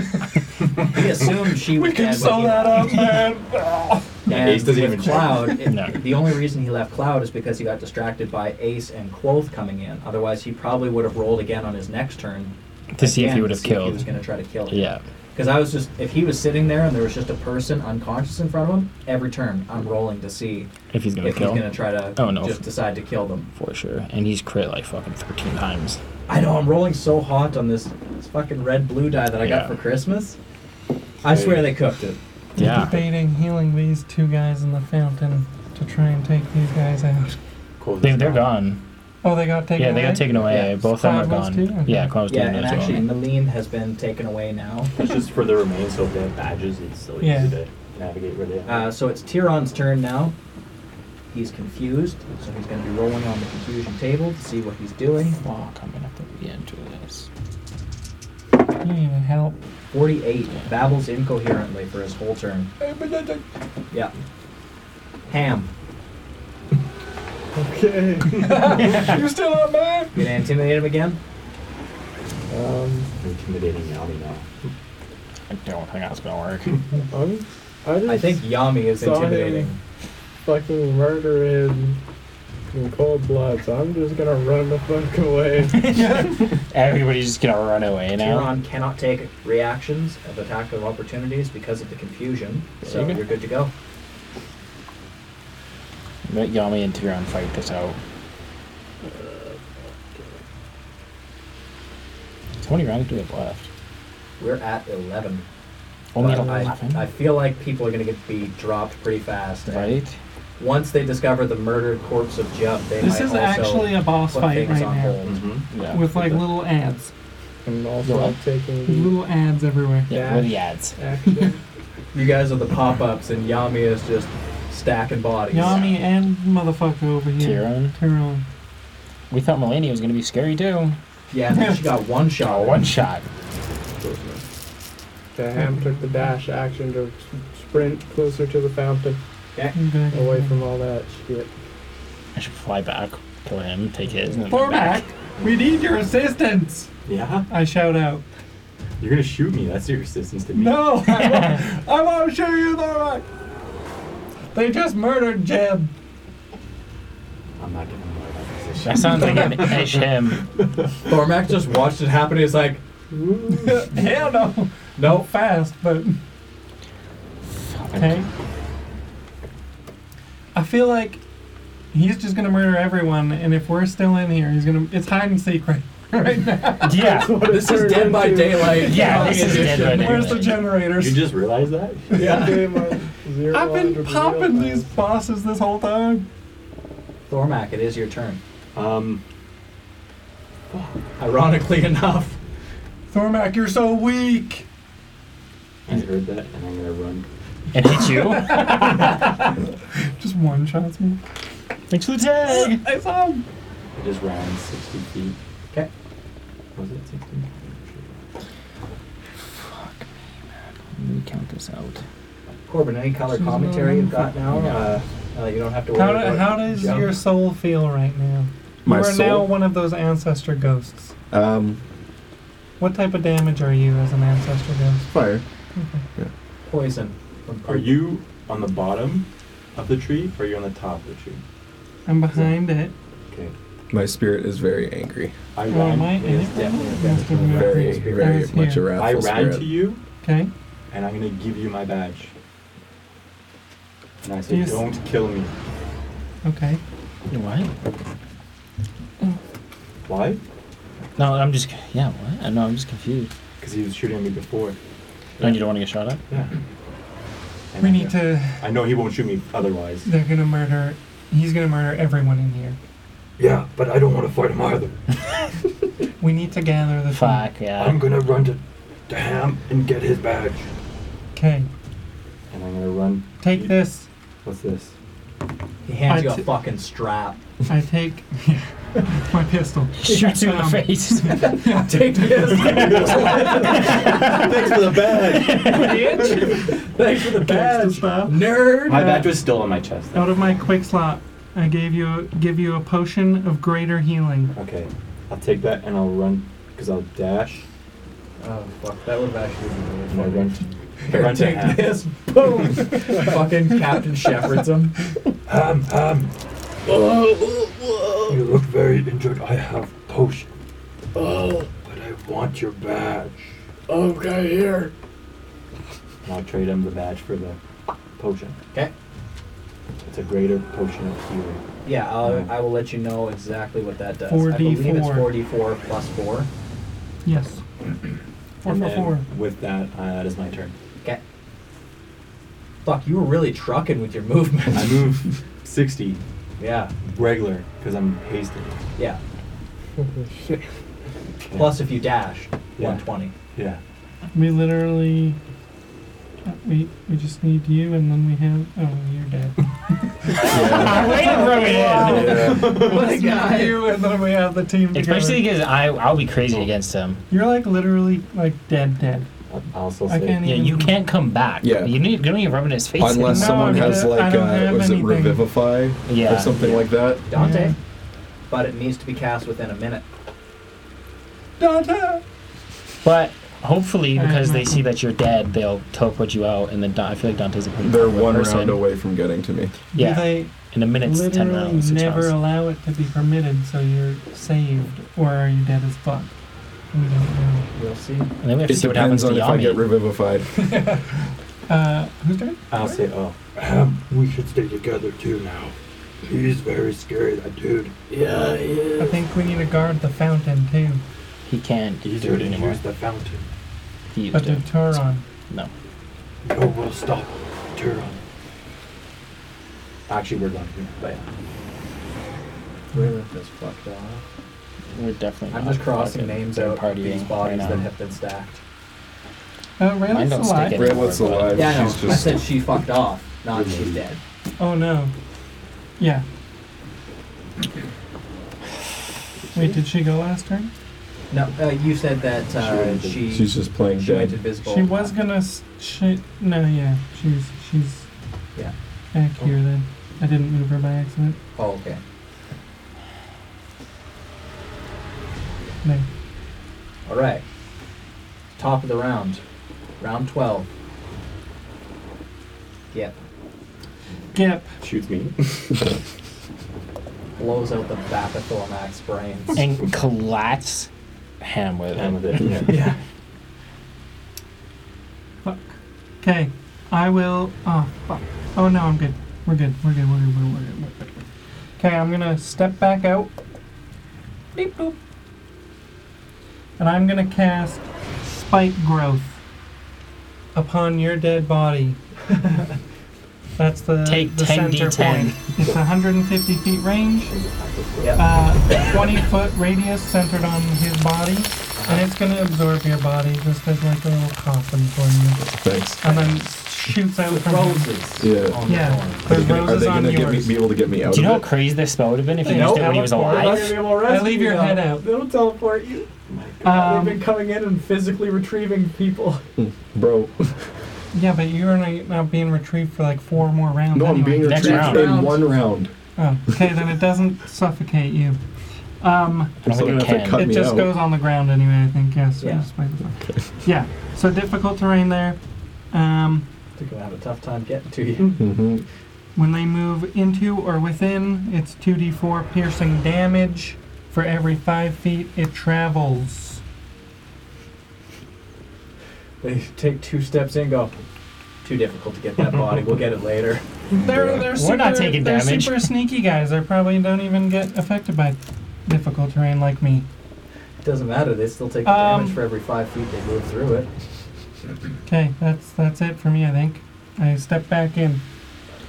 S1: He assumed she was
S6: We can
S1: dead.
S6: sew
S1: when he
S6: that
S1: left.
S6: up, man.
S1: And
S3: Ace doesn't
S1: with
S3: even check.
S1: Cloud, it-
S5: No.
S1: the only reason he left Cloud is because he got distracted by Ace and Quoth coming in. Otherwise, he probably would have rolled again on his next turn
S5: to see if
S1: again
S5: he would have
S1: see He was
S5: killed.
S1: going to try to kill him.
S5: Yeah.
S1: Because I was just, if he was sitting there and there was just a person unconscious in front of him, every turn I'm rolling to see
S5: If he's gonna
S1: if
S5: kill.
S1: he's going to try to
S5: Oh, no.
S1: just decide to kill them.
S5: For sure. And he's crit like fucking 13 times.
S1: I know, I'm rolling so hot on this, this fucking red blue dye that I
S5: Yeah.
S1: got for Christmas. I swear they cooked it.
S5: Yeah.
S6: Debating healing these two guys in the fountain to try and take these guys out.
S3: Cool.
S5: They, they're gone.
S6: Oh, they got taken.
S5: Yeah, they got
S6: away?
S5: taken away.
S1: Yeah.
S5: Both of them are
S6: Cloud was
S5: gone.
S6: too?
S5: Yeah, Cloud was
S1: Yeah,
S5: taken
S1: and
S5: as
S1: actually,
S5: well.
S1: Malene has been taken away now.
S3: It's just for the remains, so if they have badges, it's still easy
S6: Yeah.
S3: to navigate where they are.
S1: Uh, so it's Tiron's turn now. He's confused, so he's going to be rolling on the confusion table to see what he's doing.
S5: Fuck, I'm gonna have to re-enter this.
S6: You need help.
S1: 48 babbles incoherently for his whole turn. Yeah. Ham,
S4: Okay.
S6: you still up, man?
S1: you gonna intimidate him again?
S4: Um,
S3: Intimidating Yami now.
S5: I don't think that's gonna work.
S4: I'm, I
S1: *laughs*
S4: just
S1: I think Yami is
S4: Saw him.
S1: intimidating.
S4: fucking murder him in cold blood, so I'm just gonna run the fuck away.
S5: Everybody's just gonna run away now.
S1: Tiron cannot take reactions of attack of opportunities because of the confusion, so
S5: you go.
S1: you're good to go.
S5: Let Yami and Tiron fight this out. So many rounds do we have left?
S1: We're at 11.
S5: Only
S1: But Uh, I,
S5: 11?
S1: I feel like people are going to get be dropped pretty fast. and
S5: Right?
S1: once they discover the murdered corpse of Jeb, they
S6: This
S1: might
S6: is
S1: also
S6: actually a boss
S1: put
S6: fight
S1: things
S6: right
S1: on
S6: now.
S1: hold.
S3: Mm-hmm.
S5: Yeah.
S6: With like little ads.
S4: And
S5: You're
S4: also
S5: right.
S4: taking
S6: There's
S4: the
S6: little ads everywhere.
S5: Yeah, with the ads.
S4: action.
S1: You guys are the pop-ups, and Yami is just stacking bodies.
S6: Yami and motherfucker over here.
S5: Tyrone.
S6: Tyrone.
S5: We thought Melania was gonna be scary too.
S1: Yeah, and then she got one
S5: Oh,
S1: shot.
S5: one shot.
S4: Okay, Ham took the dash action to s- sprint closer to the fountain,
S6: I'm gonna get
S4: away
S6: him.
S4: from all that shit.
S5: I should fly back, kill him, take his, and then fly
S6: Thormac, we need your assistance!
S3: Yeah?
S6: I shout out. Oh,
S3: You're gonna shoot me. That's your assistance to me.
S6: No! I won't, I won't show you Thormac! They just murdered Jeb.
S3: I'm not giving away that position.
S5: That sounds like an ish him.
S1: Thormac just watched it happen. He's like,
S6: *laughs* Hell no. No fast, but okay. I feel like he's just gonna murder everyone, and if we're still in here, he's gonna. It's hide and seek right, *laughs* right now.
S5: Yeah.
S1: "This is Dead by Daylight."
S5: Yeah, this is Dead by
S1: edition.
S5: Daylight.
S6: Where's the
S3: You
S6: generators?
S3: just realized that?
S1: Yeah.
S4: Game on zero
S6: I've been
S4: hundred real
S6: popping these
S4: fast.
S6: bosses this whole time.
S1: Thormac, it is your turn.
S3: Um,
S1: Ironically *laughs* enough,
S6: Thormac, you're so weak.
S3: I heard that and I'm gonna run.
S5: And hit you.
S6: Just one shots me.
S5: Thanks for the tag.
S6: I saw him.
S3: I just ran 60 feet.
S1: okay.
S3: Was it 60?
S5: Let me count this out.
S1: Corbin, any color
S6: She's
S1: commentary
S6: not-
S1: you've got now? Uh, uh, you don't have to worry
S6: How,
S1: about
S6: do, how does
S1: jump.
S6: your soul feel right now?
S2: My
S6: you are now
S2: soul?
S6: one of those ancestor ghosts.
S2: Um,
S6: What type of damage are you as an ancestor ghost?
S2: fire.
S1: poison?
S3: Are you on the bottom of the tree or are you on the top of the tree?
S6: I'm behind it.
S3: Okay.
S2: My spirit is very angry.
S3: I
S6: Well,
S3: ran.
S6: am I
S3: it
S6: in
S3: is
S6: it?
S3: definitely a
S6: Must have
S3: damage roll.
S6: moved.
S2: Very,
S1: spirit
S2: very
S6: is
S2: much a
S6: here.
S2: wrathful
S3: I ran
S2: spirit.
S3: to you
S6: Okay.
S3: and I'm gonna give you my badge. And I say,
S6: Yes.
S3: don't kill me.
S6: Okay.
S5: What?
S3: Why?
S5: No, I'm just. Yeah, what? No, I'm just confused.
S3: Because he was shooting at me before.
S5: No, you don't want to get shot at?
S3: Yeah. And
S6: We
S3: I
S6: need
S3: know-
S6: to.
S3: I know he won't shoot me otherwise.
S6: They're gonna murder. He's gonna murder everyone in here.
S3: Yeah, but I don't want to fight him either.
S6: We need to gather the
S5: Fuck, *laughs* yeah.
S3: gonna run to, to Ham and get his badge.
S6: Okay.
S3: And I'm gonna run.
S6: Take this.
S3: What's this?
S1: He hands
S6: I
S1: you a
S6: t-
S1: fucking strap. *laughs*
S6: I take *laughs* my pistol.
S5: Shoots you in the *laughs*
S6: Um,
S5: face.
S1: Take this.
S3: Thanks for the
S2: *laughs*
S3: badge.
S1: Thanks for the badge,
S6: stuff.
S1: nerd.
S6: Uh,
S3: My badge was still on my chest.
S6: Out of my quick slot, I gave you give you a potion of greater healing.
S3: Okay, I'll take that and I'll run because I'll dash
S1: Oh fuck, that would have actually been really
S3: and I'll
S1: funny.
S3: run. I
S1: Here,
S3: run to
S1: take
S3: Ham.
S1: this. Boom. *laughs* Fucking Captain Shepherds him.
S3: Ham, Ham. You look very injured. I have potion. But I want your badge.
S6: Oh,
S11: Okay, here.
S3: And I'll trade him the badge for the potion.
S1: Okay.
S3: It's a greater potion of healing.
S1: Yeah, I'll, I will let you know exactly what that does. I believe it's
S6: 4D4.
S1: 4d4 plus 4.
S6: Yes. Four
S3: and
S6: for
S3: then
S6: four.
S3: With that, uh, that is my turn.
S1: Okay. Fuck, you were really trucking with your movement. *laughs*
S3: I move 60
S1: yeah,
S3: regular because I'm hasted.
S1: yeah.
S4: Holy shit.
S1: Plus, if you dash,
S3: Yeah.
S1: 120.
S3: Yeah.
S6: We literally. uh, We, we just need you, and then we have. Oh, you're dead. *laughs*
S5: Way to rub it in.
S1: What a
S6: It's not
S1: guy.
S6: you, and then we have
S5: *laughs*
S6: the team together.
S5: Especially because I, I'll be crazy against him.
S6: You're like literally like dead, dead.
S3: I I also
S6: I
S3: say
S6: can't
S5: Yeah,
S6: even.
S5: you can't come back.
S2: Yeah.
S5: You, need, you don't even rub it in his face.
S2: Unless
S6: No,
S2: someone
S6: I
S2: has
S6: don't- I
S2: like, uh,
S6: don't have
S2: was it
S6: anything.
S2: revivify
S5: *laughs* Yeah.
S2: or something like that?
S1: Dante?
S6: Yeah.
S1: But it needs to be cast within a minute.
S6: Dante!
S5: But hopefully,
S6: I
S5: because *laughs*
S6: don't
S5: they
S6: know.
S5: see that you're dead, they'll teleport you out, and then Don- I feel like Dante's a pretty
S2: They're
S5: powerful
S2: one
S5: person.
S2: round away from getting to me.
S5: Yeah.
S6: They
S5: in a minute, it's ten
S6: literally
S5: rounds. Six
S6: never
S5: rounds.
S6: allow it to be permitted, so you're saved, or are you dead as fuck? We don't know.
S1: We'll see.
S5: And then we have to
S2: It
S5: see what
S2: depends
S5: happens to
S2: on if I get
S5: Yami.
S2: revivified.
S6: Uh, who's dead?
S3: I'll say oh.
S11: Ham, Um, we should stay together too now. He's very scary, that dude. Yeah, he is.
S6: I think we need to guard the fountain too.
S5: He can't
S11: He's
S5: do it
S11: already
S5: anymore.
S11: used the fountain.
S5: He used
S6: But the
S5: it.
S6: Turon.
S5: No.
S11: No, we'll stop him. Turon.
S3: I Actually, we're going here, but
S1: Lilith is fucked off.
S5: We're definitely.
S1: I'm
S5: not
S1: just crossing
S5: fucking
S1: names out of
S5: third partying
S1: these bodies
S5: right
S1: that
S5: now.
S1: have been stacked.
S6: Uh,
S5: Mine
S6: Raylan's
S5: don't stick
S6: alive.
S5: anymore,
S2: Raylan's
S5: but-
S2: alive.
S1: Yeah, I know.
S2: She's
S1: I
S2: just-
S1: said she fucked off, not she's dead.
S6: Oh no. Yeah. Wait, did she go last turn?
S1: No, uh, you said that uh,
S3: She-
S1: she
S2: She's just playing
S1: she went
S2: dead.
S1: invisible.
S6: She
S5: Oh.
S6: was gonna. s- She no, yeah, she's she's
S1: Yeah.
S6: back here then. I didn't move her by accident.
S1: Oh, okay.
S6: No.
S1: All right. Top of the round, round twelve. Yep.
S6: Gip.
S3: shoots me.
S1: Blows out the Vapithomax brains.
S5: And collats Ham with
S3: And
S11: *laughs*
S5: it.
S3: with it, yeah.
S1: yeah.
S6: Fuck. Okay. I will. Oh fuck. Oh no, I'm good. We're good. We're good. We're good. We're good. We're good. Okay, I'm gonna step back out. Beep boop. And I'm gonna cast spike growth upon your dead body. *laughs* That's the
S5: Take
S6: the
S5: 10
S6: center
S5: D10.
S6: point. It's 150 feet range.
S1: Yep.
S6: Uh, 20 foot radius centered on his body, and it's gonna absorb your body just as like a little coffin for you.
S2: Thanks.
S6: And then shoots out
S1: With
S6: from
S1: roses.
S2: Yeah.
S3: Oh.
S1: On
S6: Yeah.
S1: The thorn.
S2: Are they
S6: There's
S2: gonna, are
S6: roses
S2: they
S6: on
S2: gonna get me,
S6: yours.
S2: be able to get me out
S5: Do you know
S2: of
S5: how
S2: it?
S5: crazy this spell would have been if he
S1: Nope.
S5: used it when he was alive?
S6: I leave your head out.
S1: It'll teleport you.
S6: Um,
S1: coming in and physically retrieving people.
S2: Bro,
S6: yeah, but you're not, not being retrieved for like four more rounds.
S2: no, I'm
S6: anyway.
S2: being
S5: Next
S2: retrieved
S5: round.
S2: in one round.
S6: Oh, okay, then it doesn't suffocate you. Um,
S5: I don't
S2: So
S5: think
S2: if
S5: it
S2: they
S5: can.
S2: cut
S6: it
S2: me
S6: just
S2: out.
S6: goes on the ground anyway. I think yeah. So
S1: Yeah.
S6: just by the yeah. So difficult terrain there. Um,
S1: They're gonna have a tough time getting to you.
S2: hmm
S6: When they move into or within, it's 2d4 piercing damage. For every 5 feet it travels.
S1: They take two steps in, go. Too difficult to get that body. We'll get it later.
S6: They're, they're super,
S5: We're not taking
S6: they're
S5: damage.
S6: super sneaky guys. They probably don't even get affected by difficult terrain like me.
S1: Doesn't matter. They still take the
S6: Um,
S1: damage for every five feet they move through it.
S6: Okay, that's that's it for me, I think. I step back in.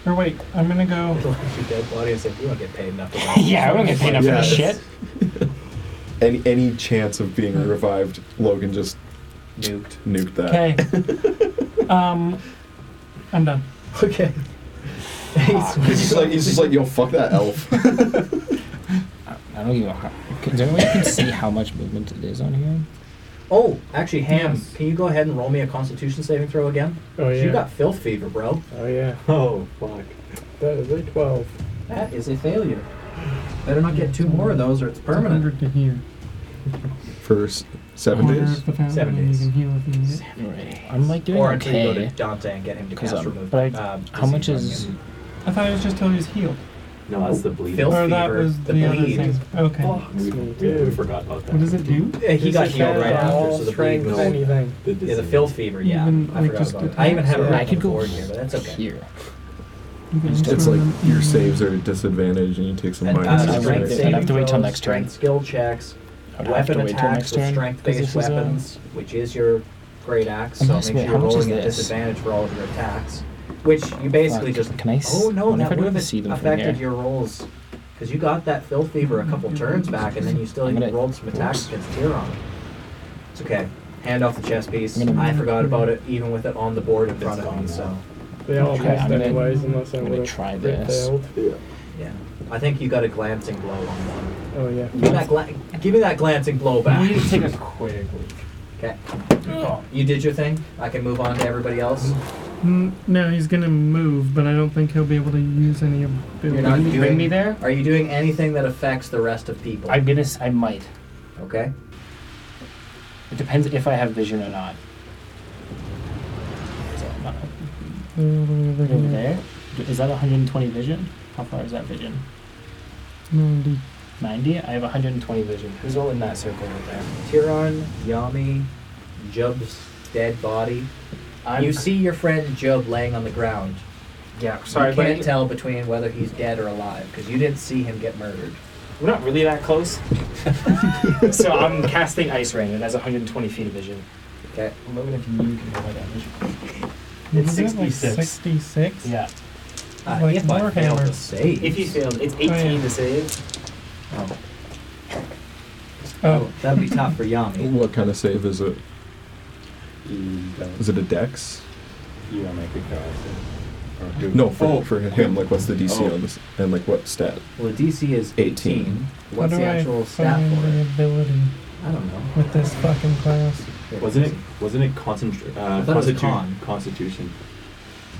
S6: Or wait, I'm gonna go.
S1: It'll hit your dead body and say, "You don't get paid enough." for that."
S5: *laughs* yeah, I don't get paid enough for this
S2: Yeah.
S1: *laughs*
S5: shit.
S2: Any any chance of being revived, Logan just
S1: Nuked.
S2: nuked that.
S11: *laughs*
S6: Okay. um, I'm done.
S1: Okay.
S2: He's just like he's just like yo, fuck that elf.
S5: I don't even know how. Does anyone even see how much movement it is on here?
S1: Oh, actually, Ham,
S6: Yes.
S1: can you go ahead and roll me a Constitution saving throw again?
S4: Oh yeah.
S1: You got filth fever, bro.
S4: oh yeah.
S3: Oh fuck.
S4: That is a twelve.
S1: That is a failure. Better not get two more of those, or it's permanent.
S6: 100 to here.
S2: For s- seven
S6: Corner
S2: days.
S6: of the fountain,
S1: Seven
S6: and you
S1: days.
S6: can heal if you need it.
S5: I'm like doing
S1: Or until you go to
S5: okay.
S1: Dante and get him to
S5: 'Cause
S1: cast
S5: I'm-
S1: remove.
S5: but I-
S1: uh,
S5: How much
S1: disease
S5: is?
S1: on him.
S6: I thought it was just till he was healed.
S3: No, that's the bleeding.
S1: Filth
S6: or that
S1: fever,
S6: was
S1: the
S6: the, other
S1: bleed.
S6: thing. Okay.
S3: We, we, we forgot about that.
S6: What does it do?
S1: Uh, he
S4: This
S1: got
S4: is
S1: healed right
S4: kinda
S1: after,
S4: all
S1: so the bleed
S4: strength
S1: was.
S4: anything.
S3: The
S1: Yeah, the
S3: disease.
S1: filth fever. Yeah,
S6: Even,
S1: I
S6: like,
S1: forgot
S6: just
S1: about it. I even have it
S4: attacks?
S1: right
S5: I
S1: on
S5: could
S1: the
S5: go
S1: board here, but that's okay.
S5: here.
S6: You can
S5: It's
S2: It's
S6: throw
S2: like
S6: them in
S2: your
S6: the-
S2: saves are at disadvantage, and you take some
S1: And,
S2: minus.
S1: uh,
S5: I'd
S2: damage.
S1: strength
S5: have to
S1: saving
S5: wait till
S1: throws,
S5: next turn.
S1: strength skill checks,
S5: I would have to
S1: weapon
S5: wait till
S1: attacks
S5: next
S1: with
S5: turn. 'cause
S1: strength-based
S5: this is, uh,
S1: weapons, which is your great axe. So make
S5: Unless-
S1: sure
S5: wait,
S1: you're
S5: how much is
S1: rolling at
S5: this?
S1: disadvantage for all of your attacks, which you basically
S5: Fuck,
S1: just.
S5: can I s-
S1: Oh no,
S5: wonder if
S1: that
S5: I'd be
S1: would
S5: able to see
S1: have
S5: them from
S1: affected
S5: here.
S1: your rolls, because you got that filth fever a couple turns back, and then you still
S5: I'm
S1: even
S5: gonna-
S1: rolled some attacks against Tyrion. It's okay. Hand off the chess piece.
S5: I'm gonna-
S1: I forgot about it, even with it on the board in front of
S3: gone
S1: me.
S3: now.
S1: So.
S4: They all
S5: Okay,
S4: missed
S5: I'm gonna-
S4: anyways, unless I
S5: I'm
S4: would
S5: gonna
S4: have
S5: try this.
S4: failed.
S1: Yeah. I think you got a glancing blow on one.
S4: Oh yeah.
S1: Give me that, gla- give me that glancing blow
S6: We need
S1: back.
S6: to take a quick look.
S1: Okay. You did your thing. I can move on to everybody else.
S6: Mm, No, he's gonna move, but I don't think he'll be able to use any of
S1: You're not
S5: Bring me- bring
S1: doing-
S5: me there.
S1: Are you doing anything that affects the rest of people?
S5: I'm gonna. s- I might.
S1: okay.
S5: It depends if I have vision or not. So, I'm not- over
S1: Mm.
S5: there. Is that 120 vision? How far is that vision?
S6: 90.
S5: 90. I have 120 vision. Who's all in that circle right there?
S1: Tiron, Yami, Jub's dead body.
S5: I'm,
S1: you see your friend Jub laying on the ground.
S5: Yeah. Sorry,
S1: you
S5: but
S1: can't tell between whether he's dead or alive because you didn't see him get murdered.
S5: We're not really that close. *laughs* so I'm casting Ice Rain, and that's 120 feet of vision.
S1: Okay.
S5: Logan, if you can roll my damage.
S6: What is it, like
S5: 66.
S6: 66?
S5: Yeah.
S1: Uh,
S6: Like
S1: if I fail
S6: Warhammer.
S1: to save.
S12: If you failed,
S5: Oh,
S12: it's 18 to save.
S1: Oh,
S6: Oh,
S1: oh, that'd be tough for
S6: *laughs*
S1: Yami.
S2: What kind of save is it?
S3: You don't,
S2: Is it a dex?
S3: you don't make the car. so- or do-
S2: No, for,
S1: Oh.
S2: for him, like what's the DC
S3: Oh.
S2: on this? And like what stat?
S1: Well, the DC is 18.
S2: 18.
S1: What's
S6: how do
S1: the
S6: I
S1: actual stat
S6: find
S1: for
S6: the
S1: it?
S6: ability
S1: I don't know.
S6: with this fucking class?
S3: Oh, Wasn't it? Wasn't it concentra- uh,
S1: I thought it was
S3: constitu-
S1: con.
S3: Constitution.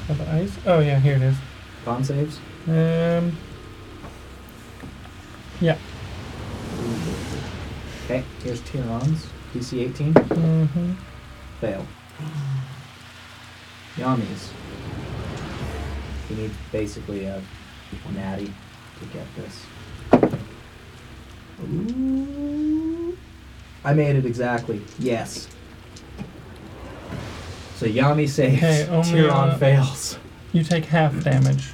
S6: Of ice? Oh yeah, here it is.
S1: Con saves?
S6: Um, yeah.
S1: Okay, here's Tyrons. DC 18.
S6: Mm-hmm.
S1: Fail. Yami's. You need basically a natty to get this. Ooh. I made it exactly. Yes. So Yami saves.
S6: Okay, only,
S1: Tyrion
S6: uh,
S1: fails.
S6: You take half damage,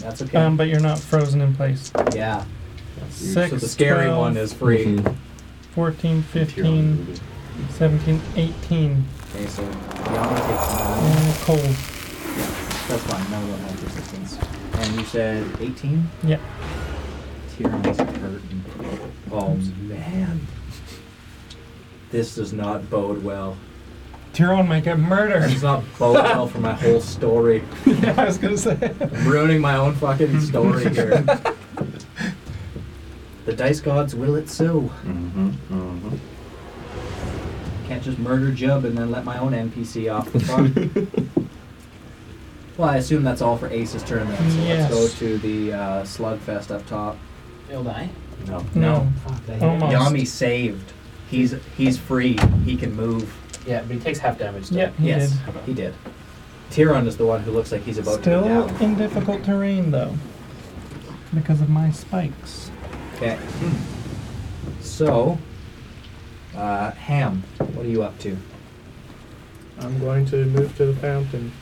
S1: That's okay.
S6: um, but you're not frozen in place.
S1: yeah.
S6: Six,
S1: So the scary
S6: 12,
S1: one is free.
S3: Mm-hmm.
S2: Mhm.
S6: 14,
S3: You're on the
S6: 15,
S3: movie.
S6: 17, 18.
S1: Okay, so Yami takes nine.
S6: Uh, cold.
S1: That's fine. None of them have resistance. And you said 18?
S6: Yeah.
S1: Tyrion's hurting. Oh, man. This does not bode well.
S6: Tyrone might get murdered.
S1: This does not bode well for my whole story.
S6: yeah, I was gonna say.
S1: I'm ruining my own fucking story here. the dice gods will it so.
S3: Mhm, mhm.
S1: Can't just murder Jub and then let my own NPC off the front. well, I assume that's all for Ace's tournament. So
S6: Yes.
S1: let's go to the uh, Slugfest up top.
S12: He'll die.
S3: No.
S6: No.
S12: Fuck,
S5: Oh
S12: they
S6: Almost.
S1: Yami saved. He's he's free. He can move.
S12: Yeah, but he takes half damage. Still.
S6: Yeah, he
S1: yes,
S6: did.
S1: he did. Tyrion is the one who looks like he's about to go
S6: Still
S1: down.
S6: in difficult terrain though, because of my spikes.
S1: Okay. So, uh, Ham, what are you up to?
S4: I'm going to move to the fountain.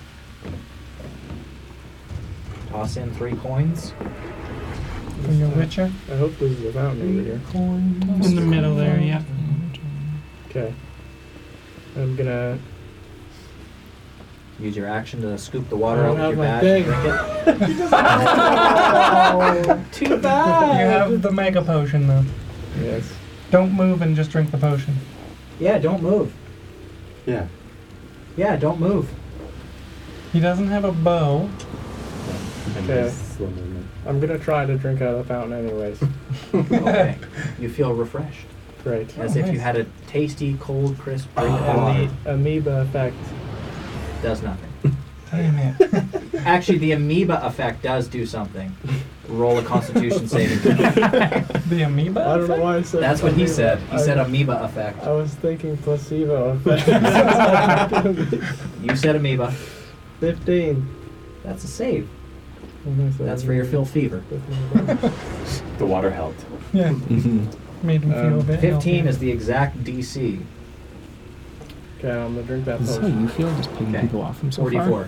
S1: Toss in three coins.
S6: For your Witcher.
S4: I hope this is the fountain over here.
S6: In the middle there, yeah.
S4: Okay. I'm gonna.
S1: Use your action to scoop the water
S4: I
S1: out
S4: don't
S1: with your badge.
S4: have my
S1: and drink it.
S12: Too *laughs* bad.
S6: You have the mega potion though.
S4: Yes.
S6: Don't move and just drink the potion.
S1: Yeah, don't move.
S3: Yeah.
S1: Yeah, don't move.
S6: He doesn't have a bow.
S3: And
S4: Okay.
S3: there's slow movement.
S4: I'm gonna try to drink out of the fountain, anyways.
S1: Okay. you feel refreshed,
S4: Great.
S1: as if you had a tasty, cold, crisp drink of water.
S4: And the amoeba effect.
S1: Does nothing.
S6: Damn it.
S1: Actually, the amoeba effect does do something. Roll a Constitution saving throw.
S4: *laughs*
S6: The amoeba?
S4: I don't know why I said.
S1: That's what he
S4: amoeba.
S1: said. He
S4: I,
S1: said amoeba effect.
S4: I was thinking placebo
S1: *laughs*
S4: effect.
S1: You said amoeba.
S4: Fifteen.
S1: That's a save.
S4: What did I say?
S1: That's for your Phil fever.
S3: The water helped.
S6: Yeah,
S2: Mhm.
S6: made him feel a
S4: Um,
S6: bit.
S1: 15 is the exact DC.
S4: Okay, I'm gonna drink that
S5: Is this how you
S4: potion.
S5: feel? Just picking
S1: Okay.
S5: people off from so far?
S1: 44.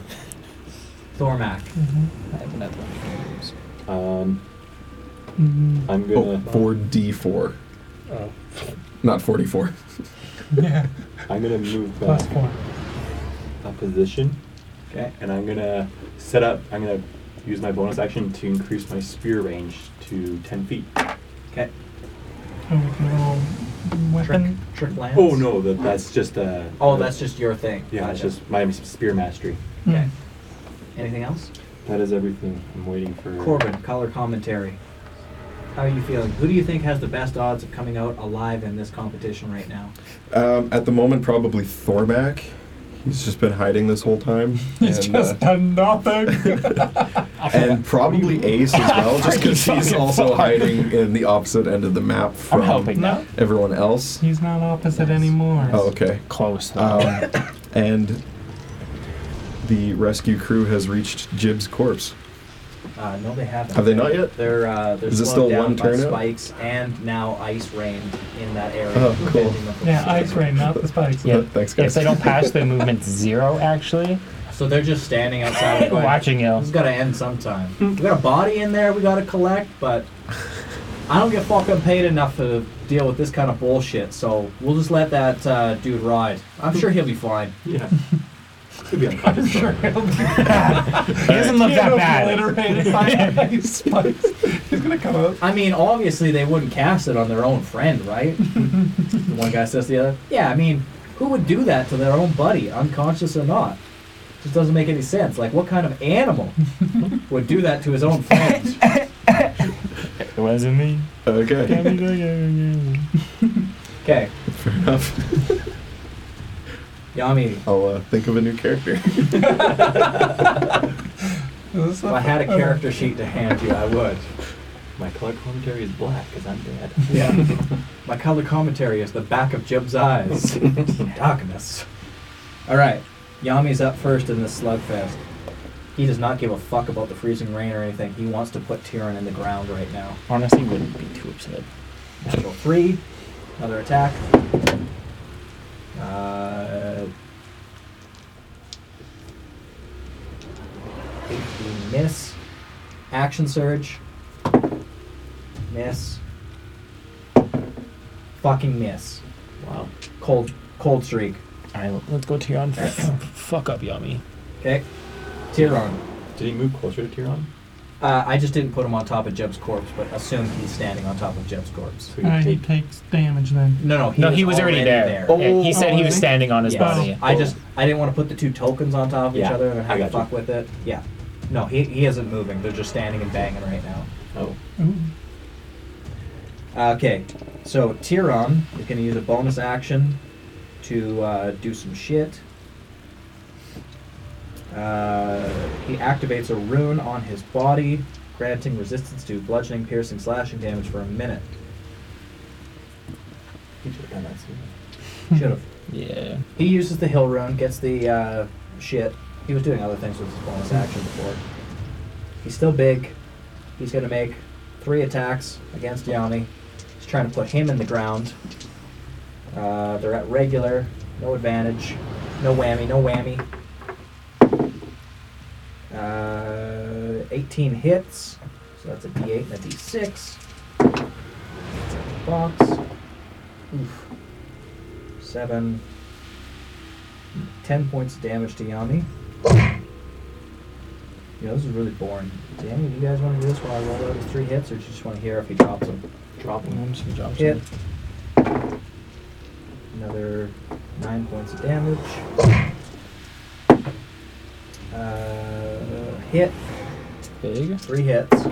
S1: Thormac.
S5: I have an athletic games.
S3: Um,
S6: hmm
S1: Mm-hmm.
S3: I'm
S2: Oh,
S3: gonna.
S2: 4d4.
S4: Oh.
S2: Not 44.
S6: Yeah,
S3: I'm gonna move
S6: plus
S3: back
S6: four.
S3: a position,
S1: Okay.
S3: and I'm gonna set up. I'm gonna use my bonus action to increase my spear range to 10 feet.
S1: Okay.
S6: And we can roll
S1: Trick,
S6: weapon.
S1: trick lance.
S3: Oh no, that, that's just uh
S1: Oh, that's just your thing.
S3: Yeah, that's
S1: Gotcha.
S3: just my spear mastery.
S1: Okay. Anything else?
S3: That is everything. I'm waiting for.
S1: Corbin, color commentary. How are you feeling? Who do you think has the best odds of coming out alive in this competition right now?
S2: Um, at the moment, probably Thormac. He's just been hiding this whole time. *laughs*
S6: He's
S2: and,
S6: just
S2: uh,
S6: done nothing.
S2: *laughs* and probably Ace as well, just *laughs* because he's also hiding in the opposite end of the map
S5: I'm
S2: from
S5: helping
S6: no,
S5: now.
S2: everyone else.
S6: he's not opposite anymore.
S2: Oh, okay.
S5: Close. though.
S2: Um, and the rescue crew has reached Jib's corpse.
S1: Uh, no, they haven't.
S2: Have they not yet?
S1: They're uh, they're
S2: Is it
S1: slowed
S2: still
S1: down
S2: one
S1: by
S2: turnout?
S1: spikes and now ice rain in that area.
S2: Oh, cool.
S1: preventing them from
S6: Yeah, ice
S1: shooting.
S6: rain, not the spikes.
S5: yeah.
S2: *laughs* Thanks,
S5: If
S2: guys.
S5: they don't pass, their movement's zero, actually.
S1: So they're just standing outside and going,
S5: Watching you.
S1: This has got to end sometime.
S6: Hmm.
S1: we got a body in there we got to collect, but I don't get fucking paid enough to deal with this kind of bullshit. So we'll just let that uh, dude ride. I'm sure he'll be fine.
S3: Yeah. Could be unconscious.
S6: Sure. he'll be-
S5: He doesn't look that bad.
S6: Obliterated by ice spikes. He's gonna come out.
S1: I mean, obviously they wouldn't cast it on their own friend, right? the one guy says to the other, "Yeah, I mean, who would do that to their own buddy, unconscious or not? Just doesn't make any sense. Like, what kind of animal would do that to his own friend?"
S5: It wasn't me.
S2: Okay. *laughs*
S1: Okay,
S2: Fair enough.
S1: Yami.
S2: I'll uh, think of a new character. *laughs*
S6: Is this
S1: If I had a character sheet to hand you, I would.
S3: My color commentary is black because I'm dead.
S1: Yeah. My color commentary is the back of Jib's eyes. Darkness. All right. Yami's up first in this slugfest. He does not give a fuck about the freezing rain or anything. He wants to put Tyrion in the ground right now.
S5: Honestly, wouldn't be too upset.
S1: Natural three. Another attack. Uh, 18 miss. Action surge. Miss. Fucking miss.
S3: Wow.
S1: Cold cold streak.
S5: All right, let's go to your *coughs* Fuck up, Yami.
S1: Okay. Tyrion.
S3: Did he move closer to Tyrion?
S1: Uh, I just didn't put him on top of Jeb's corpse, but assume he's standing on top of Jeb's corpse.
S3: So he
S6: Uh, he
S3: take
S6: takes damage then.
S1: No, no, he,
S5: no,
S1: was,
S5: he was already there. Yeah, he said
S6: oh,
S5: he
S6: was
S5: was
S6: he?
S5: standing on his
S1: Yes.
S5: body.
S1: I just I didn't want to put the two tokens on top of each
S3: Yeah,
S1: other and
S3: I
S1: have to
S3: got you.
S1: fuck with it. Yeah. No, he, he isn't moving. They're just standing and banging right now.
S3: Oh.
S6: Ooh.
S1: Uh, okay, so Tyrion is going to use a bonus action to uh, do some shit. Uh, he activates a rune on his body, granting resistance to bludgeoning, piercing, slashing damage for a
S3: *laughs*
S1: minute.
S3: He should have done that sooner.
S1: Should have.
S5: yeah.
S1: He uses the hill rune, gets the uh, shit. He was doing other things with his bonus action before. He's still big. He's going to make three attacks against Yami. He's trying to put him in the ground. Uh, they're at regular, no advantage, no whammy, no whammy. Uh, 18 hits, so that's a d8 and a d6. That's a box. Oof. Seven. 10 points of damage to Yami. Yeah, this is really boring. Danny, do you guys want to do this while I roll out his three hits, or do you just want to hear if he drops them?
S3: Drop him.
S5: I'm just gonna drop
S1: Hit.
S5: some.
S1: Another 9 points of damage. Uh, hit.
S5: Big.
S1: Three hits.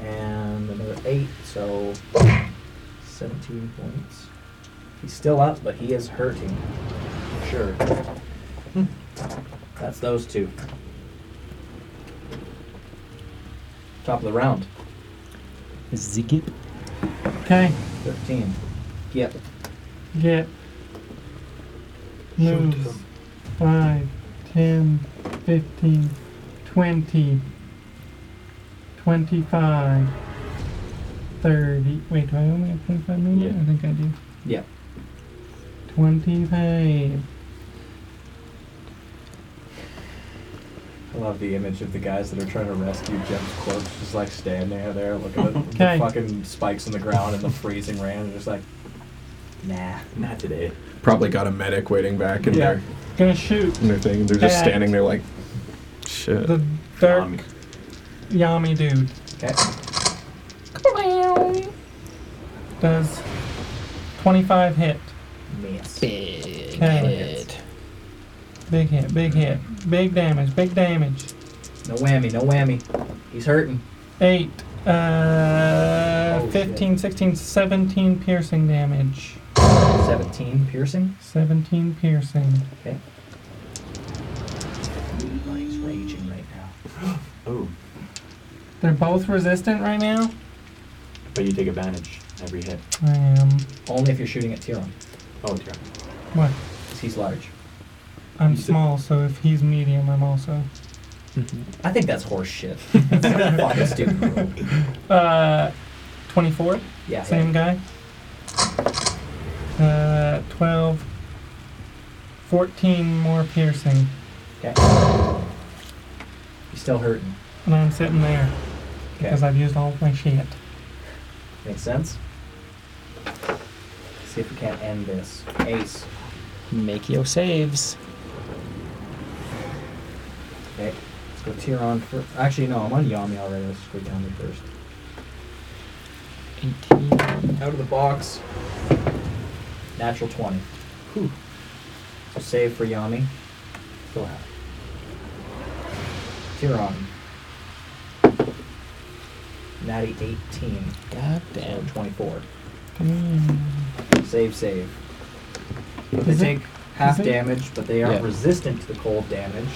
S1: And another 8, so 17 points. He's still up, but he is hurting. for Sure. Hmm. That's those two. Top of the round.
S5: Ziggy.
S6: Okay.
S1: 13. Yep.
S6: Get. Moves. 5, 10, 15, 20, 25, 30. Wait, do I only have 25 movement?
S3: Yeah.
S6: I think I do.
S1: Yep.
S6: 25.
S1: I love the image of the guys that are trying to rescue Jim's corpse, just like standing there, there looking at
S6: Okay.
S1: the fucking spikes in the ground and the freezing rain, and just like, nah.
S3: Not today.
S2: Probably got a medic waiting back in
S6: Yeah.
S2: their,
S6: Gonna shoot
S2: in their thing. They're just
S6: Back.
S2: standing there like, shit.
S6: the dark
S3: Um,
S6: Yami dude.
S1: Okay.
S6: Does 25 hit.
S1: Miss.
S5: Big.
S6: hit. Big hit, big hit. Big damage, big damage.
S1: No whammy, no whammy. He's hurting.
S6: 8, uh,
S1: Oh, shit.
S6: 15, 16, 17 piercing damage.
S1: 17 piercing.
S6: 17 piercing.
S1: Okay. He's raging right now.
S3: oh.
S6: They're both resistant right now?
S3: But you take advantage every hit.
S6: I am.
S1: Only if you're shooting at Tyrion,
S3: Oh, Tyrion.
S6: What?
S1: 'cause he's large.
S6: I'm
S3: You said-
S6: small, so if he's medium, I'm also.
S1: I think that's horse shit.
S6: *laughs*
S1: That's fucking stupid rule.
S6: Uh, 24,
S1: Yeah.
S6: same guy. Uh, 12, 14 more piercing.
S1: Okay. He's still hurting.
S6: And I'm sitting there because I've used all of my shit.
S1: Makes sense? See if we can't end this. Ace.
S5: Make your saves.
S1: Okay. Let's go Tiron first. Actually, no, I'm on Yami already. Let's just go Yami first.
S5: 18.
S1: Out of the box. Natural 20. So save for Yami. Still have. Tiron. Natty 18.
S5: God
S1: So
S5: damn.
S1: 24.
S6: Mm.
S1: Save, save. They
S6: Is it-
S1: take half
S6: is it-
S1: damage, but they are
S5: Yeah.
S1: resistant to the cold damage.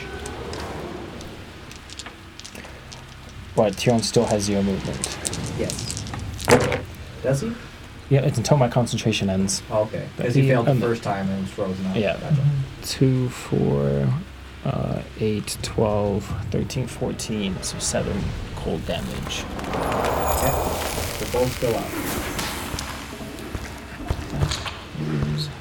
S5: But Tyrion still has zero movement.
S1: Yes. Does he?
S5: Yeah, it's until my concentration ends.
S1: Oh, okay.
S5: But
S1: Because he,
S5: he-
S1: failed the
S5: um,
S1: first time and was frozen up.
S5: Yeah.
S1: Gotcha.
S5: 2, 4, uh, 8, 12, 13, 14. So 7 cold
S6: *laughs*
S5: damage.
S1: They're both still up.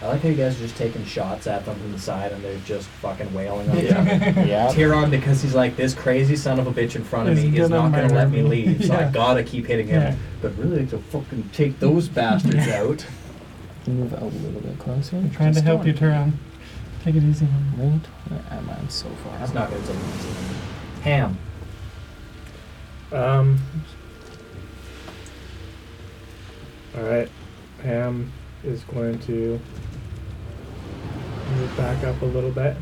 S1: I like how you guys are just taking shots at them from the side and they're just fucking wailing on each
S5: *laughs*
S1: other.
S5: yeah.
S1: Tyron, because he's like, this crazy son of a bitch in front of
S6: He's
S1: me is
S6: gonna
S1: not going to let me
S6: murder me.
S1: leave, so I
S6: Yeah.
S1: gotta keep hitting him.
S6: Yeah.
S1: But really, to fucking take those bastards out.
S5: Move out a little bit closer.
S6: I'm trying to help you, Turon. Take it easy. man.
S5: Wait, where am I so far?
S6: *laughs*
S1: That's not going to take easy. Ham.
S4: Um. All right, Pam is going to move back up a little bit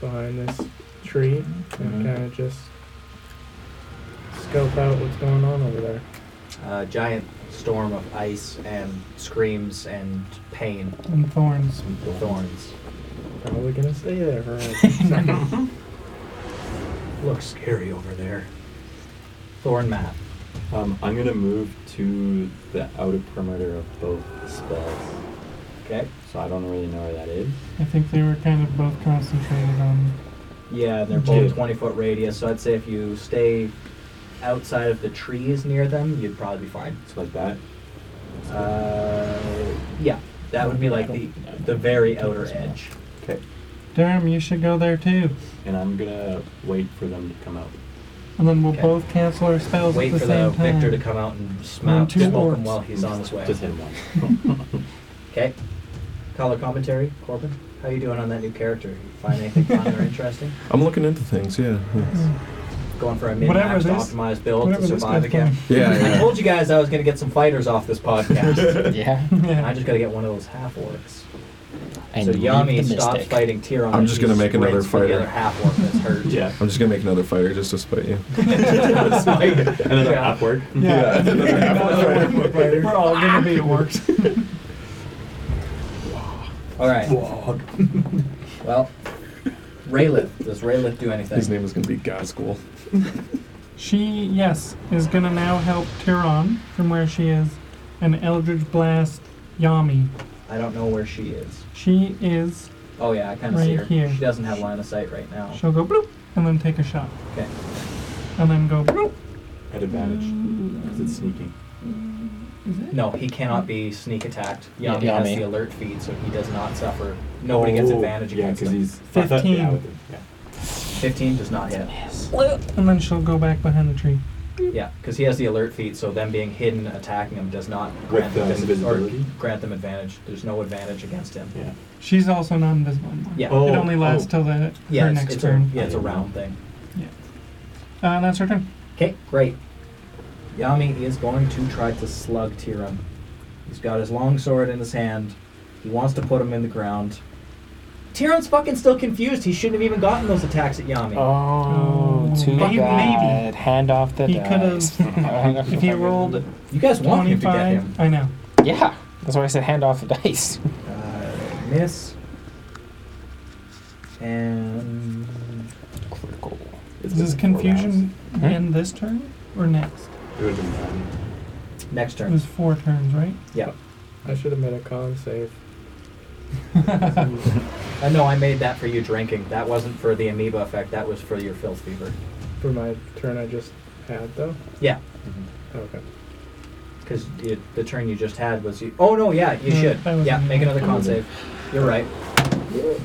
S4: behind this tree
S6: Mm-hmm.
S4: and kind of just scope out what's going on over there.
S1: Uh, giant storm of ice and screams and pain
S6: And thorns.
S1: and thorns.
S4: Probably gonna stay there for a
S6: *laughs*
S4: second.
S1: Looks scary over there. Thorn map.
S3: Um, I'm gonna move to the outer perimeter of both spells,
S1: Okay.
S3: so I don't really know where that is.
S6: I think they were kind of both concentrated on.
S1: Yeah, and they're both 20 foot radius, so I'd say if you stay outside of the trees near them, you'd probably be fine.
S3: So like that.
S1: Uh, yeah, that would be like the, the very outer edge.
S3: Okay.
S6: Durham, you should go there too.
S3: And I'm gonna wait for them to come out.
S6: And then we'll
S1: Okay.
S6: both cancel our spells
S1: Wait
S6: at
S1: for
S6: the
S1: the
S6: same time.
S1: victor to come out and smoke,
S6: two
S1: smoke him
S6: orcs.
S1: while Oh, he's on his way.
S3: Just hit one. *laughs*
S1: Okay. Color commentary, Corbin. How you doing on that new character? You find anything fun or
S6: *laughs*
S1: interesting?
S2: I'm looking into things, yeah. Yeah,
S1: Going for a
S6: Whatever
S1: min-max to
S6: this-
S1: optimize build
S6: whatever
S1: to
S6: this
S1: survive
S6: guy's
S1: again.
S2: yeah.
S1: I *laughs*
S2: yeah.
S1: told you guys I was going to get some fighters off this
S6: *laughs*
S1: podcast.
S5: Yeah.
S6: Yeah.
S1: I just got to get one of those half orcs.
S5: And
S1: so
S5: leave
S1: Yami
S5: the
S1: stops
S5: mystic.
S1: fighting Tyrion.
S2: I'm just
S1: and
S2: gonna
S1: he
S2: make another
S1: sprints for The
S2: fighter.
S1: other half orc that's
S2: *laughs*
S1: hurt.
S3: yeah.
S2: I'm just gonna make another fighter just to spite you.
S1: *laughs* It's
S2: *laughs*
S1: like-
S3: Another
S1: Yeah.
S3: upward.
S2: Yeah.
S6: We're all gonna be orcs.
S1: *laughs* All right. *laughs* Well, Raylith. Does Raylith do anything?
S2: His name is gonna be Gaskell.
S6: She, yes, is gonna now help Tyron from where she is and Eldritch Blast Yami.
S1: I don't know where she is.
S6: She is,
S1: Oh yeah, I kind of see
S6: Right
S1: her.
S6: here.
S1: She doesn't have line of sight right now.
S6: she'll go bloop and then take a shot.
S1: Okay.
S6: And then go bloop.
S3: At advantage. Because it's sneaking.
S1: No, he cannot be sneak attacked.
S5: Yeah,
S1: Yami, has
S5: Yami.
S1: the alert feed, so he does not suffer. Nobody gets
S3: Oh,
S1: advantage
S3: Yeah,
S1: against
S3: because
S1: him.
S3: he's I thought- yeah,
S6: 15.
S3: with him, yeah.
S1: 15 does not hit.
S6: And then she'll go back behind the tree.
S1: Yeah, because he has the alert feat, so them being hidden attacking him does not grant
S3: the
S1: them dis-
S3: invisibility?
S1: or grant them advantage. There's no advantage against him.
S3: Yeah.
S6: She's also not invisible anymore.
S1: Yeah.
S3: Oh,
S6: it only lasts
S3: oh.
S6: till the,
S1: Yeah,
S6: her
S1: it's,
S6: next
S1: it's
S6: turn.
S1: A, yeah, it's a round thing.
S6: Uh, that's her turn.
S1: Okay, great. Yami is going to try to slug Tiram. He's got his long sword in his hand. He wants to put him in the ground. Tiran's fucking still confused. He shouldn't have even gotten those attacks at Yami.
S5: Oh, too
S6: Maybe, maybe.
S5: bad. Hand off the
S6: He
S5: dice. *laughs*
S6: could've- if he rolled
S1: you guys want him to get
S6: 25.
S1: him.
S6: I know.
S5: Yeah, that's why I said hand off the dice. *laughs*
S1: Uh, miss. And
S5: Critical.
S3: It's
S6: Does
S3: been four
S6: confusion
S5: Hmm?
S6: end this turn or next?
S3: rounds. It would have been
S6: Mm-hmm.
S3: fine.
S1: next
S6: It
S1: turn.
S6: was four turns, right?
S1: Yeah.
S4: I should have made a con save.
S1: Uh, no, I made that for you drinking. That wasn't for the amoeba effect. That was for your filth fever.
S4: for my turn I just had though.
S1: Yeah,
S4: Okay.
S1: because the turn you just had was you. Oh no, yeah, you
S6: Yeah,
S1: should.
S6: that was
S1: Yeah,
S6: me.
S1: make another con save. You're right.
S5: Hmm?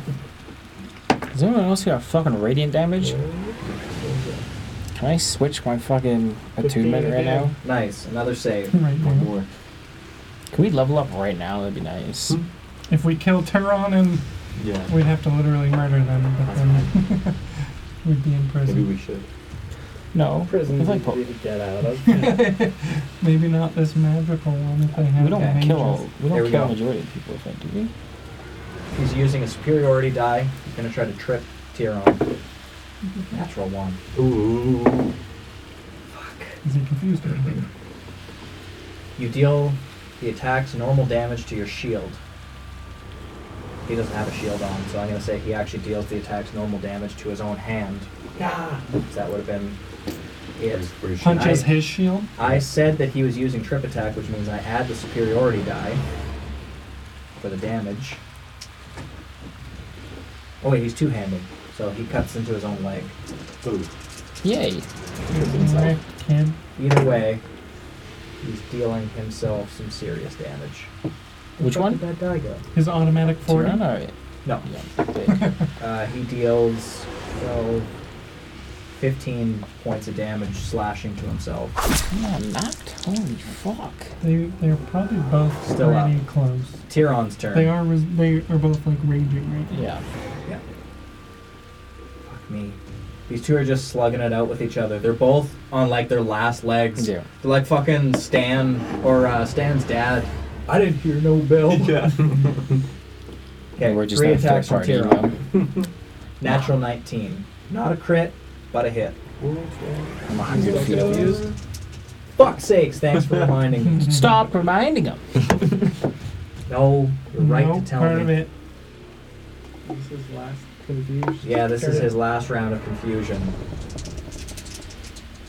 S5: Does anyone else got fucking radiant damage? Can I switch my fucking attunement right now?
S1: Nice, another save.
S6: Right now.
S5: Can we level up right now? That'd be nice.
S6: If we kill Tehran and
S3: Yeah.
S6: We'd have to literally murder them, but then *laughs* we'd be in prison.
S3: Maybe we should.
S5: No.
S4: Prison
S5: It's
S4: like
S5: like po-
S4: to get out
S1: *laughs*
S4: of.
S6: Maybe not this magical one if they have
S5: we don't
S6: mages.
S5: kill all, we
S1: There
S5: don't
S1: we
S5: kill
S1: go.
S5: a majority of people with that, do we?
S1: He's using a superiority die. He's gonna try to trip Tyrion.
S6: Mm-hmm.
S1: Natural one.
S3: Ooh.
S6: Is he confused?
S1: You deal the attack's normal damage to your shield. He doesn't have a shield on, so I'm gonna say he actually deals the attack's normal damage to his own hand. So that would have been it.
S11: Pretty sure.
S6: Punches
S1: I-
S6: his shield.
S1: I said that he was using trip attack, which means I add the superiority die for the damage. Oh wait, he's two-handed, so he cuts into his own leg.
S3: Ooh.
S5: Yay.
S6: Alright, kid.
S1: Either way, he's dealing himself some serious damage. Where
S5: Which
S1: the fuck
S5: one?
S1: Did that die go?
S6: His automatic
S5: Four.
S6: 40.
S5: All right.
S1: No.
S5: Yeah. *laughs* big.
S1: Uh, he deals 12, 15 points of damage slashing to himself.
S5: Come on, knocked. Holy fuck.
S6: They, they're probably both
S1: Still up.
S6: pretty close.
S1: Tyron's turn.
S6: They are res- they are both like raging right now.
S5: Yeah.
S1: Fuck me. These two are just slugging it out with each other. They're both on like their last legs.
S5: Yeah.
S1: They're like fucking Stan or uh, Stan's dad. I didn't hear no bell.
S3: Yeah.
S1: *laughs* Okay,
S5: We're just
S1: three
S5: not a third
S1: attacks from
S5: party, you
S1: Tyron.
S5: know? *laughs*
S1: Natural 19. Not a crit, but a hit.
S5: I'm 100 feet away.
S1: Fuck's sakes, thanks for reminding.
S5: *laughs*
S1: me.
S5: Stop reminding him.
S1: No, you're right
S6: no
S1: to tell
S6: part
S1: me.
S6: of it.
S4: this is last confused.
S1: Yeah, this is
S4: turn.
S1: his last round of confusion.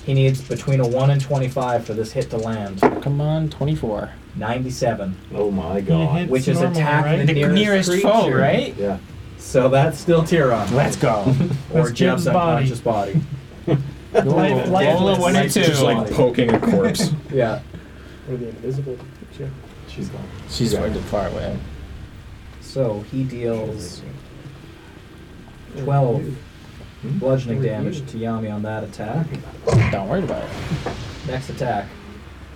S1: He needs between a 1 and 25 for this hit to land.
S5: Come on, 24.
S1: 97,
S3: Oh my
S6: You
S3: god.
S6: hit- It's
S1: which is
S6: normal,
S1: attack
S6: right?
S1: the
S6: The
S1: nearest,
S5: foe,
S1: creature.
S5: right?
S3: Yeah.
S1: So that's still Tyron.
S5: Let's go.
S1: Or
S6: That's
S1: Jeff's
S6: Jim's body.
S1: unconscious body.
S5: Roll-
S6: life-
S5: roll a one or
S1: life-
S5: two.
S2: Just like poking a corpse.
S1: Yeah.
S4: Or the invisible creature.
S3: She's gone.
S5: *laughs* She's fucking far away.
S1: So he deals 12 bludgeoning damage to Yami on that attack.
S5: Don't worry about it.
S1: Next attack.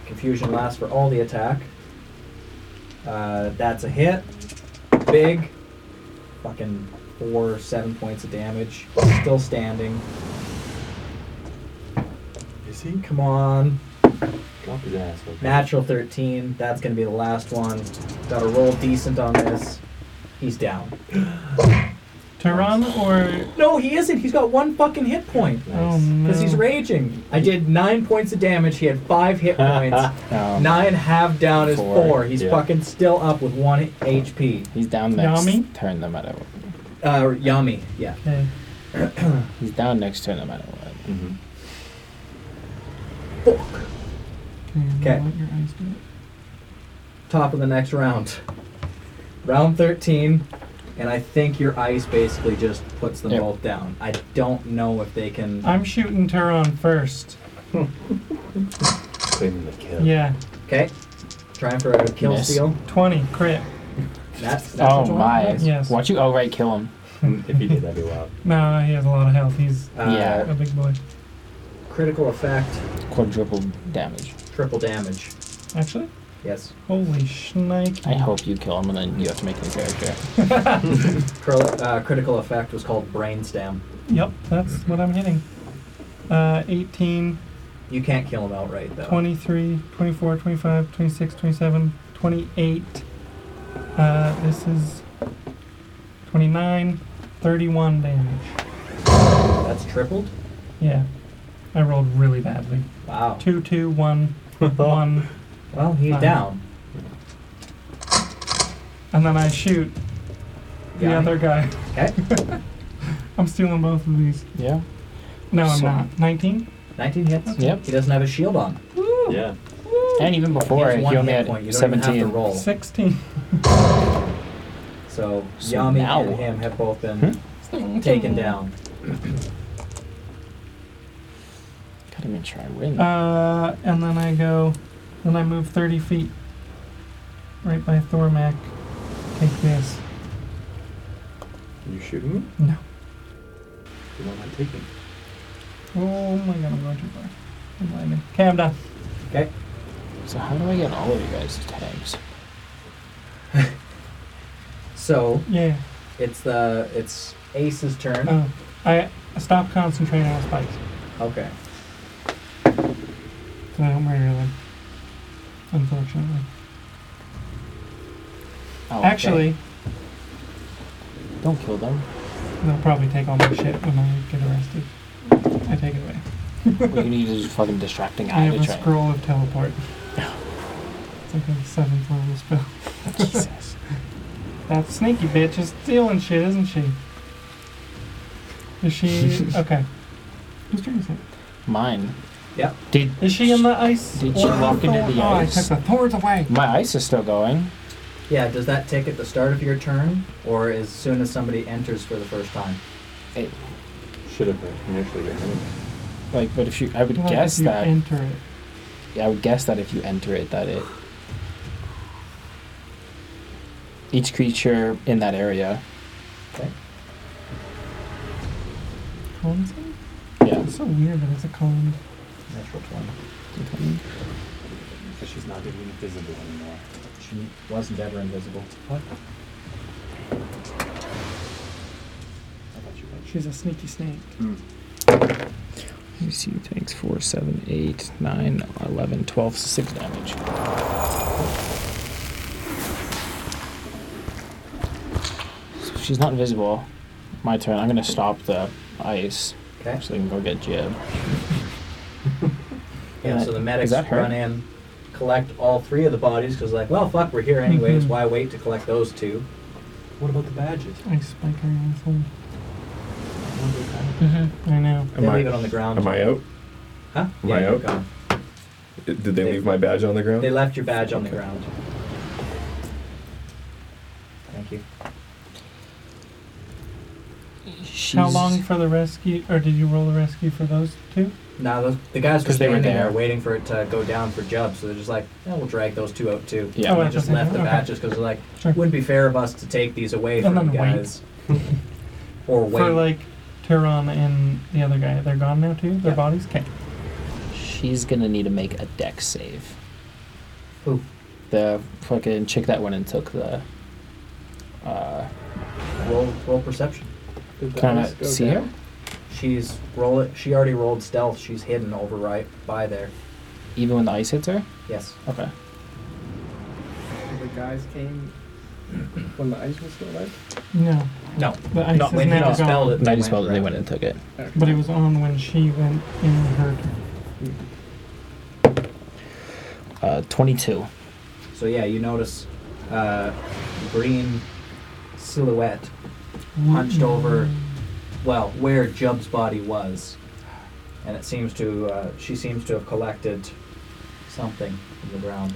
S1: Confusion lasts for all the attack. Uh, that's a hit. Big. Fucking four, seven points of damage. Still standing.
S3: Is he?
S1: Come on.
S3: Drop his ass. okay.
S1: Natural 13. That's going to be the last one. Got to roll decent on this. He's down.
S6: Tehran or
S1: No, he isn't. He's got one fucking hit point.
S6: oh
S3: Nice.
S6: no.
S1: Because he's raging. I did nine points of damage. He had five hit points.
S5: No.
S1: Nine half down is
S5: Four.
S1: four. He's
S3: Yeah.
S1: fucking still up with one HP.
S5: He's down next
S6: Yami?
S5: turn no matter what.
S1: Uh, Yami, yeah.
S6: Okay.
S5: He's down next turn no matter what.
S3: Mhm.
S1: Okay.
S6: Okay. Let your eyes do it.
S1: Top of the next round. Round 13, and I think your ice basically just puts them
S5: Yep.
S1: both down. I don't know if they can.
S6: I'm shooting Tehran first.
S3: Claiming the kill.
S6: Yeah.
S1: Okay. Trying for a kill
S5: Miss.
S1: steal.
S6: Twenty crit.
S1: That's, that's
S5: Oh
S1: what you want?
S5: my.
S6: Yes.
S5: Watch you. Oh, right, kill him.
S3: Mm, if he did, that'd be
S6: *laughs*
S3: wild.
S6: No, he has a lot of health. He's
S1: Uh,
S5: Yeah.
S6: a big boy.
S1: Critical effect,
S5: Quadruple damage.
S1: triple damage.
S6: Actually,
S1: Yes.
S6: holy snake.
S5: I hope you kill him and then you have to make a new character.
S1: Cri- uh, critical effect was called brainstem.
S6: Yep, that's what I'm hitting. Uh, 18,
S1: You can't kill him outright though.
S6: 23, 24, 25, 26, 27, 28. Uh, this is 29, 31 damage.
S1: That's tripled.
S6: Yeah. I rolled really badly.
S1: Wow.
S6: Two,
S1: *laughs*
S6: two, one, one,
S1: Well, he's
S6: Fine.
S1: down.
S6: And then I shoot the
S1: Yami.
S6: other guy.
S1: Okay.
S6: *laughs* I'm stealing both of these.
S5: Yeah.
S6: No, I'm
S5: So-
S6: not. 19?
S1: 19 hits.
S5: Yep.
S1: He doesn't have a shield on.
S3: Yeah.
S5: And even before,
S1: he has
S5: he
S1: one
S5: only
S1: hit point. You
S5: had
S1: don't even have to
S5: 17.
S1: roll.
S6: 16.
S1: So,
S5: So
S1: Yami
S5: now
S1: and
S5: what?
S1: him have both been
S2: Hmm?
S1: taken down.
S5: Gotta make sure I win.
S6: Uh, and then I go, then I move 30 feet. Right by Thormac. Take this.
S3: You shooting me?
S6: No.
S3: You don't mind taking.
S6: Oh my god, I'm going too far. I'm lagging. Okay, I'm done.
S5: so how do I get all of you guys' tags?
S1: So,
S6: Yeah.
S1: It's the it's Ace's turn.
S2: Uh,
S6: Oh, I stopped concentrating on spikes.
S1: Okay.
S6: So I don't murder them. Unfortunately.
S1: Oh,
S6: Actually,
S5: Don't kill them.
S6: they'll probably take all my shit when I get arrested. I take it away.
S5: what you need is a fucking
S6: *laughs*
S5: distracting
S6: I
S5: eye
S6: have
S5: to
S6: a
S5: try.
S6: scroll of teleport. It's like a seventh level spell.
S5: Jesus.
S6: That sneaky bitch is stealing shit, isn't she? Is she okay? Whose turn is it?
S5: Mine.
S1: Yep.
S5: Did
S6: Is she in the uh, ice?
S5: Did
S6: or
S5: she
S6: the
S5: walk into
S6: thorn?
S5: the
S6: oh,
S5: ice?
S6: I took the thorns away.
S5: my ice is still going?
S1: Yeah, does that tick at the start of your turn or as soon as somebody enters for the first time?
S5: It,
S3: Should have been initially been anyway.
S5: like, but if you, I would
S6: Well,
S5: guess
S6: if you
S5: that.
S6: Enter it.
S5: Yeah, I would guess that if you enter it, that it. Each creature in that area.
S6: Colon's
S5: Yeah.
S6: It's so weird that it's a cone.
S1: Natural 20.
S3: Because she's not even visible anymore.
S1: She wasn't ever invisible. What?
S3: I thought she was.
S6: She's a sneaky snake.
S5: You see, takes 4, 7, 8, 9, 11, 12, 6 damage. So she's not visible. My turn. I'm going to stop the ice
S1: Okay.
S5: so they can go get Jib.
S2: uh,
S1: Yeah, so the medics
S5: Is that her?
S1: run in, collect all three of the bodies because, like, well, fuck, we're here anyways.
S2: Mm-hmm.
S6: Mhm.
S1: Why wait to collect those two?
S3: What about the badges?
S6: I spike her asshole.
S3: What
S6: Mm-hmm. I know.
S2: Am
S1: they
S2: I-
S1: leave it on the ground.
S2: Am I out?
S1: Huh?
S2: am
S1: yeah,
S2: I
S1: you're
S2: out?
S1: gone.
S2: Did they
S1: They-
S2: leave my badge on the ground?
S1: They left your badge on the
S2: Okay.
S1: ground. Thank you.
S5: She's,
S6: How long for the rescue? Or did you roll a rescue for those two?
S1: Now those, the guys were
S5: 'Cause they were
S1: standing there.
S5: there.
S1: waiting for it to go down for Jub, so they're just like, yeah, we'll drag those two out too.
S5: Yeah.
S1: And
S6: Oh,
S1: they just
S6: okay.
S1: left the
S6: Okay.
S1: badges because they're like,
S6: Sure.
S1: wouldn't be fair of us to take these away from
S6: And
S1: the
S6: then wait. *laughs*
S1: guys. or wait.
S6: For like Tehran and the other guy, they're gone now too. Their
S1: Yeah.
S6: bodies. Okay.
S5: She's going to need to make a deck save.
S1: Who?
S5: The fucking chick that went and took the. Uh,
S1: roll, roll perception.
S4: Did the
S5: can I
S4: ice go
S5: see
S4: down?
S5: her?
S1: She's roll it. She already rolled stealth. She's hidden over right by there.
S5: Even when the ice hits her?
S1: Yes.
S5: Okay.
S4: The guys came when the ice was still there.
S6: No,
S1: No.
S6: the ice is
S1: when he
S6: now gone.
S1: dispelled it,
S5: I
S1: they
S5: just felt that they
S1: right.
S5: went and took it.
S6: But it was on when she went in her.
S5: Uh, 22.
S1: So yeah, you notice uh, green silhouette hunched over, well, where Jub's body was, and it seems to uh, she seems to have collected something from the ground.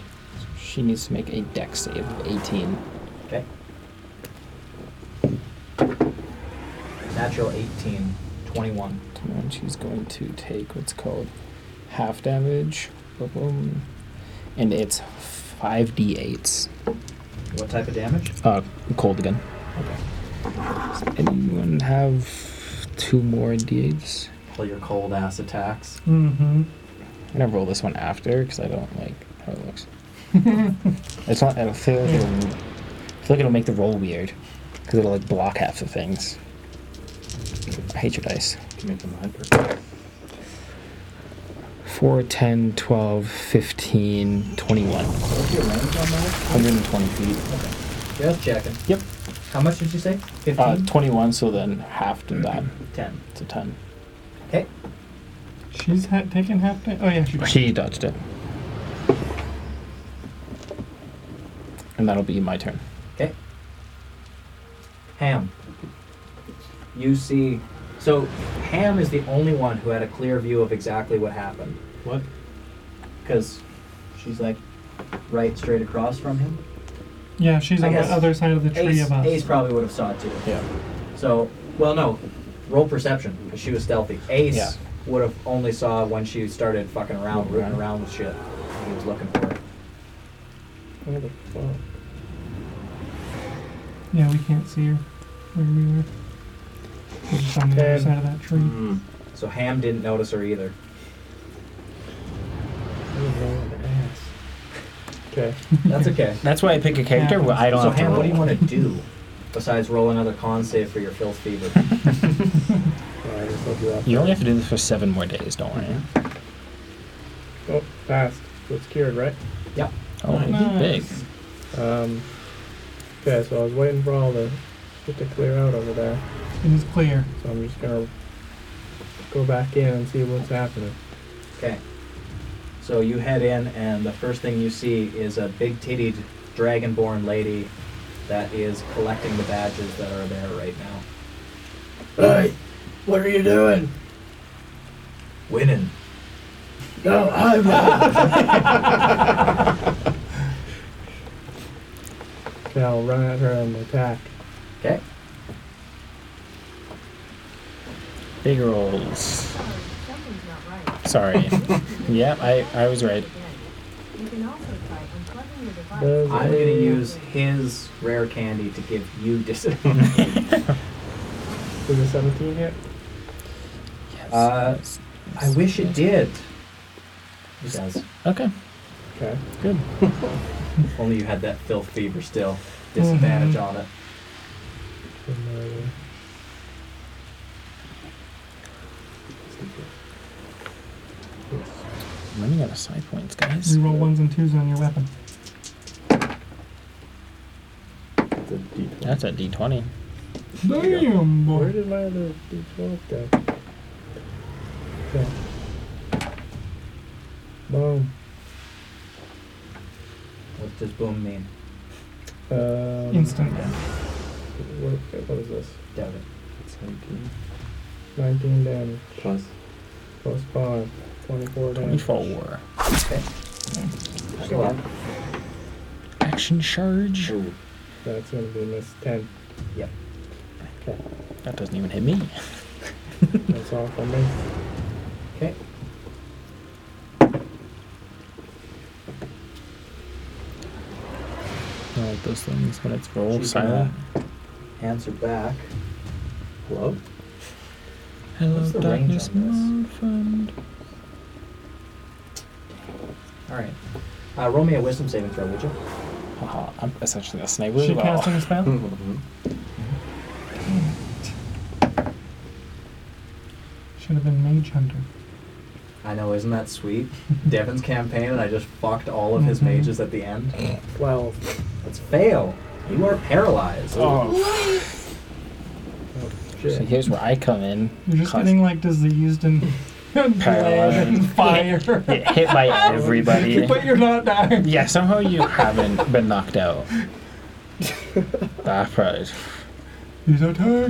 S5: She needs to make a deck save of 18.
S1: Okay. Natural 18, 21.
S5: And she's going to take what's called half damage. Boom, boom. And it's 5d8s.
S1: What type of damage?
S5: Uh, cold again.
S1: Okay.
S5: Does anyone have two more d8s?
S1: All your cold ass attacks.
S6: Mm-hmm.
S5: I'm gonna roll this one after because I don't like how it *laughs* looks. it's not. I feel like it'll, I feel like it'll make the roll weird because it'll like block half the things. I hate your dice.
S3: To make them hyper.
S5: 4, 10, 12, 15, 21.
S3: What's your range on that?
S5: 120 feet.
S1: Just checking.
S5: Yep.
S1: How much did you say? 15?
S5: Uh, 21, so then half to that.
S1: 10.
S5: It's a 10.
S1: Okay.
S6: She's ha- taken half day. Oh yeah, she
S5: He dodged it. And that'll be my turn.
S1: Okay. Ham. You see. So, Ham is the only one who had a clear view of exactly what happened.
S3: What?
S1: Because she's like right straight across from him.
S6: Yeah, she's
S1: I
S6: on the
S1: guess
S6: other side of the tree
S1: Ace,
S6: of us.
S1: Ace probably would have saw it too.
S5: Yeah.
S1: So, well, no. Roll perception, because she was stealthy. Ace
S5: Yeah.
S1: would have only saw when she started fucking around,
S5: Looking
S1: rooting
S5: around.
S1: around with shit. He was looking for it.
S4: Where the fuck?
S6: Yeah, we can't see her where we were. We're just on the other
S4: Ten.
S6: side of that tree.
S3: Mm.
S1: So, Ham didn't notice her either.
S4: Okay.
S1: That's okay.
S5: That's why I pick a character where I don't
S1: so,
S6: *laughs*
S5: have to
S1: Ham,
S5: roll.
S1: what do you want to do? Besides, roll another con save for your filth fever.
S4: All right, let's do that.
S5: You only have to do this for seven more days, don't worry.
S4: Oh, fast. So it's cured, right?
S5: Oh, it'd be big.
S6: Nice.
S4: Um, okay, so I was waiting for all the shit to clear out over there.
S6: It is clear.
S4: So I'm just gonna go back in and see what's happening.
S1: Okay. So you head in, and the first thing you see is a big titted dragonborn lady that is collecting the badges that are there right now.
S11: Hey, what are you doing?
S1: Winning.
S11: No, I'm
S4: Okay, I'll run at her and attack.
S1: Okay.
S5: Big rolls.
S13: Something's not right.
S1: *laughs*
S5: Sorry. yeah, I, I was right.
S13: You can also try unplugging your device.
S4: Those
S1: I'm gonna use his rare candy to give you *laughs* disadvantage.
S4: Is it 17 yet?
S1: Uh, I wish it did. He does.
S5: Okay,
S4: Okay.
S5: good.
S1: If Only you had that filth fever still. Disadvantage on it.
S4: And, uh,
S5: I'm running out of side points, guys.
S6: You roll ones and twos on your weapon.
S3: It's a deep one.
S5: That's a d20.
S6: Damn,
S4: Where
S6: boy.
S4: did my other D12 go? Okay. Boom.
S1: What does boom mean?
S4: Um,
S6: Instant death.
S4: What, what is this?
S1: Doubt it.
S3: It's 19
S4: 19 damage
S3: plus.
S4: plus 5. 24 damage.
S5: 24.
S1: Go on.
S5: Action charge.
S4: That's going to be miss 10.
S5: That doesn't even hit me.
S4: That's all for me.
S1: Okay.
S5: I like those things when it's roll
S1: She's
S5: silent.
S1: Hands are back.
S3: Hello?
S5: Hello,
S1: What's the range
S5: darkness,
S1: on this?
S5: my friend.
S1: All right. Uh, roll me a wisdom saving throw, would you?
S5: Haha, I'm essentially a sniper
S6: She
S5: as well.
S6: casting a spell? Should have been Mage Hunter.
S1: I know, isn't that sweet? Devin's campaign, and I just fucked all of his
S6: Mhm.
S1: mages at the end.
S4: 12.
S1: Let's fail. You are paralyzed.
S5: Oh,
S4: Shit.
S5: so here's where I come in.
S6: You're just
S5: Cause-
S6: getting like diseased *laughs* and blood and fire. *laughs*
S5: Get *laughs* hit by everybody.
S6: but you're not dying.
S5: yeah, somehow you haven't been knocked out. Ah, probably.
S6: He's not dying.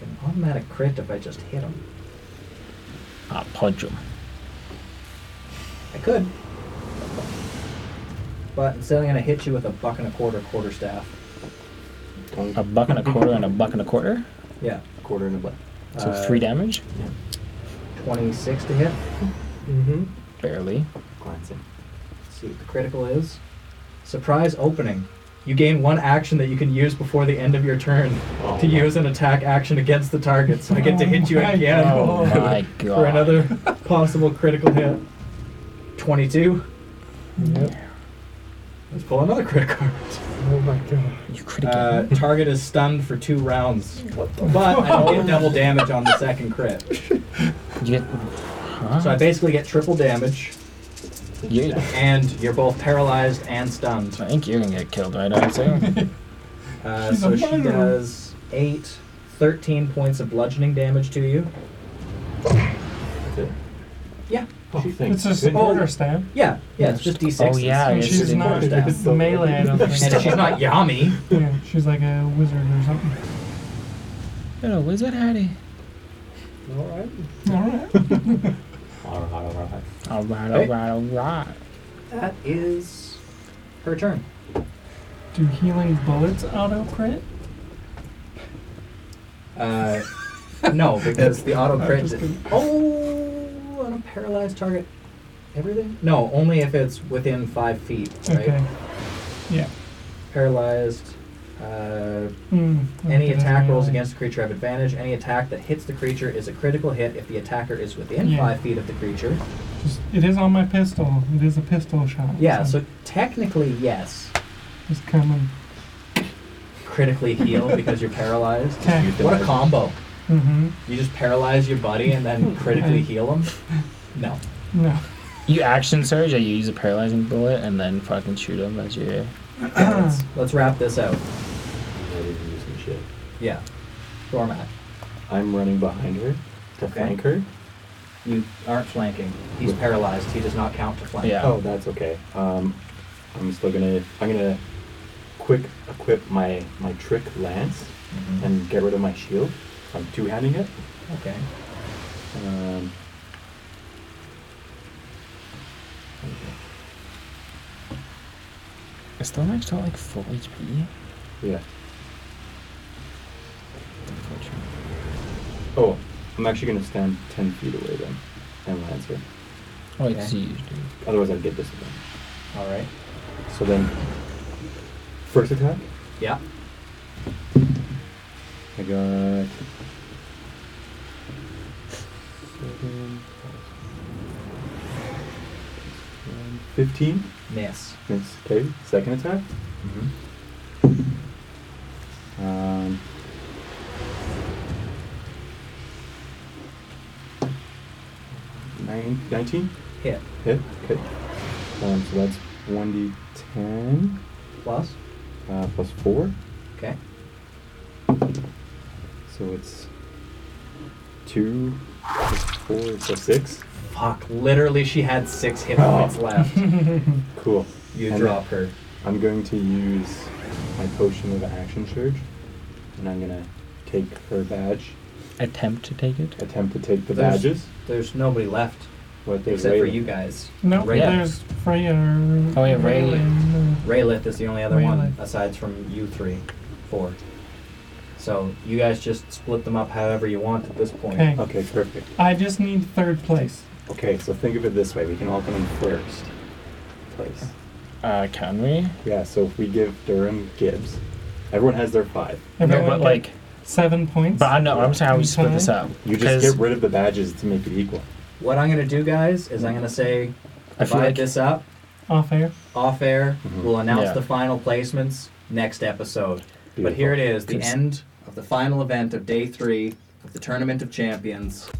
S1: An automatic crit if I just hit him.
S5: I'll punch him.
S1: I could. But instead, I'm going to hit you with a buck and a quarter quarter staff.
S5: A buck and a quarter and a buck and a quarter.
S1: Yeah.
S3: Quarter and a butt.
S5: So
S1: Uh,
S5: three damage?
S1: 26 to hit.
S4: Mm-hmm.
S5: Barely.
S3: Glancing.
S1: see what the critical is. Surprise opening. You gain one action that you can use before the end of your turn
S3: Oh,
S1: to use an attack action against the target. So I get to hit you
S6: Oh my
S1: again
S5: Oh my
S1: *laughs*
S5: god.
S1: for another possible critical hit. 22.
S4: Yep.
S1: Let's pull another crit card.
S4: Oh my god.
S5: You crit again.
S1: Uh, target is stunned for two rounds, but I don't get double damage on the second crit.
S5: you get. Huh?
S1: So I basically get triple damage,
S5: you,
S1: and you're both paralyzed and stunned.
S5: I think you're gonna get killed right now, too.
S1: Uh,
S6: She's
S1: so
S6: a
S1: she
S6: murderer.
S1: does 8, 13 points of bludgeoning damage to you.
S3: That's it.
S1: Yeah.
S3: Oh, thanks.
S6: It's just a
S3: goodness.
S6: quarter stab.
S1: Yeah, yeah, it's just d6.
S5: Oh, yeah,
S6: And
S5: it's
S6: she's
S5: just
S6: not
S1: quarter
S6: it's melee. I
S1: And
S6: don't
S1: if
S6: think.
S1: she's *laughs* not Yami,
S6: yeah, she's like a wizard or something.
S5: You're a wizard, Hattie.
S4: All right.
S6: All right.
S3: All right, all right.
S5: Alright,
S1: Hey.
S5: alright, alright.
S1: that is her turn.
S6: Do healing bullets auto crit?
S1: *laughs* Uh, no, because the auto crit. Oh, on a paralyzed target. Everything? No, only if it's within five feet, right?
S6: Okay. Yeah.
S1: Paralyzed. Uh,
S6: Mm,
S1: any
S6: that
S1: attack
S6: doesn't
S1: rolls
S6: really-
S1: against the creature have advantage. Any attack that hits the creature is a critical hit if the attacker is within
S6: Yeah.
S1: five feet of the creature.
S6: Just, it is on my pistol. It is a pistol shot.
S1: Yeah, so technically, yes.
S6: It's coming.
S1: critically heal because you're paralyzed.
S6: Okay.
S1: What a combo!
S6: Mm-hmm.
S1: You just paralyze your buddy and then critically heal him. No,
S6: No.
S5: You action surge, or you use a paralyzing bullet and then fucking shoot him as you.
S1: Yeah, let's, let's wrap this out.
S3: I didn't use some shit.
S1: Yeah, doormat.
S3: I'm running behind her to
S1: Okay.
S3: flank her.
S1: You aren't flanking. He's paralyzed. He does not count to flank.
S5: Yeah.
S3: Oh, that's okay. Um, I'm still gonna. I'm gonna quick equip my my trick lance
S1: Mhm.
S3: and get rid of my shield. I'm two handing it.
S1: Okay.
S3: Um,
S5: Is Thormax not like full HP?
S3: yeah.
S5: Unfortunately.
S3: Oh, I'm actually gonna stand ten feet away then and lance her.
S5: Oh, it's
S1: Okay.
S5: you, dude.
S3: Otherwise, I'd get disadvantage.
S1: All right.
S3: So then, first attack.
S1: Yeah.
S3: I got. Fifteen.
S1: Miss.
S3: Miss. Okay. Second attack.
S1: Mm-hmm.
S3: Um, nine, 19?
S1: Hit.
S3: Hit. Okay. Um, so that's one d ten
S1: Plus.
S3: uh, plus four.
S1: Okay.
S3: So it's two plus four plus six.
S1: Fuck. Literally, she had six hit
S3: Oh.
S1: points
S6: *laughs*
S1: left.
S3: Cool.
S1: You
S3: And
S1: drop her.
S3: I'm going to use my potion of action surge, and I'm gonna take her badge.
S5: Attempt to take it?
S3: Attempt to take the
S1: There's-
S3: badges.
S1: There's nobody left
S3: What they
S1: except for
S3: waited.
S1: you guys.
S6: No,
S1: Right.
S6: there's Freya. Oh,
S5: yeah, Ray.
S1: Raylith is the only other one
S6: Raylith.
S1: aside from you three, four. So you guys just split them up however you want at this point.
S6: Okay.
S3: Okay, perfect.
S6: I just need third place.
S3: Okay, so think of it this way: we can all come in first place.
S5: Uh, can we?
S3: Yeah. So if we give Durham Gibbs, everyone has their five.
S5: No,
S6: Everyone
S5: but
S6: get
S5: like,
S6: seven points.
S5: but I know, I'm saying how we split this up.
S3: You just get
S5: because
S3: rid of the badges to make it equal.
S1: What I'm gonna do, guys, is I'm gonna say
S5: I feel
S1: divide
S5: like-
S1: this up
S6: off air.
S1: off air.
S3: Mhm.
S1: We'll announce
S5: Yeah.
S1: the final placements next episode. But
S3: Beautiful.
S1: here it is, the
S5: Cons-
S1: end of the final event of day three of the Tournament of Champions.